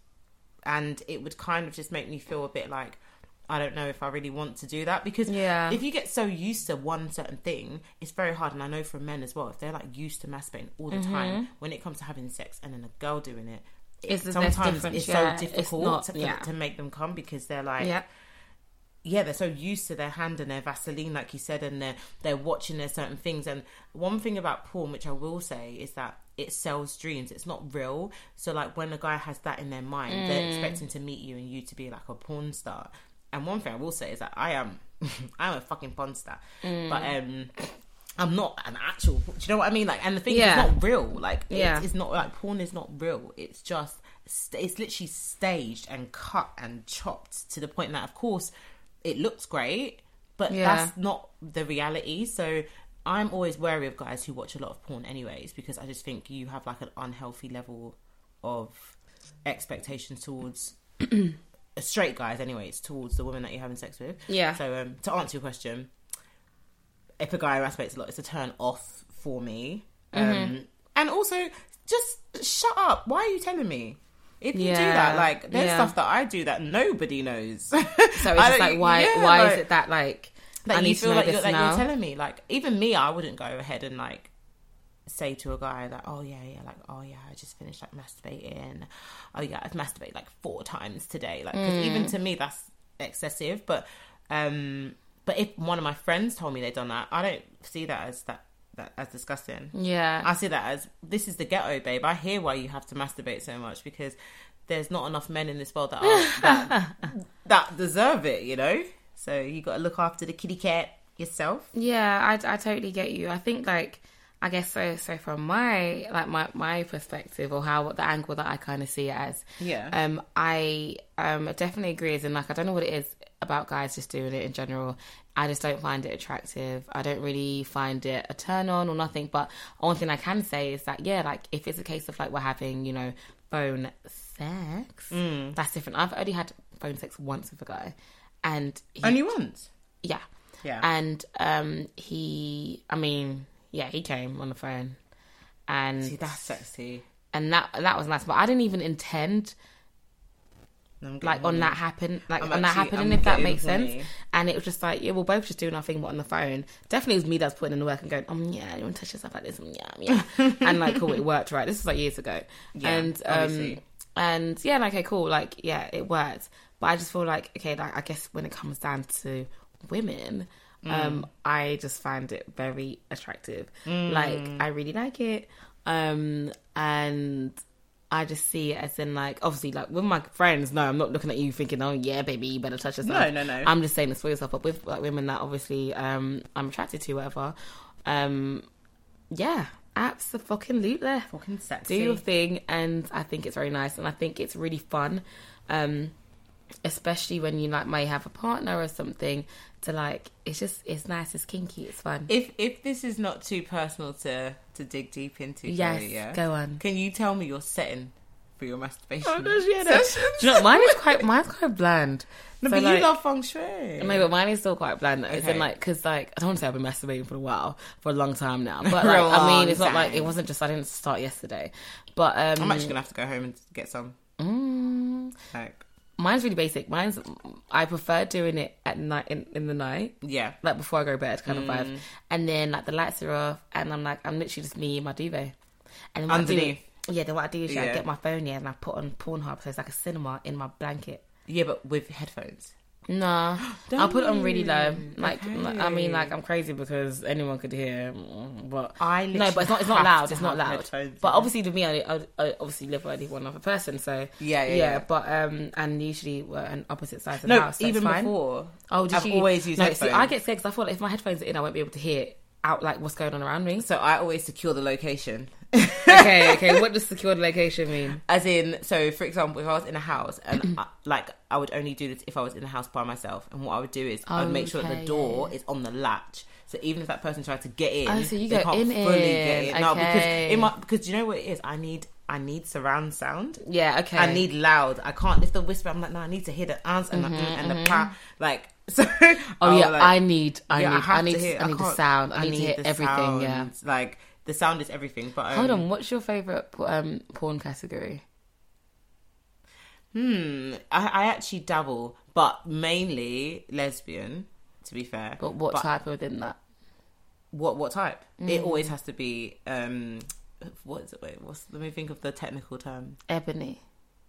Speaker 1: and it would kind of just make me feel a bit like. I don't know if I really want to do that because
Speaker 2: Yeah.
Speaker 1: if you get so used to one certain thing, it's very hard. And I know for men as well, if they're like used to masturbating all the time, when it comes to having sex and then a girl doing it, it
Speaker 2: Mm-hmm. It's- there's
Speaker 1: sometimes
Speaker 2: difference,
Speaker 1: it's
Speaker 2: yeah.
Speaker 1: so
Speaker 2: It's
Speaker 1: difficult
Speaker 2: not-
Speaker 1: to, for-
Speaker 2: yeah.
Speaker 1: to make them come because they're like
Speaker 2: Yeah,
Speaker 1: yeah. they're so used to their hand and their vaseline like you said and they're they're watching their certain things and one thing about porn which i will say is that it sells dreams it's not real so like when a guy has that in their mind
Speaker 2: Mm.
Speaker 1: they're expecting to meet you and you to be like a porn star and one thing i will say is that i am i'm a fucking porn star
Speaker 2: Mm.
Speaker 1: but um I'm not an actual. Do you know what I mean? Like, and the thing
Speaker 2: Yeah.
Speaker 1: is, it's not real. Like, it's,
Speaker 2: Yeah.
Speaker 1: it's not like porn is not real. It's just st- it's literally staged and cut and chopped to the point that, of course, it looks great, but
Speaker 2: Yeah.
Speaker 1: that's not the reality. So. I'm always wary of guys who watch a lot of porn, anyways, because I just think you have like an unhealthy level of expectations towards straight guys, anyways, towards the woman that you're having sex with.
Speaker 2: Yeah.
Speaker 1: So, um, to answer your question, if a guy masturbates a lot, it's a turn off for me.
Speaker 2: Mm-hmm.
Speaker 1: Um, and also, just shut up. Why are you telling me? If you do
Speaker 2: Yeah.
Speaker 1: that, like there's
Speaker 2: Yeah.
Speaker 1: stuff that I do that nobody knows. so it's
Speaker 2: so it's just like why why is it that like
Speaker 1: that
Speaker 2: I
Speaker 1: you
Speaker 2: need to
Speaker 1: feel
Speaker 2: know
Speaker 1: like
Speaker 2: this
Speaker 1: you're, like
Speaker 2: now?
Speaker 1: you're telling me? Like even me, I wouldn't go ahead and like say to a guy like, oh yeah, yeah, like oh yeah, I just finished like masturbating. Oh yeah, I've masturbated like four times today. Like 'cause
Speaker 2: Mm.
Speaker 1: even to me, that's excessive. But um, but if one of my friends told me they'd done that, I don't see that as that, that as disgusting.
Speaker 2: yeah,
Speaker 1: I see that as this is the ghetto, babe. I hear why you have to masturbate so much because there's not enough men in this world that are, that, that deserve it, you know. So you got to look after the kitty cat yourself.
Speaker 2: Yeah, I, I totally get you. I think like I guess so. So from my like my my perspective or how the angle that I kind of see it as,
Speaker 1: Yeah.
Speaker 2: um, I um definitely agree. As in like I don't know what it is about guys just doing it in general. I just don't find it attractive. I don't really find it a turn on or nothing. But one thing I can say is that yeah, like if it's a case of like we're having you know phone sex, that's different. I've only had phone sex once with a guy, and he,
Speaker 1: Only once.
Speaker 2: yeah,
Speaker 1: Yeah.
Speaker 2: and um, he, I mean, yeah, he came on the phone, and
Speaker 1: See, that's sexy.
Speaker 2: and that that was nice. But I didn't even intend like on that happen like
Speaker 1: Mm. I'm
Speaker 2: on that
Speaker 1: actually-
Speaker 2: happening
Speaker 1: I'm
Speaker 2: if that
Speaker 1: getting
Speaker 2: makes sense
Speaker 1: horny.
Speaker 2: and it was just like yeah we're both just doing our thing but on the phone definitely it was me that's putting in the work and going um yeah you want to touch yourself like this um, yeah yeah and like cool it worked right this was like years ago
Speaker 1: Yeah,
Speaker 2: and um
Speaker 1: obviously.
Speaker 2: and yeah like, okay cool like yeah it worked but I just feel like okay like I guess when it comes down to women
Speaker 1: Mm.
Speaker 2: um I just find it very attractive
Speaker 1: Mm.
Speaker 2: like I really like it um and I just see it as in like obviously like with my friends. No, I'm not looking at you thinking, oh yeah, baby, you better touch yourself.
Speaker 1: No, no, no.
Speaker 2: I'm just saying this for yourself. But with like women that obviously um I'm attracted to, whatever. Um, yeah, absolutely.
Speaker 1: Fucking
Speaker 2: Do
Speaker 1: sexy.
Speaker 2: your thing, and I think it's very nice, and I think it's really fun. Um, especially when you like may have a partner or something to like. It's just it's nice. It's kinky. It's fun.
Speaker 1: if if this is not too personal to to dig deep into,
Speaker 2: yes,
Speaker 1: Chloe, yeah?
Speaker 2: go Oh, on.
Speaker 1: Can you tell me your setting for your masturbation? session?
Speaker 2: Do you know, mine is quite mine's quite bland.
Speaker 1: No,
Speaker 2: So,
Speaker 1: but
Speaker 2: like-
Speaker 1: you love feng shui.
Speaker 2: No, but mine is still quite bland. It's in
Speaker 1: Okay.
Speaker 2: like because like I don't want to say I've been masturbating for a while, for a long time now. But like,
Speaker 1: For a
Speaker 2: I mean,
Speaker 1: long
Speaker 2: it's not like it
Speaker 1: time.
Speaker 2: wasn't just I didn't start yesterday. But um,
Speaker 1: I'm actually gonna have to go home and get some.
Speaker 2: mm,
Speaker 1: Like,
Speaker 2: mine's really basic. Mine's I prefer doing it at night in, in the night.
Speaker 1: yeah,
Speaker 2: Like before I go to bed, kind of
Speaker 1: Mm.
Speaker 2: vibe, and then like the lights are off, and I'm like I'm literally just me in my duvet, and then what I do-
Speaker 1: Underneath.
Speaker 2: yeah, then what I do is I
Speaker 1: Yeah.
Speaker 2: get my phone here and I put on Pornhub, so it's like a cinema in my blanket.
Speaker 1: yeah, but with headphones.
Speaker 2: Nah, I'll put it on really low. Like, like, I mean,
Speaker 1: Okay.
Speaker 2: like I'm crazy because anyone could hear. mm, But
Speaker 1: I
Speaker 2: no, but it's not. It's not
Speaker 1: literally
Speaker 2: loud.
Speaker 1: have
Speaker 2: It's
Speaker 1: to
Speaker 2: not
Speaker 1: have
Speaker 2: loud.
Speaker 1: headphones
Speaker 2: But
Speaker 1: in.
Speaker 2: obviously, with me, I, I, I obviously live with only one other person, so
Speaker 1: Yeah, yeah, yeah.
Speaker 2: But um, and usually we're on opposite sides of the
Speaker 1: No,
Speaker 2: house. so it's
Speaker 1: even
Speaker 2: fine.
Speaker 1: before.
Speaker 2: Oh, did
Speaker 1: I've
Speaker 2: you
Speaker 1: always used
Speaker 2: No,
Speaker 1: headphones.
Speaker 2: see, I get scared because I feel like if my headphones are in, I won't be able to hear out like what's going on around me.
Speaker 1: So I always secure the location.
Speaker 2: okay, okay. What does secured location mean?
Speaker 1: As in, so for example, if I was in a house and I, like I would only do this if I was in the house by myself, and what I would do is I'd make sure that
Speaker 2: Okay,
Speaker 1: the door is on the latch. So even if that person tried to get in,
Speaker 2: Oh, so you
Speaker 1: they
Speaker 2: go
Speaker 1: can't
Speaker 2: in
Speaker 1: fully
Speaker 2: in.
Speaker 1: get in. No,
Speaker 2: Okay.
Speaker 1: because in my because you know what it is. I need I need surround sound.
Speaker 2: Yeah, okay.
Speaker 1: I need loud. I can't lift the whisper. I'm like, no, I need to hear the ants and the mm, and the pa. Like, so.
Speaker 2: Mm-hmm, Oh yeah,
Speaker 1: like,
Speaker 2: I need. I
Speaker 1: yeah,
Speaker 2: need. I,
Speaker 1: have to
Speaker 2: need.
Speaker 1: hear-
Speaker 2: I need the
Speaker 1: can't-
Speaker 2: sound. I, need, to hear
Speaker 1: the
Speaker 2: everything. Yeah.
Speaker 1: sound. Like, the sound is everything. But um,
Speaker 2: Hold on, what's your favorite um, porn category?
Speaker 1: Hmm. I, I actually dabble, but mainly lesbian. To be fair,
Speaker 2: But what type within that?
Speaker 1: What what type? It
Speaker 2: Mm.
Speaker 1: always has to be. um What is it? Wait, what's? Let me think of the technical term.
Speaker 2: Ebony.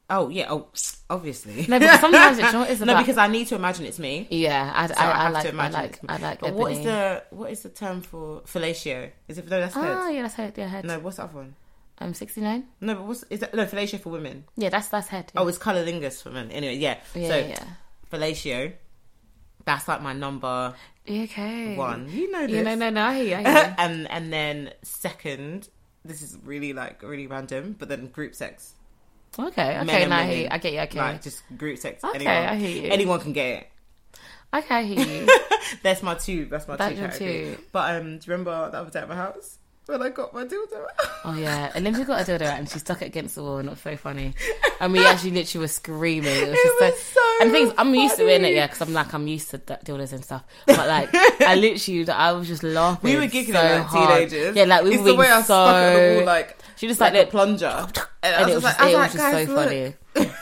Speaker 1: Oh yeah. Oh, obviously.
Speaker 2: No, because sometimes it's not. It's
Speaker 1: no,
Speaker 2: about,
Speaker 1: because I need to imagine it's me.
Speaker 2: yeah, I,
Speaker 1: So
Speaker 2: I,
Speaker 1: I,
Speaker 2: I,
Speaker 1: have
Speaker 2: like,
Speaker 1: to
Speaker 2: I
Speaker 1: imagine
Speaker 2: like,
Speaker 1: it's me.
Speaker 2: I like.
Speaker 1: But
Speaker 2: ebony.
Speaker 1: what is the what is the term for fellatio? Is it no? That's head.
Speaker 2: Oh yeah, that's head. Yeah, head.
Speaker 1: No, what's the other one?
Speaker 2: I'm 69.
Speaker 1: No, but what's is that? No, fellatio for women.
Speaker 2: Yeah, that's that's head. Yeah.
Speaker 1: Oh, it's cunnilingus for men. Anyway, yeah.
Speaker 2: yeah,
Speaker 1: so
Speaker 2: yeah, yeah.
Speaker 1: fellatio. That's like my number
Speaker 2: You Okay.
Speaker 1: one. You know this.
Speaker 2: Yeah, no, no, no. I hear you. I hear you.
Speaker 1: and and then second, this is really like really random, but then group sex.
Speaker 2: Okay,
Speaker 1: Men
Speaker 2: okay,
Speaker 1: and
Speaker 2: no, I hear you.
Speaker 1: women.
Speaker 2: I get you. Okay,
Speaker 1: Like just group sex.
Speaker 2: Okay,
Speaker 1: anyone,
Speaker 2: I hear you.
Speaker 1: Anyone can get
Speaker 2: okay, I hear you.
Speaker 1: it. That's my two. That's my
Speaker 2: That's
Speaker 1: two
Speaker 2: your
Speaker 1: categories.
Speaker 2: two.
Speaker 1: But um, do you remember that other day at my house when I got my dildo? out?
Speaker 2: Oh yeah, Olympia got a dildo out and she stuck it against the wall, and it was so funny. And we actually literally were screaming. It was
Speaker 1: It
Speaker 2: just
Speaker 1: was so
Speaker 2: and things. I'm used to it,
Speaker 1: funny.
Speaker 2: yeah, because I'm like I'm used to d- dildos and stuff. But like, I literally, I was just laughing.
Speaker 1: We were giggling
Speaker 2: so
Speaker 1: like
Speaker 2: hard.
Speaker 1: teenagers.
Speaker 2: Yeah, like we
Speaker 1: it's
Speaker 2: were
Speaker 1: the way
Speaker 2: being
Speaker 1: I
Speaker 2: so.
Speaker 1: stuck it on the wall, like
Speaker 2: she just
Speaker 1: like,
Speaker 2: like,
Speaker 1: a
Speaker 2: looked-
Speaker 1: plunger, and, I
Speaker 2: and
Speaker 1: was
Speaker 2: it was
Speaker 1: like,
Speaker 2: just,
Speaker 1: I
Speaker 2: it was
Speaker 1: like,
Speaker 2: just
Speaker 1: guys,
Speaker 2: so
Speaker 1: look.
Speaker 2: funny.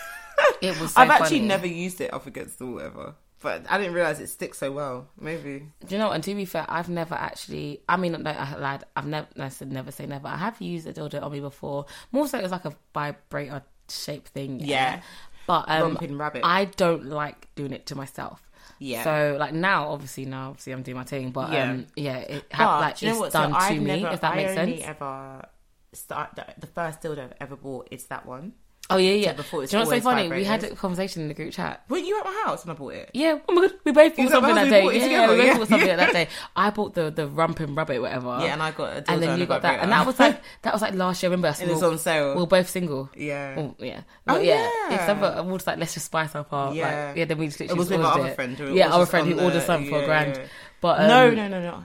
Speaker 2: It was. So
Speaker 1: I've actually
Speaker 2: funny.
Speaker 1: never used it up against the wall ever, but I didn't realize it sticks so well. Maybe
Speaker 2: Do you know? what? And to be fair, I've never actually. I mean, no, I lied. I've never. I said never say never. I have used a dildo on me before. More so, it was like a vibrator shape thing.
Speaker 1: Yeah.
Speaker 2: But um,
Speaker 1: Bumping rabbit.
Speaker 2: I don't like doing it to myself.
Speaker 1: Yeah.
Speaker 2: So like now, obviously now, obviously I'm doing my thing, but yeah,
Speaker 1: Yeah.
Speaker 2: um, yeah, it ha- like
Speaker 1: do you know what?
Speaker 2: it's
Speaker 1: So
Speaker 2: done to
Speaker 1: I've
Speaker 2: me.
Speaker 1: never-
Speaker 2: if that
Speaker 1: I
Speaker 2: makes
Speaker 1: only
Speaker 2: sense.
Speaker 1: Ever start the, the first dildo I've ever bought is that one.
Speaker 2: Oh yeah, yeah.
Speaker 3: before
Speaker 2: Do
Speaker 3: it's
Speaker 2: you know what's so
Speaker 3: always
Speaker 2: funny? We had
Speaker 3: vibrators.
Speaker 2: a conversation in the group chat.
Speaker 1: Weren't you at my house when I bought it?
Speaker 2: Yeah, oh my god, we both bought
Speaker 1: was at
Speaker 2: something
Speaker 1: my
Speaker 2: that
Speaker 1: house, we bought
Speaker 2: day.
Speaker 1: it
Speaker 2: yeah,
Speaker 1: together,
Speaker 2: we both
Speaker 1: yeah.
Speaker 2: bought something that day. I bought the the rumpin rubbit, whatever.
Speaker 1: Yeah, and I got a dildo
Speaker 2: and then you
Speaker 1: a
Speaker 2: got that, and
Speaker 1: vibrator.
Speaker 2: that was like that was like last year. Remember, us?
Speaker 1: It was
Speaker 2: We were-
Speaker 1: on sale.
Speaker 2: We were both single.
Speaker 1: Yeah.
Speaker 2: Well, yeah.
Speaker 1: Oh,
Speaker 2: But yeah.
Speaker 1: yeah.
Speaker 2: Except for we were just like, let's just spice up our yeah.
Speaker 1: Yeah.
Speaker 2: Like, yeah. Then we just literally
Speaker 1: was
Speaker 2: just
Speaker 1: with our
Speaker 2: ordered
Speaker 1: other
Speaker 2: it.
Speaker 1: friend who was
Speaker 2: yeah, our
Speaker 1: just on
Speaker 2: friend who ordered
Speaker 1: the-
Speaker 2: something for a
Speaker 1: yeah,
Speaker 2: grand.
Speaker 1: yeah.
Speaker 2: But um,
Speaker 1: no, no, no, no.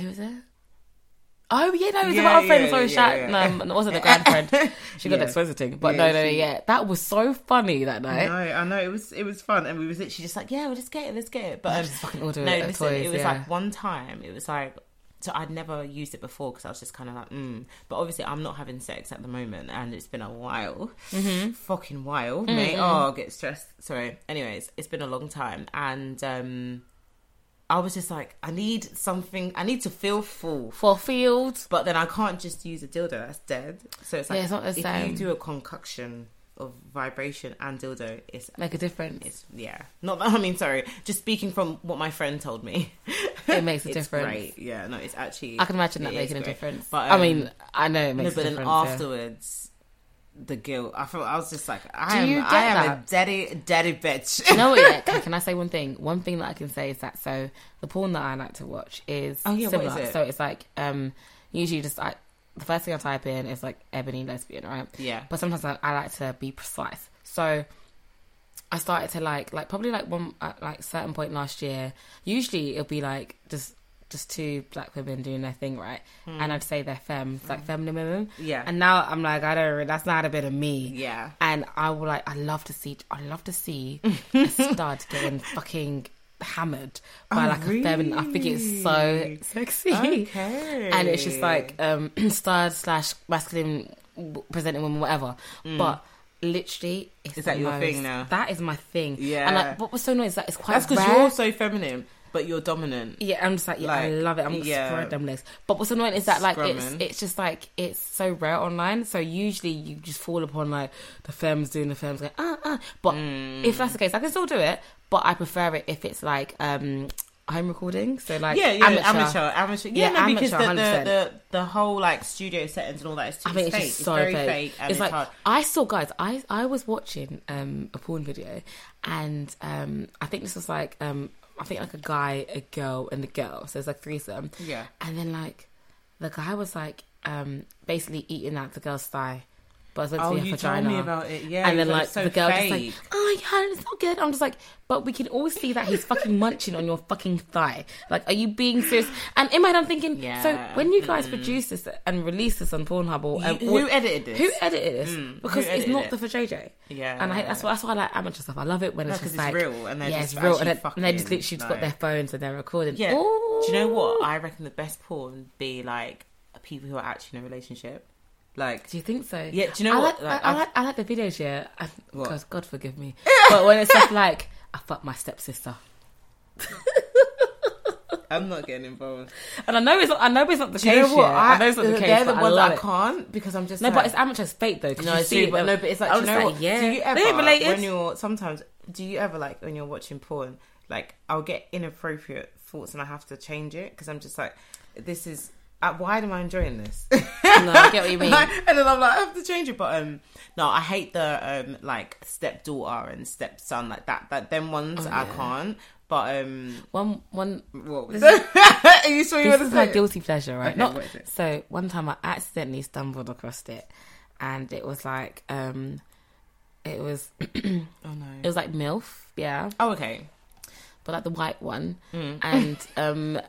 Speaker 2: who was it? Oh yeah, no, it was
Speaker 1: Yeah,
Speaker 2: our friend
Speaker 1: yeah,
Speaker 2: sorry,
Speaker 1: yeah,
Speaker 2: Shat.
Speaker 1: yeah.
Speaker 2: No, it wasn't a grand friend. She got
Speaker 1: Yeah.
Speaker 2: expensive thing, but
Speaker 1: Yeah,
Speaker 2: no, no,
Speaker 1: she-
Speaker 2: yeah, that was so funny that night.
Speaker 1: No, I know it was it was fun, and we was literally just like, yeah, well, let's get it, let's get it. But um,
Speaker 2: Just fucking order
Speaker 1: no,
Speaker 2: it at
Speaker 1: listen,
Speaker 2: Toys,
Speaker 1: it was
Speaker 2: yeah.
Speaker 1: like one time, it was like. So I'd never used it before because I was just kind of like, mm. but obviously I'm not having sex at the moment, and it's been a while,
Speaker 2: Mm-hmm.
Speaker 1: fucking while, mate. Oh, get stressed. Sorry. Anyways, it's been a long time, and um, I was just like, I need something. I need to feel full
Speaker 2: For Field,
Speaker 1: but then I can't just use a dildo that's dead. So it's like
Speaker 2: Yeah, it's not the
Speaker 1: if
Speaker 2: same.
Speaker 1: you do a concoction of vibration and dildo, it's
Speaker 2: make a difference.
Speaker 1: it's yeah. Not that I mean, sorry. Just speaking from what my friend told me,
Speaker 2: It makes a
Speaker 1: it's
Speaker 2: difference.
Speaker 1: Great. Yeah, no, it's actually
Speaker 2: I can imagine that
Speaker 1: it is
Speaker 2: making a
Speaker 1: great.
Speaker 2: difference.
Speaker 1: But
Speaker 2: I
Speaker 1: um,
Speaker 2: mean, I know it
Speaker 1: no,
Speaker 2: makes
Speaker 1: but
Speaker 2: a
Speaker 1: then
Speaker 2: difference. yeah.
Speaker 1: afterwards. The guilt. I felt. I was just like, I
Speaker 2: you
Speaker 1: am.
Speaker 2: get
Speaker 1: I am
Speaker 2: that?
Speaker 1: a daddy, daddy bitch.
Speaker 2: you know what? Yeah, can, can I say one thing? One thing that I can say is that so the porn that I like to watch is
Speaker 1: Oh, yeah, what
Speaker 2: similar.
Speaker 1: is it?
Speaker 2: So it's like um usually just like the first thing I type in is like ebony lesbian, right?
Speaker 1: Yeah.
Speaker 2: But sometimes I, I like to be precise. So I started to like like probably like one at like certain point last year. Usually it'll be like just just two black women doing their thing, right?
Speaker 1: Hmm.
Speaker 2: And I'd say they're femme, like feminine women.
Speaker 1: Yeah.
Speaker 2: And now I'm like, I don't. re- That's not a bit of me
Speaker 1: Yeah.
Speaker 2: and I will like I love to see I love to see a stud getting fucking hammered by
Speaker 1: Oh,
Speaker 2: like a feminine. I think it's so
Speaker 1: really?
Speaker 2: sexy.
Speaker 1: Okay.
Speaker 2: And it's just like um stud slash masculine w- presenting woman, whatever. But literally, it's
Speaker 1: Mm. Is that
Speaker 2: the
Speaker 1: your
Speaker 2: most-
Speaker 1: thing now?
Speaker 2: That is my thing.
Speaker 1: Yeah.
Speaker 2: And like, what was so annoying is that it's quite
Speaker 1: that's because
Speaker 2: rare.
Speaker 1: you're so feminine, but you're dominant.
Speaker 2: Yeah, I'm just like, yeah, I
Speaker 1: Like,
Speaker 2: love it. I'm gonna
Speaker 1: yeah.
Speaker 2: spread them legs. But what's annoying is that like it's
Speaker 1: Scrumming.
Speaker 2: it's just like it's so rare online. So usually you just fall upon like the femmes doing the femmes going ah ah. But
Speaker 1: Mm.
Speaker 2: if that's the case, I can still do it. But I prefer it if it's like um home recording. So like
Speaker 1: yeah, yeah,
Speaker 2: amateur.
Speaker 1: amateur, amateur, Yeah,
Speaker 2: Yeah,
Speaker 1: no, because
Speaker 2: amateur,
Speaker 1: the, the,
Speaker 2: 100%.
Speaker 1: the the whole like studio settings and all that is too
Speaker 2: I mean,
Speaker 1: fake.
Speaker 2: it's just so
Speaker 1: very
Speaker 2: fake.
Speaker 1: fake. and
Speaker 2: it's,
Speaker 1: it's,
Speaker 2: like
Speaker 1: hard.
Speaker 2: I saw guys. I I was watching um a porn video, and um I think this was like um I think like a guy, a girl, and the girl. So it's like threesome.
Speaker 1: Yeah.
Speaker 2: And then like the guy was like um basically eating out the girl's thigh, but it's meant to
Speaker 1: Oh,
Speaker 2: be her
Speaker 1: you told
Speaker 2: vagina.
Speaker 1: me about it. Yeah,
Speaker 2: And
Speaker 1: you
Speaker 2: then
Speaker 1: were
Speaker 2: like
Speaker 1: like, so
Speaker 2: the girl
Speaker 1: fake.
Speaker 2: just like, oh yeah, it's not good. I'm just like, but we can all see that he's fucking munching on your fucking thigh. Like, are you being serious? And in my head, I'm thinking, so
Speaker 1: Yeah.
Speaker 2: when you guys produce this and release this on Pornhub or
Speaker 1: You-
Speaker 2: um,
Speaker 1: who
Speaker 2: or-
Speaker 1: edited this? Mm,
Speaker 2: Who edited this? because
Speaker 1: who
Speaker 2: it's
Speaker 1: edited
Speaker 2: not
Speaker 1: it?
Speaker 2: the for JJ.
Speaker 1: Yeah.
Speaker 2: and I hate, that's why that's why I like amateur stuff. I love it when
Speaker 1: No,
Speaker 2: it's
Speaker 1: 'cause
Speaker 2: just
Speaker 1: it's
Speaker 2: like
Speaker 1: real and they're
Speaker 2: yeah,
Speaker 1: just
Speaker 2: it's real, and,
Speaker 1: actually
Speaker 2: it, and they just
Speaker 1: fucking,
Speaker 2: literally just got
Speaker 1: like-
Speaker 2: their phones and they're recording.
Speaker 1: yeah.
Speaker 2: Ooh.
Speaker 1: Do you know what? I reckon the best porn be like people who are actually in a relationship. Like,
Speaker 2: Do you think so?
Speaker 1: Yeah, do you know
Speaker 2: I
Speaker 1: what?
Speaker 2: Like,
Speaker 1: Like,
Speaker 2: I, I
Speaker 1: I've-
Speaker 2: like, I like the videos. Yeah, I,
Speaker 1: What?
Speaker 2: God, God forgive me. but when it's stuff like I fucked my stepsister,
Speaker 1: I'm not getting involved.
Speaker 2: and I know it's not, I know it's not the
Speaker 1: Do you
Speaker 2: case.
Speaker 1: know what?
Speaker 2: yeah.
Speaker 1: I,
Speaker 2: I know it's not the
Speaker 1: they're
Speaker 2: case.
Speaker 1: the
Speaker 2: but
Speaker 1: ones
Speaker 2: I love
Speaker 1: that I
Speaker 2: it.
Speaker 1: can't because I'm just
Speaker 2: No,
Speaker 1: like-
Speaker 2: but it's amateur's fate though. 'cause
Speaker 1: No,
Speaker 2: you
Speaker 1: I
Speaker 2: see
Speaker 1: do,
Speaker 2: it,
Speaker 1: but no, but it's like,
Speaker 2: I
Speaker 1: do
Speaker 2: was
Speaker 1: you know
Speaker 2: like,
Speaker 1: what?
Speaker 2: yeah,
Speaker 1: Do you ever,
Speaker 2: they ain't related.
Speaker 1: when you're sometimes, do you ever like when you're watching porn, like I'll get inappropriate thoughts and I have to change it because I'm just like, this is. Uh, why am I enjoying this? no,
Speaker 2: I get what you mean.
Speaker 1: and then I'm like, I have to change it. But um, no, I hate the um, like stepdaughter and stepson like that. That them ones
Speaker 2: Oh,
Speaker 1: I can't. But um,
Speaker 2: one one
Speaker 1: what was Are you sure you
Speaker 2: this
Speaker 1: want to
Speaker 2: is my
Speaker 1: say? it?
Speaker 2: guilty pleasure, right?
Speaker 1: Okay,
Speaker 2: Not
Speaker 1: what is it?
Speaker 2: so. One time, I accidentally stumbled across it, and it was like, um, it was it
Speaker 1: Oh no.
Speaker 2: was like milf, yeah,
Speaker 1: Oh okay.
Speaker 2: but like the white one,
Speaker 1: Mm.
Speaker 2: and um,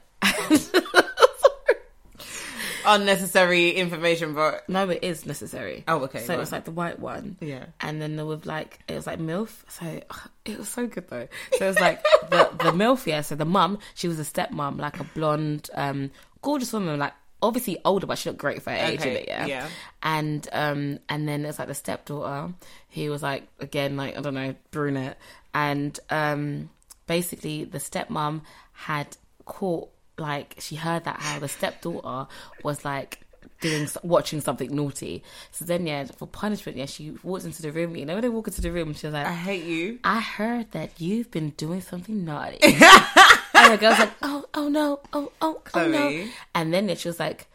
Speaker 1: Unnecessary information, but
Speaker 2: no, it is necessary.
Speaker 1: Oh, okay,
Speaker 2: So it was
Speaker 1: right.
Speaker 2: like the white one,
Speaker 1: yeah.
Speaker 2: and then there was like it was like milf. So it was so good though. So it was like the the milf. Yeah. So the mum, she was a stepmom, like a blonde, um, gorgeous woman, like obviously older, but she looked great for her age.
Speaker 1: Okay,
Speaker 2: innit, Yeah.
Speaker 1: yeah.
Speaker 2: And um, and then it's like the stepdaughter, who was like again like I don't know brunette, and um, basically the stepmom had caught like she heard that how the stepdaughter was like doing so- watching something naughty. So then yeah, for punishment, yeah, she walks into the room. You know when they walk into the room, she's like,
Speaker 1: I hate you.
Speaker 2: I heard that you've been doing something naughty. and the girl's like, oh, oh no, oh, oh, oh no.
Speaker 1: Chloe.
Speaker 2: And then she was like,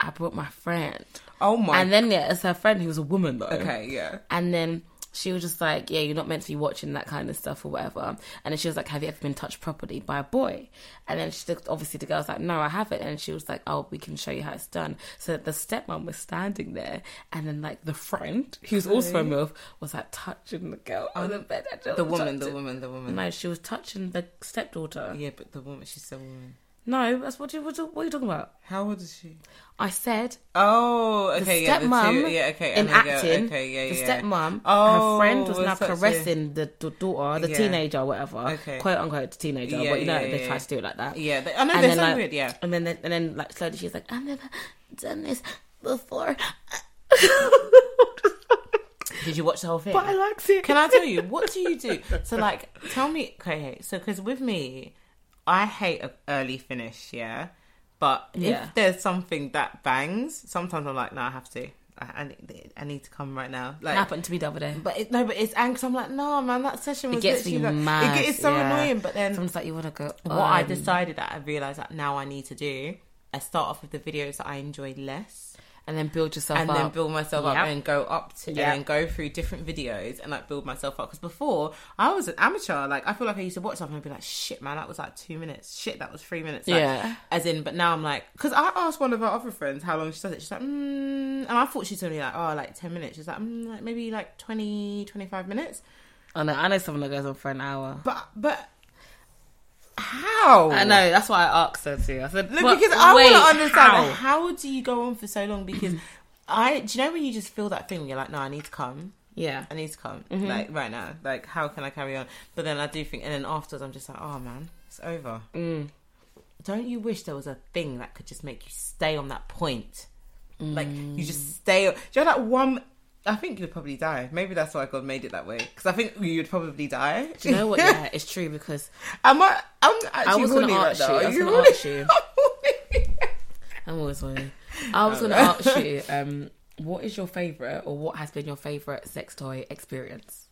Speaker 2: I brought my friend.
Speaker 1: Oh my.
Speaker 2: And then yeah, it's her friend who was a woman though.
Speaker 1: okay, yeah.
Speaker 2: And then she was just like, Yeah, you're not meant to be watching that kind of stuff or whatever. And then she was like, Have you ever been touched properly by a boy? And then she obviously the girl's like, No, I haven't. And she was like, Oh, we can show you how it's done. So the stepmom was standing there and then like the friend, who's also a MILF, was like touching the girl on the bed. And just
Speaker 1: The woman, the
Speaker 2: touching-
Speaker 1: woman, the woman.
Speaker 2: No, she was touching the stepdaughter.
Speaker 1: Yeah, but the woman, she's a woman.
Speaker 2: No, that's what you what you- what are you talking about?
Speaker 1: How old is she?
Speaker 2: I said
Speaker 1: Oh,
Speaker 2: the
Speaker 1: okay, yeah, the
Speaker 2: stepmom
Speaker 1: two, yeah, okay,
Speaker 2: in
Speaker 1: and they go,
Speaker 2: acting,
Speaker 1: okay, yeah,
Speaker 2: the
Speaker 1: yeah.
Speaker 2: stepmom,
Speaker 1: Oh,
Speaker 2: her friend
Speaker 1: was
Speaker 2: was now
Speaker 1: such a-
Speaker 2: caressing the, the daughter, the
Speaker 1: Yeah.
Speaker 2: teenager, or whatever,
Speaker 1: Okay.
Speaker 2: quote unquote teenager,
Speaker 1: Yeah,
Speaker 2: but you know
Speaker 1: yeah,
Speaker 2: they
Speaker 1: yeah,
Speaker 2: try to do it like that.
Speaker 1: Yeah, they, I know
Speaker 2: And
Speaker 1: they're
Speaker 2: then,
Speaker 1: so
Speaker 2: like-
Speaker 1: weird. Yeah,
Speaker 2: And then and then like slowly she's like, I've never done this before,
Speaker 1: did you watch the whole thing?
Speaker 2: but I liked it.
Speaker 1: Can I tell you what do you do? So like, tell me. Okay, so because with me, I hate a early finish. Yeah, but
Speaker 2: Yeah.
Speaker 1: if there's something that bangs, sometimes I'm like, no, I have to. I, I, need- I need to come right now.
Speaker 2: It
Speaker 1: Like,
Speaker 2: happened to me the other day.
Speaker 1: but it, no, but it's angst. I'm like, no, man, that session was
Speaker 2: It gets me
Speaker 1: literally like,
Speaker 2: mad.
Speaker 1: It gets it's so
Speaker 2: yeah.
Speaker 1: annoying. But then
Speaker 2: someone's like, you want to go?
Speaker 1: what I
Speaker 2: um,
Speaker 1: decided that I realized that now I need to do. I start off with the videos that I enjoy less
Speaker 2: and then build yourself
Speaker 1: and
Speaker 2: up.
Speaker 1: then build myself
Speaker 2: Yep.
Speaker 1: up and go up to
Speaker 2: Yep.
Speaker 1: and then go through different videos and like build myself up because before I was an amateur like I feel like I used to watch something and be like shit man that was like two minutes shit that was three minutes like,
Speaker 2: Yeah.
Speaker 1: as in but now I'm like because I asked one of our other friends how long she does it she's like mm, and I thought she's only like oh like 10 minutes she's like, mm, like maybe like 20 25 minutes
Speaker 2: I know, I know someone that goes on for an hour.
Speaker 1: but but how
Speaker 2: I know. That's why I asked her to. I said,
Speaker 1: Look,
Speaker 2: "What-
Speaker 1: because I
Speaker 2: wait,
Speaker 1: want to understand like,
Speaker 2: how?"
Speaker 1: how? do you go on for so long? Because I, do you know when you just feel that thing? You're like, no, I need to come.
Speaker 2: Yeah.
Speaker 1: I need to come.
Speaker 2: Mm-hmm.
Speaker 1: Like right now. Like how can I carry on? But then I do think, and then afterwards, I'm just like, oh man, it's over.
Speaker 2: Mm.
Speaker 1: Don't you wish there was a thing that could just make you stay on that point? Like you
Speaker 2: Mm.
Speaker 1: just stay. Do you know that one? I think you'd probably die. Maybe that's why God made it that way. Because I think you'd probably die.
Speaker 2: Do you know what? Yeah, it's true because
Speaker 1: Am I? I'm actually
Speaker 2: I was going
Speaker 1: horny
Speaker 2: to
Speaker 1: right
Speaker 2: ask
Speaker 1: now.
Speaker 2: you. I
Speaker 1: Are
Speaker 2: was
Speaker 1: you
Speaker 2: going to ask you.
Speaker 1: really?
Speaker 2: I'm always horny. I was going to ask you. Um, what is your favorite, or what has been your favorite sex toy experience?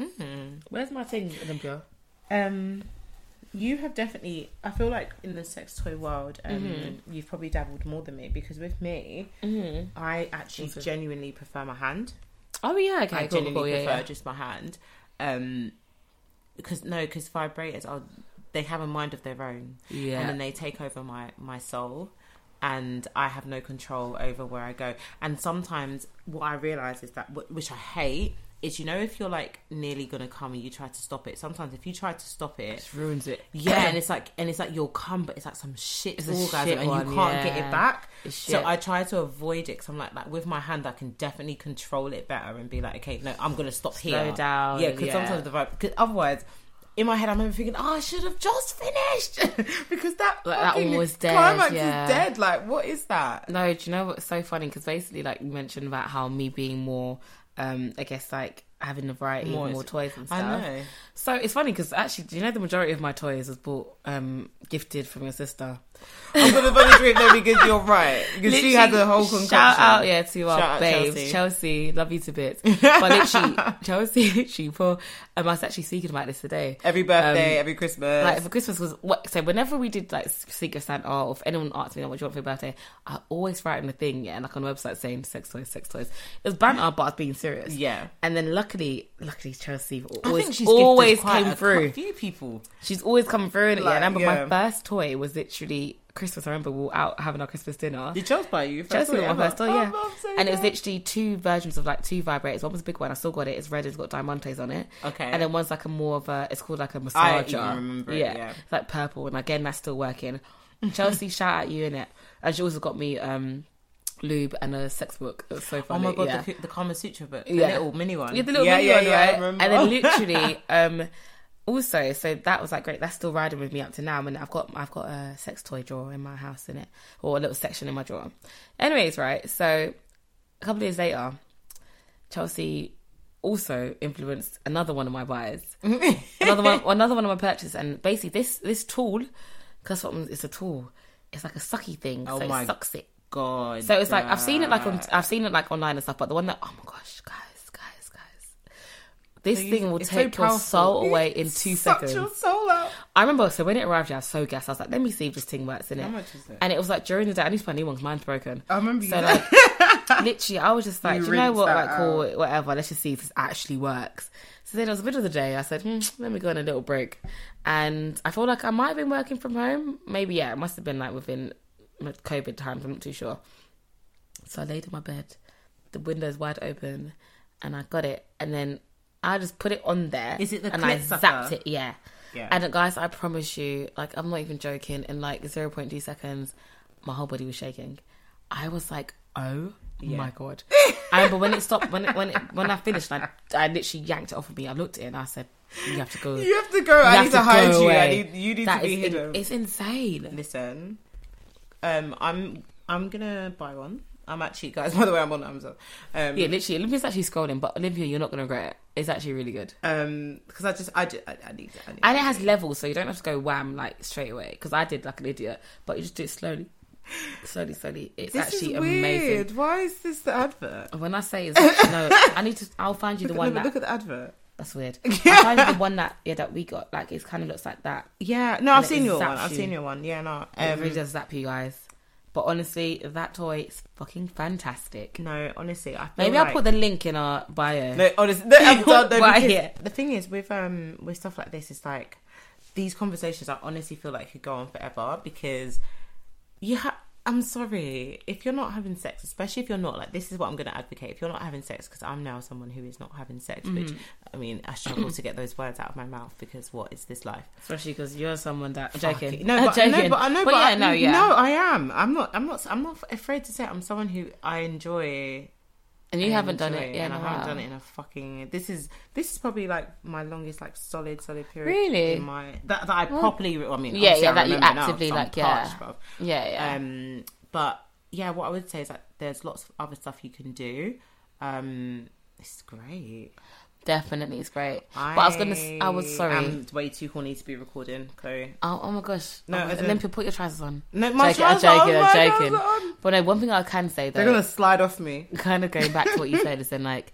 Speaker 2: Mm. Where's my thing, Olympia?
Speaker 1: Um, you have definitely. I feel like in the sex toy world, um, you've probably dabbled more than me because with me,
Speaker 2: Mm-hmm.
Speaker 1: I actually
Speaker 2: Also-
Speaker 1: genuinely prefer my hand.
Speaker 2: Oh yeah, okay,
Speaker 1: I
Speaker 2: cool,
Speaker 1: genuinely
Speaker 2: cool, yeah,
Speaker 1: prefer
Speaker 2: yeah.
Speaker 1: just my hand. Um, because no, because vibrators are they have a mind of their own,
Speaker 2: Yeah.
Speaker 1: and then they take over my my soul. And I have no control over where I go. And sometimes what I realize is that, wh- which I hate, is you know, if you're like nearly gonna come and you try to stop it, sometimes if you try to stop it,
Speaker 2: Just ruins it.
Speaker 1: yeah, and it's like, and it's like you'll come, but it's like some shit
Speaker 2: It's a
Speaker 1: orgasm,
Speaker 2: shit
Speaker 1: and
Speaker 2: one,
Speaker 1: you can't get
Speaker 2: yeah.
Speaker 1: it back.
Speaker 2: It's
Speaker 1: So
Speaker 2: shit.
Speaker 1: I try to avoid it because I'm like, like with my hand, I can definitely control it better and be like, okay, no, I'm gonna stop
Speaker 2: Slow
Speaker 1: here.
Speaker 2: down,
Speaker 1: yeah, because
Speaker 2: yeah.
Speaker 1: sometimes the vibe. Because otherwise, in my head, I'm ever thinking, oh, I should have just finished because that
Speaker 2: Like, that one
Speaker 1: fucking
Speaker 2: was dead,
Speaker 1: Climax
Speaker 2: yeah.
Speaker 1: is dead. Like, what is that?
Speaker 2: No, do you know what's so funny? Because basically, like you mentioned about how me being more, um, I guess like having a variety, more,
Speaker 1: More-
Speaker 2: more toys and stuff.
Speaker 1: I know.
Speaker 2: So it's funny because actually, do you know the majority of my toys was bought, um, gifted from your sister.
Speaker 1: I'm gonna vomit drink though because you're right. Because she had the whole concoction.
Speaker 2: Shout out, yeah, to our
Speaker 1: Shout out
Speaker 2: babes, Chelsea.
Speaker 1: Chelsea.
Speaker 2: Love you to bits. but literally, Chelsea, she poor. Um, I was actually speaking about this today.
Speaker 1: Every birthday, every Christmas.
Speaker 2: Um, Like for Christmas was what so whenever we did like Secret Santa or if anyone asked me like, what do you want for your birthday, I always write in a thing, yeah, and like on the website saying sex toys, sex toys. It was banter but I was being serious.
Speaker 1: yeah.
Speaker 2: And then luckily luckily Chelsea
Speaker 1: I
Speaker 2: always
Speaker 1: think she's gifted
Speaker 2: always
Speaker 1: quite
Speaker 2: came
Speaker 1: a
Speaker 2: through.
Speaker 1: Few people.
Speaker 2: She's always come through in it. yeah.
Speaker 1: Like,
Speaker 2: And I remember
Speaker 1: yeah.
Speaker 2: my first toy was literally Christmas. I remember we were out having our Christmas dinner.
Speaker 1: Did Chelsea buy you? Oh,
Speaker 2: Chelsea was my first toy, yeah. and it was
Speaker 1: literally
Speaker 2: literally two versions of like two vibrators. One was a big one. I still got it. It's red. It's got diamantes on it.
Speaker 1: Okay.
Speaker 2: And then one's like a more of a. It's called like a massager.
Speaker 1: I even remember it, yeah.
Speaker 2: It's like purple, and again that's still working. Chelsea, shout at you in it. And she also got me um lube and a sex book. It was so
Speaker 1: Oh
Speaker 2: funny.
Speaker 1: my god,
Speaker 2: yeah.
Speaker 1: the, the Kama Sutra book, the
Speaker 2: Yeah.
Speaker 1: little mini one.
Speaker 2: Yeah, the little
Speaker 1: yeah,
Speaker 2: mini
Speaker 1: yeah,
Speaker 2: one,
Speaker 1: yeah, Oh, I
Speaker 2: right? And
Speaker 1: remember.
Speaker 2: then literally, um, also, so that was like great. That's still riding with me up to now. And I've got I've got a sex toy drawer in my house in it, or a little section in my drawer. Anyways, right. So a couple of years later, Chelsea also influenced another one of my buys, another one, another one of my purchases, and basically this this tool, because it's a tool, it's like a sucky thing,
Speaker 1: Oh
Speaker 2: so
Speaker 1: my
Speaker 2: it sucks it.
Speaker 1: god.
Speaker 2: So it's like I've seen it like on
Speaker 1: bruh.
Speaker 2: I've seen it like online and stuff, but the one that oh my gosh, guys, guys, guys, this
Speaker 1: So you-
Speaker 2: thing will
Speaker 1: it's so
Speaker 2: take your
Speaker 1: powerful.
Speaker 2: soul away in two
Speaker 1: Sucked
Speaker 2: seconds.
Speaker 1: your soul out.
Speaker 2: I remember, so when it arrived, I was so gassed. I was like, let me see if this thing works in it.
Speaker 1: How much is it?
Speaker 2: And it was like during the day, I need to find a new one because mine's broken.
Speaker 1: I remember you.
Speaker 2: So,
Speaker 1: said-
Speaker 2: like, literally, I was just like,
Speaker 1: You
Speaker 2: do you know
Speaker 1: rinsed
Speaker 2: what?
Speaker 1: that
Speaker 2: Like, cool,
Speaker 1: out.
Speaker 2: whatever. Let's just see if this actually works. So then it was the middle of the day. I said, hmm, let me go on a little break. And I feel like I might have been working from home. Maybe, yeah, it must have been like within COVID times. I'm not too sure. So I laid in my bed, the windows wide open, and I got it. And then I just put it on there.
Speaker 1: Is it the
Speaker 2: And I
Speaker 1: clit sucker?
Speaker 2: zapped it, yeah.
Speaker 1: Yeah.
Speaker 2: And guys, I promise you, like I'm not even joking. In like 0.2 seconds, my whole body was shaking. I was like, oh my god. and but when it stopped, when it, when it, when I finished, I I literally yanked it off of me. I looked at it and I said, you have to go.
Speaker 1: you have to go.
Speaker 2: You
Speaker 1: I
Speaker 2: have
Speaker 1: need to hide
Speaker 2: go
Speaker 1: you. I
Speaker 2: away."
Speaker 1: need, you need
Speaker 2: That
Speaker 1: to be
Speaker 2: is in-
Speaker 1: hidden.
Speaker 2: it's insane.
Speaker 1: Listen, um, I'm I'm gonna buy one. I'm actually, guys. By the way, I'm on Amazon. Um,
Speaker 2: Yeah, literally, Olympia's actually scrolling, but Olympia, you're not gonna regret it. It's actually really good.
Speaker 1: um, because I just, I, ju- I, I need, I need.
Speaker 2: And it has levels, so you don't have to go wham like straight away. Because I did like an idiot, but you just do it slowly, slowly, slowly. It's
Speaker 1: this
Speaker 2: actually
Speaker 1: is
Speaker 2: amazing.
Speaker 1: weird. Why is this the advert?
Speaker 2: When I say it's no, I need to. I'll find you the
Speaker 1: Look,
Speaker 2: one
Speaker 1: look,
Speaker 2: that
Speaker 1: look at the advert.
Speaker 2: that's weird. I'll find you the one that yeah that we got. Like it kind of looks like that.
Speaker 1: Yeah, no,
Speaker 2: And
Speaker 1: I've
Speaker 2: it
Speaker 1: seen your
Speaker 2: zaps
Speaker 1: one. I've
Speaker 2: you.
Speaker 1: seen your one. Yeah, no,
Speaker 2: It
Speaker 1: um,
Speaker 2: really does zap you guys. But honestly, that toy is fucking fantastic.
Speaker 1: no. Honestly, I feel
Speaker 2: Maybe
Speaker 1: like...
Speaker 2: I'll put the link in our bio.
Speaker 1: No, honestly, no, I'm done, no,
Speaker 2: Right
Speaker 1: because
Speaker 2: here.
Speaker 1: The thing is, with um, with stuff like this, it's like these conversations. I honestly feel like could go on forever because you have. I'm sorry if you're not having sex, especially if you're not like this is what I'm going to advocate. If you're not having sex, because I'm now someone who is not having sex, which I mean, I struggle to get those words out of my mouth because what is this life?
Speaker 2: Especially because you're someone that I'm
Speaker 1: Fuck it.
Speaker 2: joking.
Speaker 1: No,
Speaker 2: I'm
Speaker 1: but, no,
Speaker 2: joking.
Speaker 1: but I know.
Speaker 2: But
Speaker 1: but
Speaker 2: yeah,
Speaker 1: I,
Speaker 2: no, yeah.
Speaker 1: no, I am. I'm not. I'm not. I'm not afraid to say it. I'm someone who I enjoy
Speaker 2: and you haven't done
Speaker 1: enjoy
Speaker 2: it. Yeah,
Speaker 1: and
Speaker 2: no,
Speaker 1: I haven't
Speaker 2: wow.
Speaker 1: done it in a fucking. This is this is probably like my longest, like solid, solid period.
Speaker 2: Really?
Speaker 1: in my that, that I properly. I mean,
Speaker 2: Yeah,
Speaker 1: obviously
Speaker 2: yeah,
Speaker 1: I
Speaker 2: that you
Speaker 1: remember now,
Speaker 2: actively,
Speaker 1: 'cause I'm
Speaker 2: like, yeah.
Speaker 1: parched, bruv.
Speaker 2: Yeah, yeah.
Speaker 1: Um, but yeah, what I would say is that there's lots of other stuff you can do. Um, it's great.
Speaker 2: Definitely, it's great. but I was gonna. s- I was sorry.
Speaker 1: am way too horny to be recording, Chloe.
Speaker 2: Oh, oh my gosh.
Speaker 1: No,
Speaker 2: No,
Speaker 1: as in-
Speaker 2: Olympia, put your trousers on.
Speaker 1: No, my
Speaker 2: Joking, I'm
Speaker 1: trousers are on,
Speaker 2: joking, I'm
Speaker 1: my
Speaker 2: joking.
Speaker 1: trousers are on.
Speaker 2: But no, one thing I can say though,
Speaker 1: They're gonna slide off me.
Speaker 2: kind of going back to what you said, is then like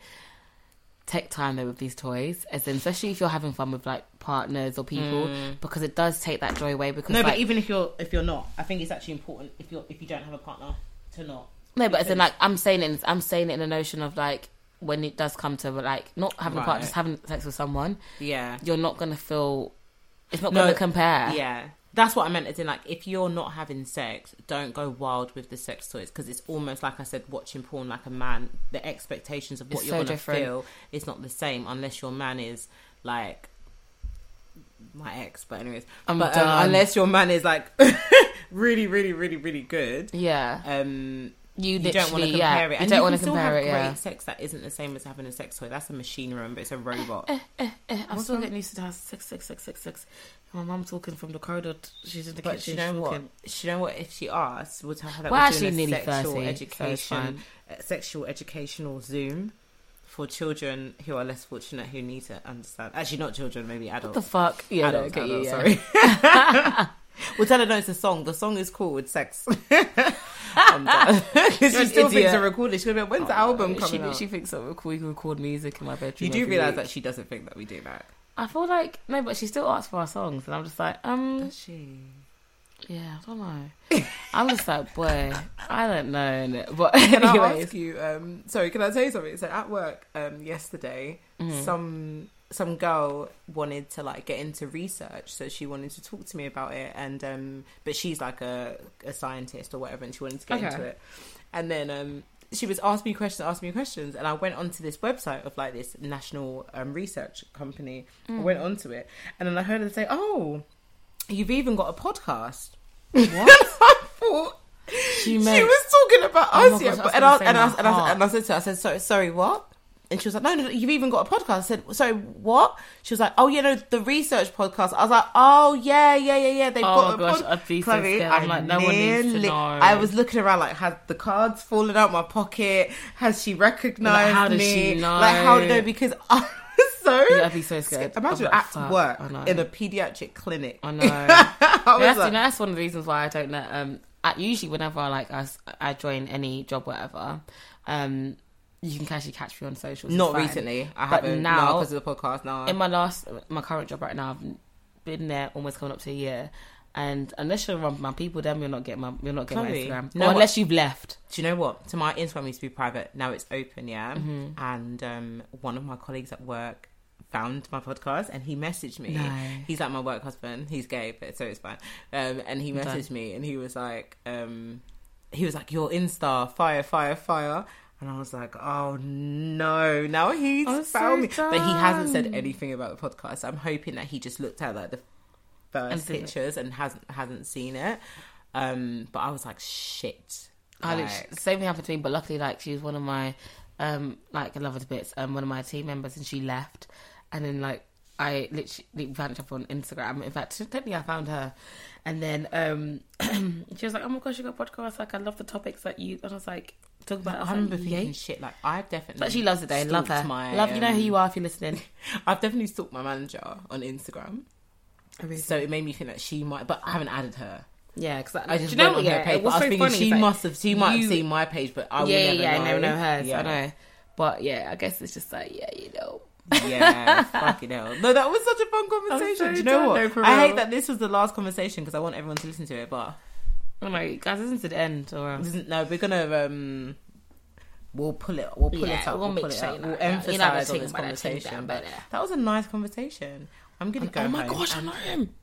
Speaker 2: take time though with these toys, as in especially if you're having fun with like partners or people, because it does take that joy away. Because
Speaker 1: Mm. No,
Speaker 2: Mm. like,
Speaker 1: but even if you're if you're not, I think it's actually important if you're if you don't have a partner to not.
Speaker 2: no, but as in like I'm saying it, I'm saying it in the notion of like when it does come to like not having a
Speaker 1: Right.
Speaker 2: partner, just having sex with someone,
Speaker 1: Yeah.
Speaker 2: you're not gonna feel. It's not
Speaker 1: No,
Speaker 2: gonna compare.
Speaker 1: Yeah. That's what I meant. It's in like, if you're not having sex, don't go wild with the sex toys because it's almost like I said, watching porn like a man. The expectations of what
Speaker 2: It's
Speaker 1: you're
Speaker 2: so
Speaker 1: gonna
Speaker 2: different.
Speaker 1: feel is not the same unless your man is like my ex. But anyways,
Speaker 2: I'm
Speaker 1: but um,
Speaker 2: done.
Speaker 1: unless your man is like really, really, really, really good,
Speaker 2: Yeah.
Speaker 1: um,
Speaker 2: You,
Speaker 1: you
Speaker 2: literally
Speaker 1: don't want to compare
Speaker 2: yeah,
Speaker 1: it.
Speaker 2: You
Speaker 1: And
Speaker 2: don't
Speaker 1: you
Speaker 2: want
Speaker 1: can
Speaker 2: to
Speaker 1: still
Speaker 2: compare
Speaker 1: have
Speaker 2: it.
Speaker 1: great
Speaker 2: Yeah.
Speaker 1: sex that isn't the same as having a sex toy. That's a machine, remember? It's a robot.
Speaker 2: I'm still getting used to that. Six, six, six, six, six. My mum's talking from the corridor. She's in the
Speaker 1: But you
Speaker 2: kitchen.
Speaker 1: know
Speaker 2: she's
Speaker 1: what?
Speaker 2: talking.
Speaker 1: You know what? If she asks, we'll tell her that
Speaker 2: We're
Speaker 1: we're
Speaker 2: actually
Speaker 1: doing a
Speaker 2: nearly
Speaker 1: sexual
Speaker 2: 30, so it's
Speaker 1: education,
Speaker 2: fine.
Speaker 1: uh, sexual educational Zoom for children who are less fortunate who need to understand. Actually, not children, maybe
Speaker 2: What
Speaker 1: adults.
Speaker 2: the fuck? Yeah, no,
Speaker 1: adults,
Speaker 2: okay,
Speaker 1: adults,
Speaker 2: yeah, yeah.
Speaker 1: sorry. we'll tell her no, it's a song. The song is called with sex. I'm done. 'Cause she
Speaker 2: You're an
Speaker 1: still thinks
Speaker 2: idiot.
Speaker 1: I recorded. She's gonna be like, when's the
Speaker 2: Oh,
Speaker 1: album
Speaker 2: she-
Speaker 1: coming out?
Speaker 2: She thinks that we we can record music in my bedroom.
Speaker 1: you do
Speaker 2: every
Speaker 1: realize
Speaker 2: week.
Speaker 1: that she doesn't think that we do that.
Speaker 2: I feel like no, but she still asks for our songs, and I'm just like, um,
Speaker 1: Does she?
Speaker 2: yeah, I don't know. I'm just like, boy, I don't know, innit? but
Speaker 1: Can I
Speaker 2: anyways,
Speaker 1: ask you? Um, sorry, can I tell you something? So at work um, yesterday,
Speaker 2: Mm-hmm. Mm.
Speaker 1: some some girl wanted to like get into research, so she wanted to talk to me about it, and um, but she's like a a scientist or whatever, and she wanted to get
Speaker 2: Okay.
Speaker 1: into it, and then um, she was asking me questions, asking me questions, and I went onto this website of like this national um, research company.
Speaker 2: Mm.
Speaker 1: I went onto it, and then I heard her say, "Oh, you've even got a podcast."
Speaker 2: what
Speaker 1: I thought
Speaker 2: she
Speaker 1: she
Speaker 2: meant?
Speaker 1: was talking about
Speaker 2: Oh my
Speaker 1: us,
Speaker 2: gosh,
Speaker 1: yeah.
Speaker 2: I was
Speaker 1: But, and, I,
Speaker 2: gonna say
Speaker 1: and, I,
Speaker 2: my
Speaker 1: and, I,
Speaker 2: heart.
Speaker 1: and I said to her, I said, sorry, sorry, what? And she was like, no, no, no, you've even got a podcast. I said, sorry, what? She was like, oh, you know, the research podcast. I was like, oh, yeah, yeah, yeah, yeah. They've
Speaker 2: Oh
Speaker 1: got
Speaker 2: my
Speaker 1: a
Speaker 2: gosh,
Speaker 1: pod-
Speaker 2: I'd be so scared. I'm like, no one needs to
Speaker 1: nearly-
Speaker 2: know.
Speaker 1: I was looking around, like, had the cards fallen out my pocket? Has she recognized
Speaker 2: Like, how does
Speaker 1: me?
Speaker 2: she know?
Speaker 1: Like, how did they? Because I was so.
Speaker 2: Yeah, I'd be so scared. I'd be
Speaker 1: Imagine
Speaker 2: like,
Speaker 1: at
Speaker 2: fuck,
Speaker 1: work
Speaker 2: I know.
Speaker 1: in a pediatric clinic.
Speaker 2: I know.
Speaker 1: I was
Speaker 2: that's,
Speaker 1: like,
Speaker 2: you know, that's one of the reasons why I don't let. Um, I, usually whenever I like I, s- I join any job, whatever, um, you can actually catch me on socials. it's
Speaker 1: not
Speaker 2: fine.
Speaker 1: recently. I
Speaker 2: But
Speaker 1: haven't.
Speaker 2: now-
Speaker 1: because of the podcast. Now,
Speaker 2: In my last, my current job right now, I've been there almost coming up to a year. And unless you're around my people, then you're not getting my you're not getting
Speaker 1: Chloe,
Speaker 2: my Instagram.
Speaker 1: no,
Speaker 2: or
Speaker 1: what-
Speaker 2: unless you've left.
Speaker 1: Do you know what? So my Instagram used to be private. Now it's open, yeah.
Speaker 2: Mm-hmm.
Speaker 1: And um, one of my colleagues at work found my podcast and he messaged me.
Speaker 2: No.
Speaker 1: He's like my work husband. He's gay, but so it's fine. Um, and he
Speaker 2: Done.
Speaker 1: messaged me and he was like, um, he was like, your Insta, fire, fire, fire. And I was like, oh no, now he's
Speaker 2: I'm so
Speaker 1: found me. But he hasn't said
Speaker 2: done.
Speaker 1: anything about the podcast. I'm hoping that he just looked at like the
Speaker 2: And
Speaker 1: first
Speaker 2: seen it.
Speaker 1: pictures and hasn't hasn't seen it. Um, but I was like, shit.
Speaker 2: I
Speaker 1: Like,
Speaker 2: literally, same thing happened to me, but luckily, like she was one of my, um, like I love her to bits, um, one of my team members, and she left, and then like I literally vanished up on Instagram. In fact, technically, I found her, and then um, she was like, "Oh my gosh, you got a podcast! Like I love the topics that you." And I was like, "Talk about." it." I was
Speaker 1: I remember
Speaker 2: like,
Speaker 1: thinking
Speaker 2: "Yay."
Speaker 1: shit like I've definitely
Speaker 2: But she loves it though. Love her.
Speaker 1: stalked my,
Speaker 2: love you know who
Speaker 1: um,
Speaker 2: you are if you're listening.
Speaker 1: I've definitely stalked my manager on Instagram. So it made me think that she might but I haven't added her.
Speaker 2: yeah, because
Speaker 1: I just
Speaker 2: do you know
Speaker 1: went
Speaker 2: what?
Speaker 1: on
Speaker 2: Yeah,
Speaker 1: her page.
Speaker 2: it
Speaker 1: But
Speaker 2: was
Speaker 1: I was
Speaker 2: so
Speaker 1: thinking
Speaker 2: funny.
Speaker 1: she
Speaker 2: It's like,
Speaker 1: must have she might
Speaker 2: you-
Speaker 1: have seen my page but I will
Speaker 2: yeah,
Speaker 1: never know.
Speaker 2: yeah, I never know hers.
Speaker 1: Yeah.
Speaker 2: I know, but yeah, I guess it's just like yeah, you know.
Speaker 1: yeah, fucking hell. No, that was such a fun conversation.
Speaker 2: so
Speaker 1: Do you know
Speaker 2: done, though,
Speaker 1: what?
Speaker 2: for
Speaker 1: I
Speaker 2: real.
Speaker 1: hate that this was the last conversation because I want everyone to listen to it, but
Speaker 2: Oh my guys, listen to the end or um, else.
Speaker 1: this isn't- no, we're gonna um We'll pull it. We'll pull it
Speaker 2: Yeah,
Speaker 1: up.
Speaker 2: we'll
Speaker 1: We'll, pull
Speaker 2: make
Speaker 1: it
Speaker 2: sure
Speaker 1: up.
Speaker 2: you
Speaker 1: We'll
Speaker 2: like that.
Speaker 1: emphasize
Speaker 2: You're not gonna
Speaker 1: on
Speaker 2: take
Speaker 1: this
Speaker 2: my attention
Speaker 1: conversation.
Speaker 2: down,
Speaker 1: But
Speaker 2: but, uh,
Speaker 1: that was a nice conversation. I'm gonna go.
Speaker 2: oh my
Speaker 1: home
Speaker 2: gosh, I
Speaker 1: and-
Speaker 2: know him.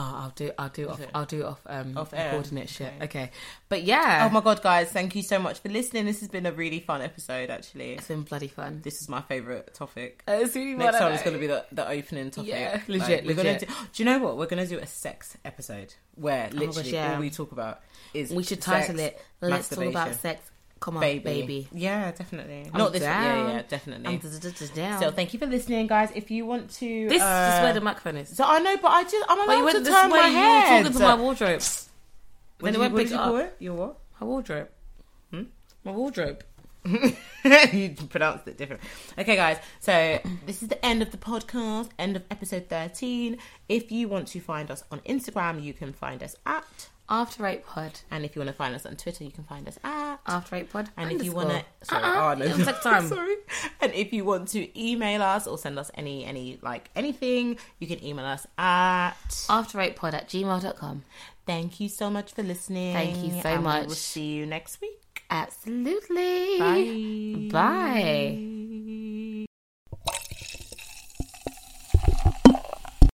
Speaker 2: Oh, I'll do, I'll do, off,
Speaker 1: it?
Speaker 2: I'll do it off, um,
Speaker 1: Off
Speaker 2: off
Speaker 1: air.
Speaker 2: coordinate shit.
Speaker 1: Okay.
Speaker 2: Okay. but yeah,
Speaker 1: Oh my god, guys! Thank you so much for listening. This has been a really fun episode. Actually,
Speaker 2: it's been bloody fun.
Speaker 1: this is my favorite topic.
Speaker 2: Uh, it's really
Speaker 1: Next
Speaker 2: fun,
Speaker 1: time
Speaker 2: I
Speaker 1: it's going to
Speaker 2: know.
Speaker 1: be the, the opening topic.
Speaker 2: Yeah,
Speaker 1: Like,
Speaker 2: legit,
Speaker 1: we're gonna
Speaker 2: legit. Oh
Speaker 1: do, do you know what? We're going to do a sex episode where
Speaker 2: my
Speaker 1: literally
Speaker 2: gosh, yeah.
Speaker 1: all we talk about is
Speaker 2: We should
Speaker 1: sex,
Speaker 2: title it. Let's talk about
Speaker 1: masturbation,
Speaker 2: sex. Come on,
Speaker 1: baby.
Speaker 2: baby. Um,
Speaker 1: Yeah, definitely.
Speaker 2: I'm
Speaker 1: Not this.
Speaker 2: down.
Speaker 1: Yeah, yeah,
Speaker 2: I'm
Speaker 1: definitely.
Speaker 2: d- d- d- down.
Speaker 1: So thank you for listening, guys. If you want to,
Speaker 2: this is just
Speaker 1: uh,
Speaker 2: where the microphone is.
Speaker 1: So I know, but I just I'm
Speaker 2: But
Speaker 1: allowed
Speaker 2: you went
Speaker 1: to
Speaker 2: this
Speaker 1: turn my
Speaker 2: way. You were
Speaker 1: head.
Speaker 2: talking to my wardrobe.
Speaker 1: What
Speaker 2: Then
Speaker 1: did
Speaker 2: it
Speaker 1: you-
Speaker 2: went
Speaker 1: what did
Speaker 2: big
Speaker 1: you
Speaker 2: up.
Speaker 1: call it? Your what?
Speaker 2: My wardrobe.
Speaker 1: Hmm?
Speaker 2: My wardrobe.
Speaker 1: you pronounced it different. Okay, guys. So this is the end of the podcast, end of episode thirteen. If you want to find us on Instagram, you can find us at,
Speaker 2: After eight pod.
Speaker 1: and if you want to find us on Twitter, you can find us at.
Speaker 2: After eight pod.
Speaker 1: And if you want to,
Speaker 2: Uh, underscore. uh-uh,
Speaker 1: no,
Speaker 2: it was like time.
Speaker 1: sorry. And if you want to email us or send us any any like anything, you can email us at.
Speaker 2: After eight pod at gmail.com.
Speaker 1: Thank you so much for listening.
Speaker 2: Thank you so
Speaker 1: and We
Speaker 2: much.
Speaker 1: will see you next week.
Speaker 2: Absolutely.
Speaker 1: Bye.
Speaker 2: Bye.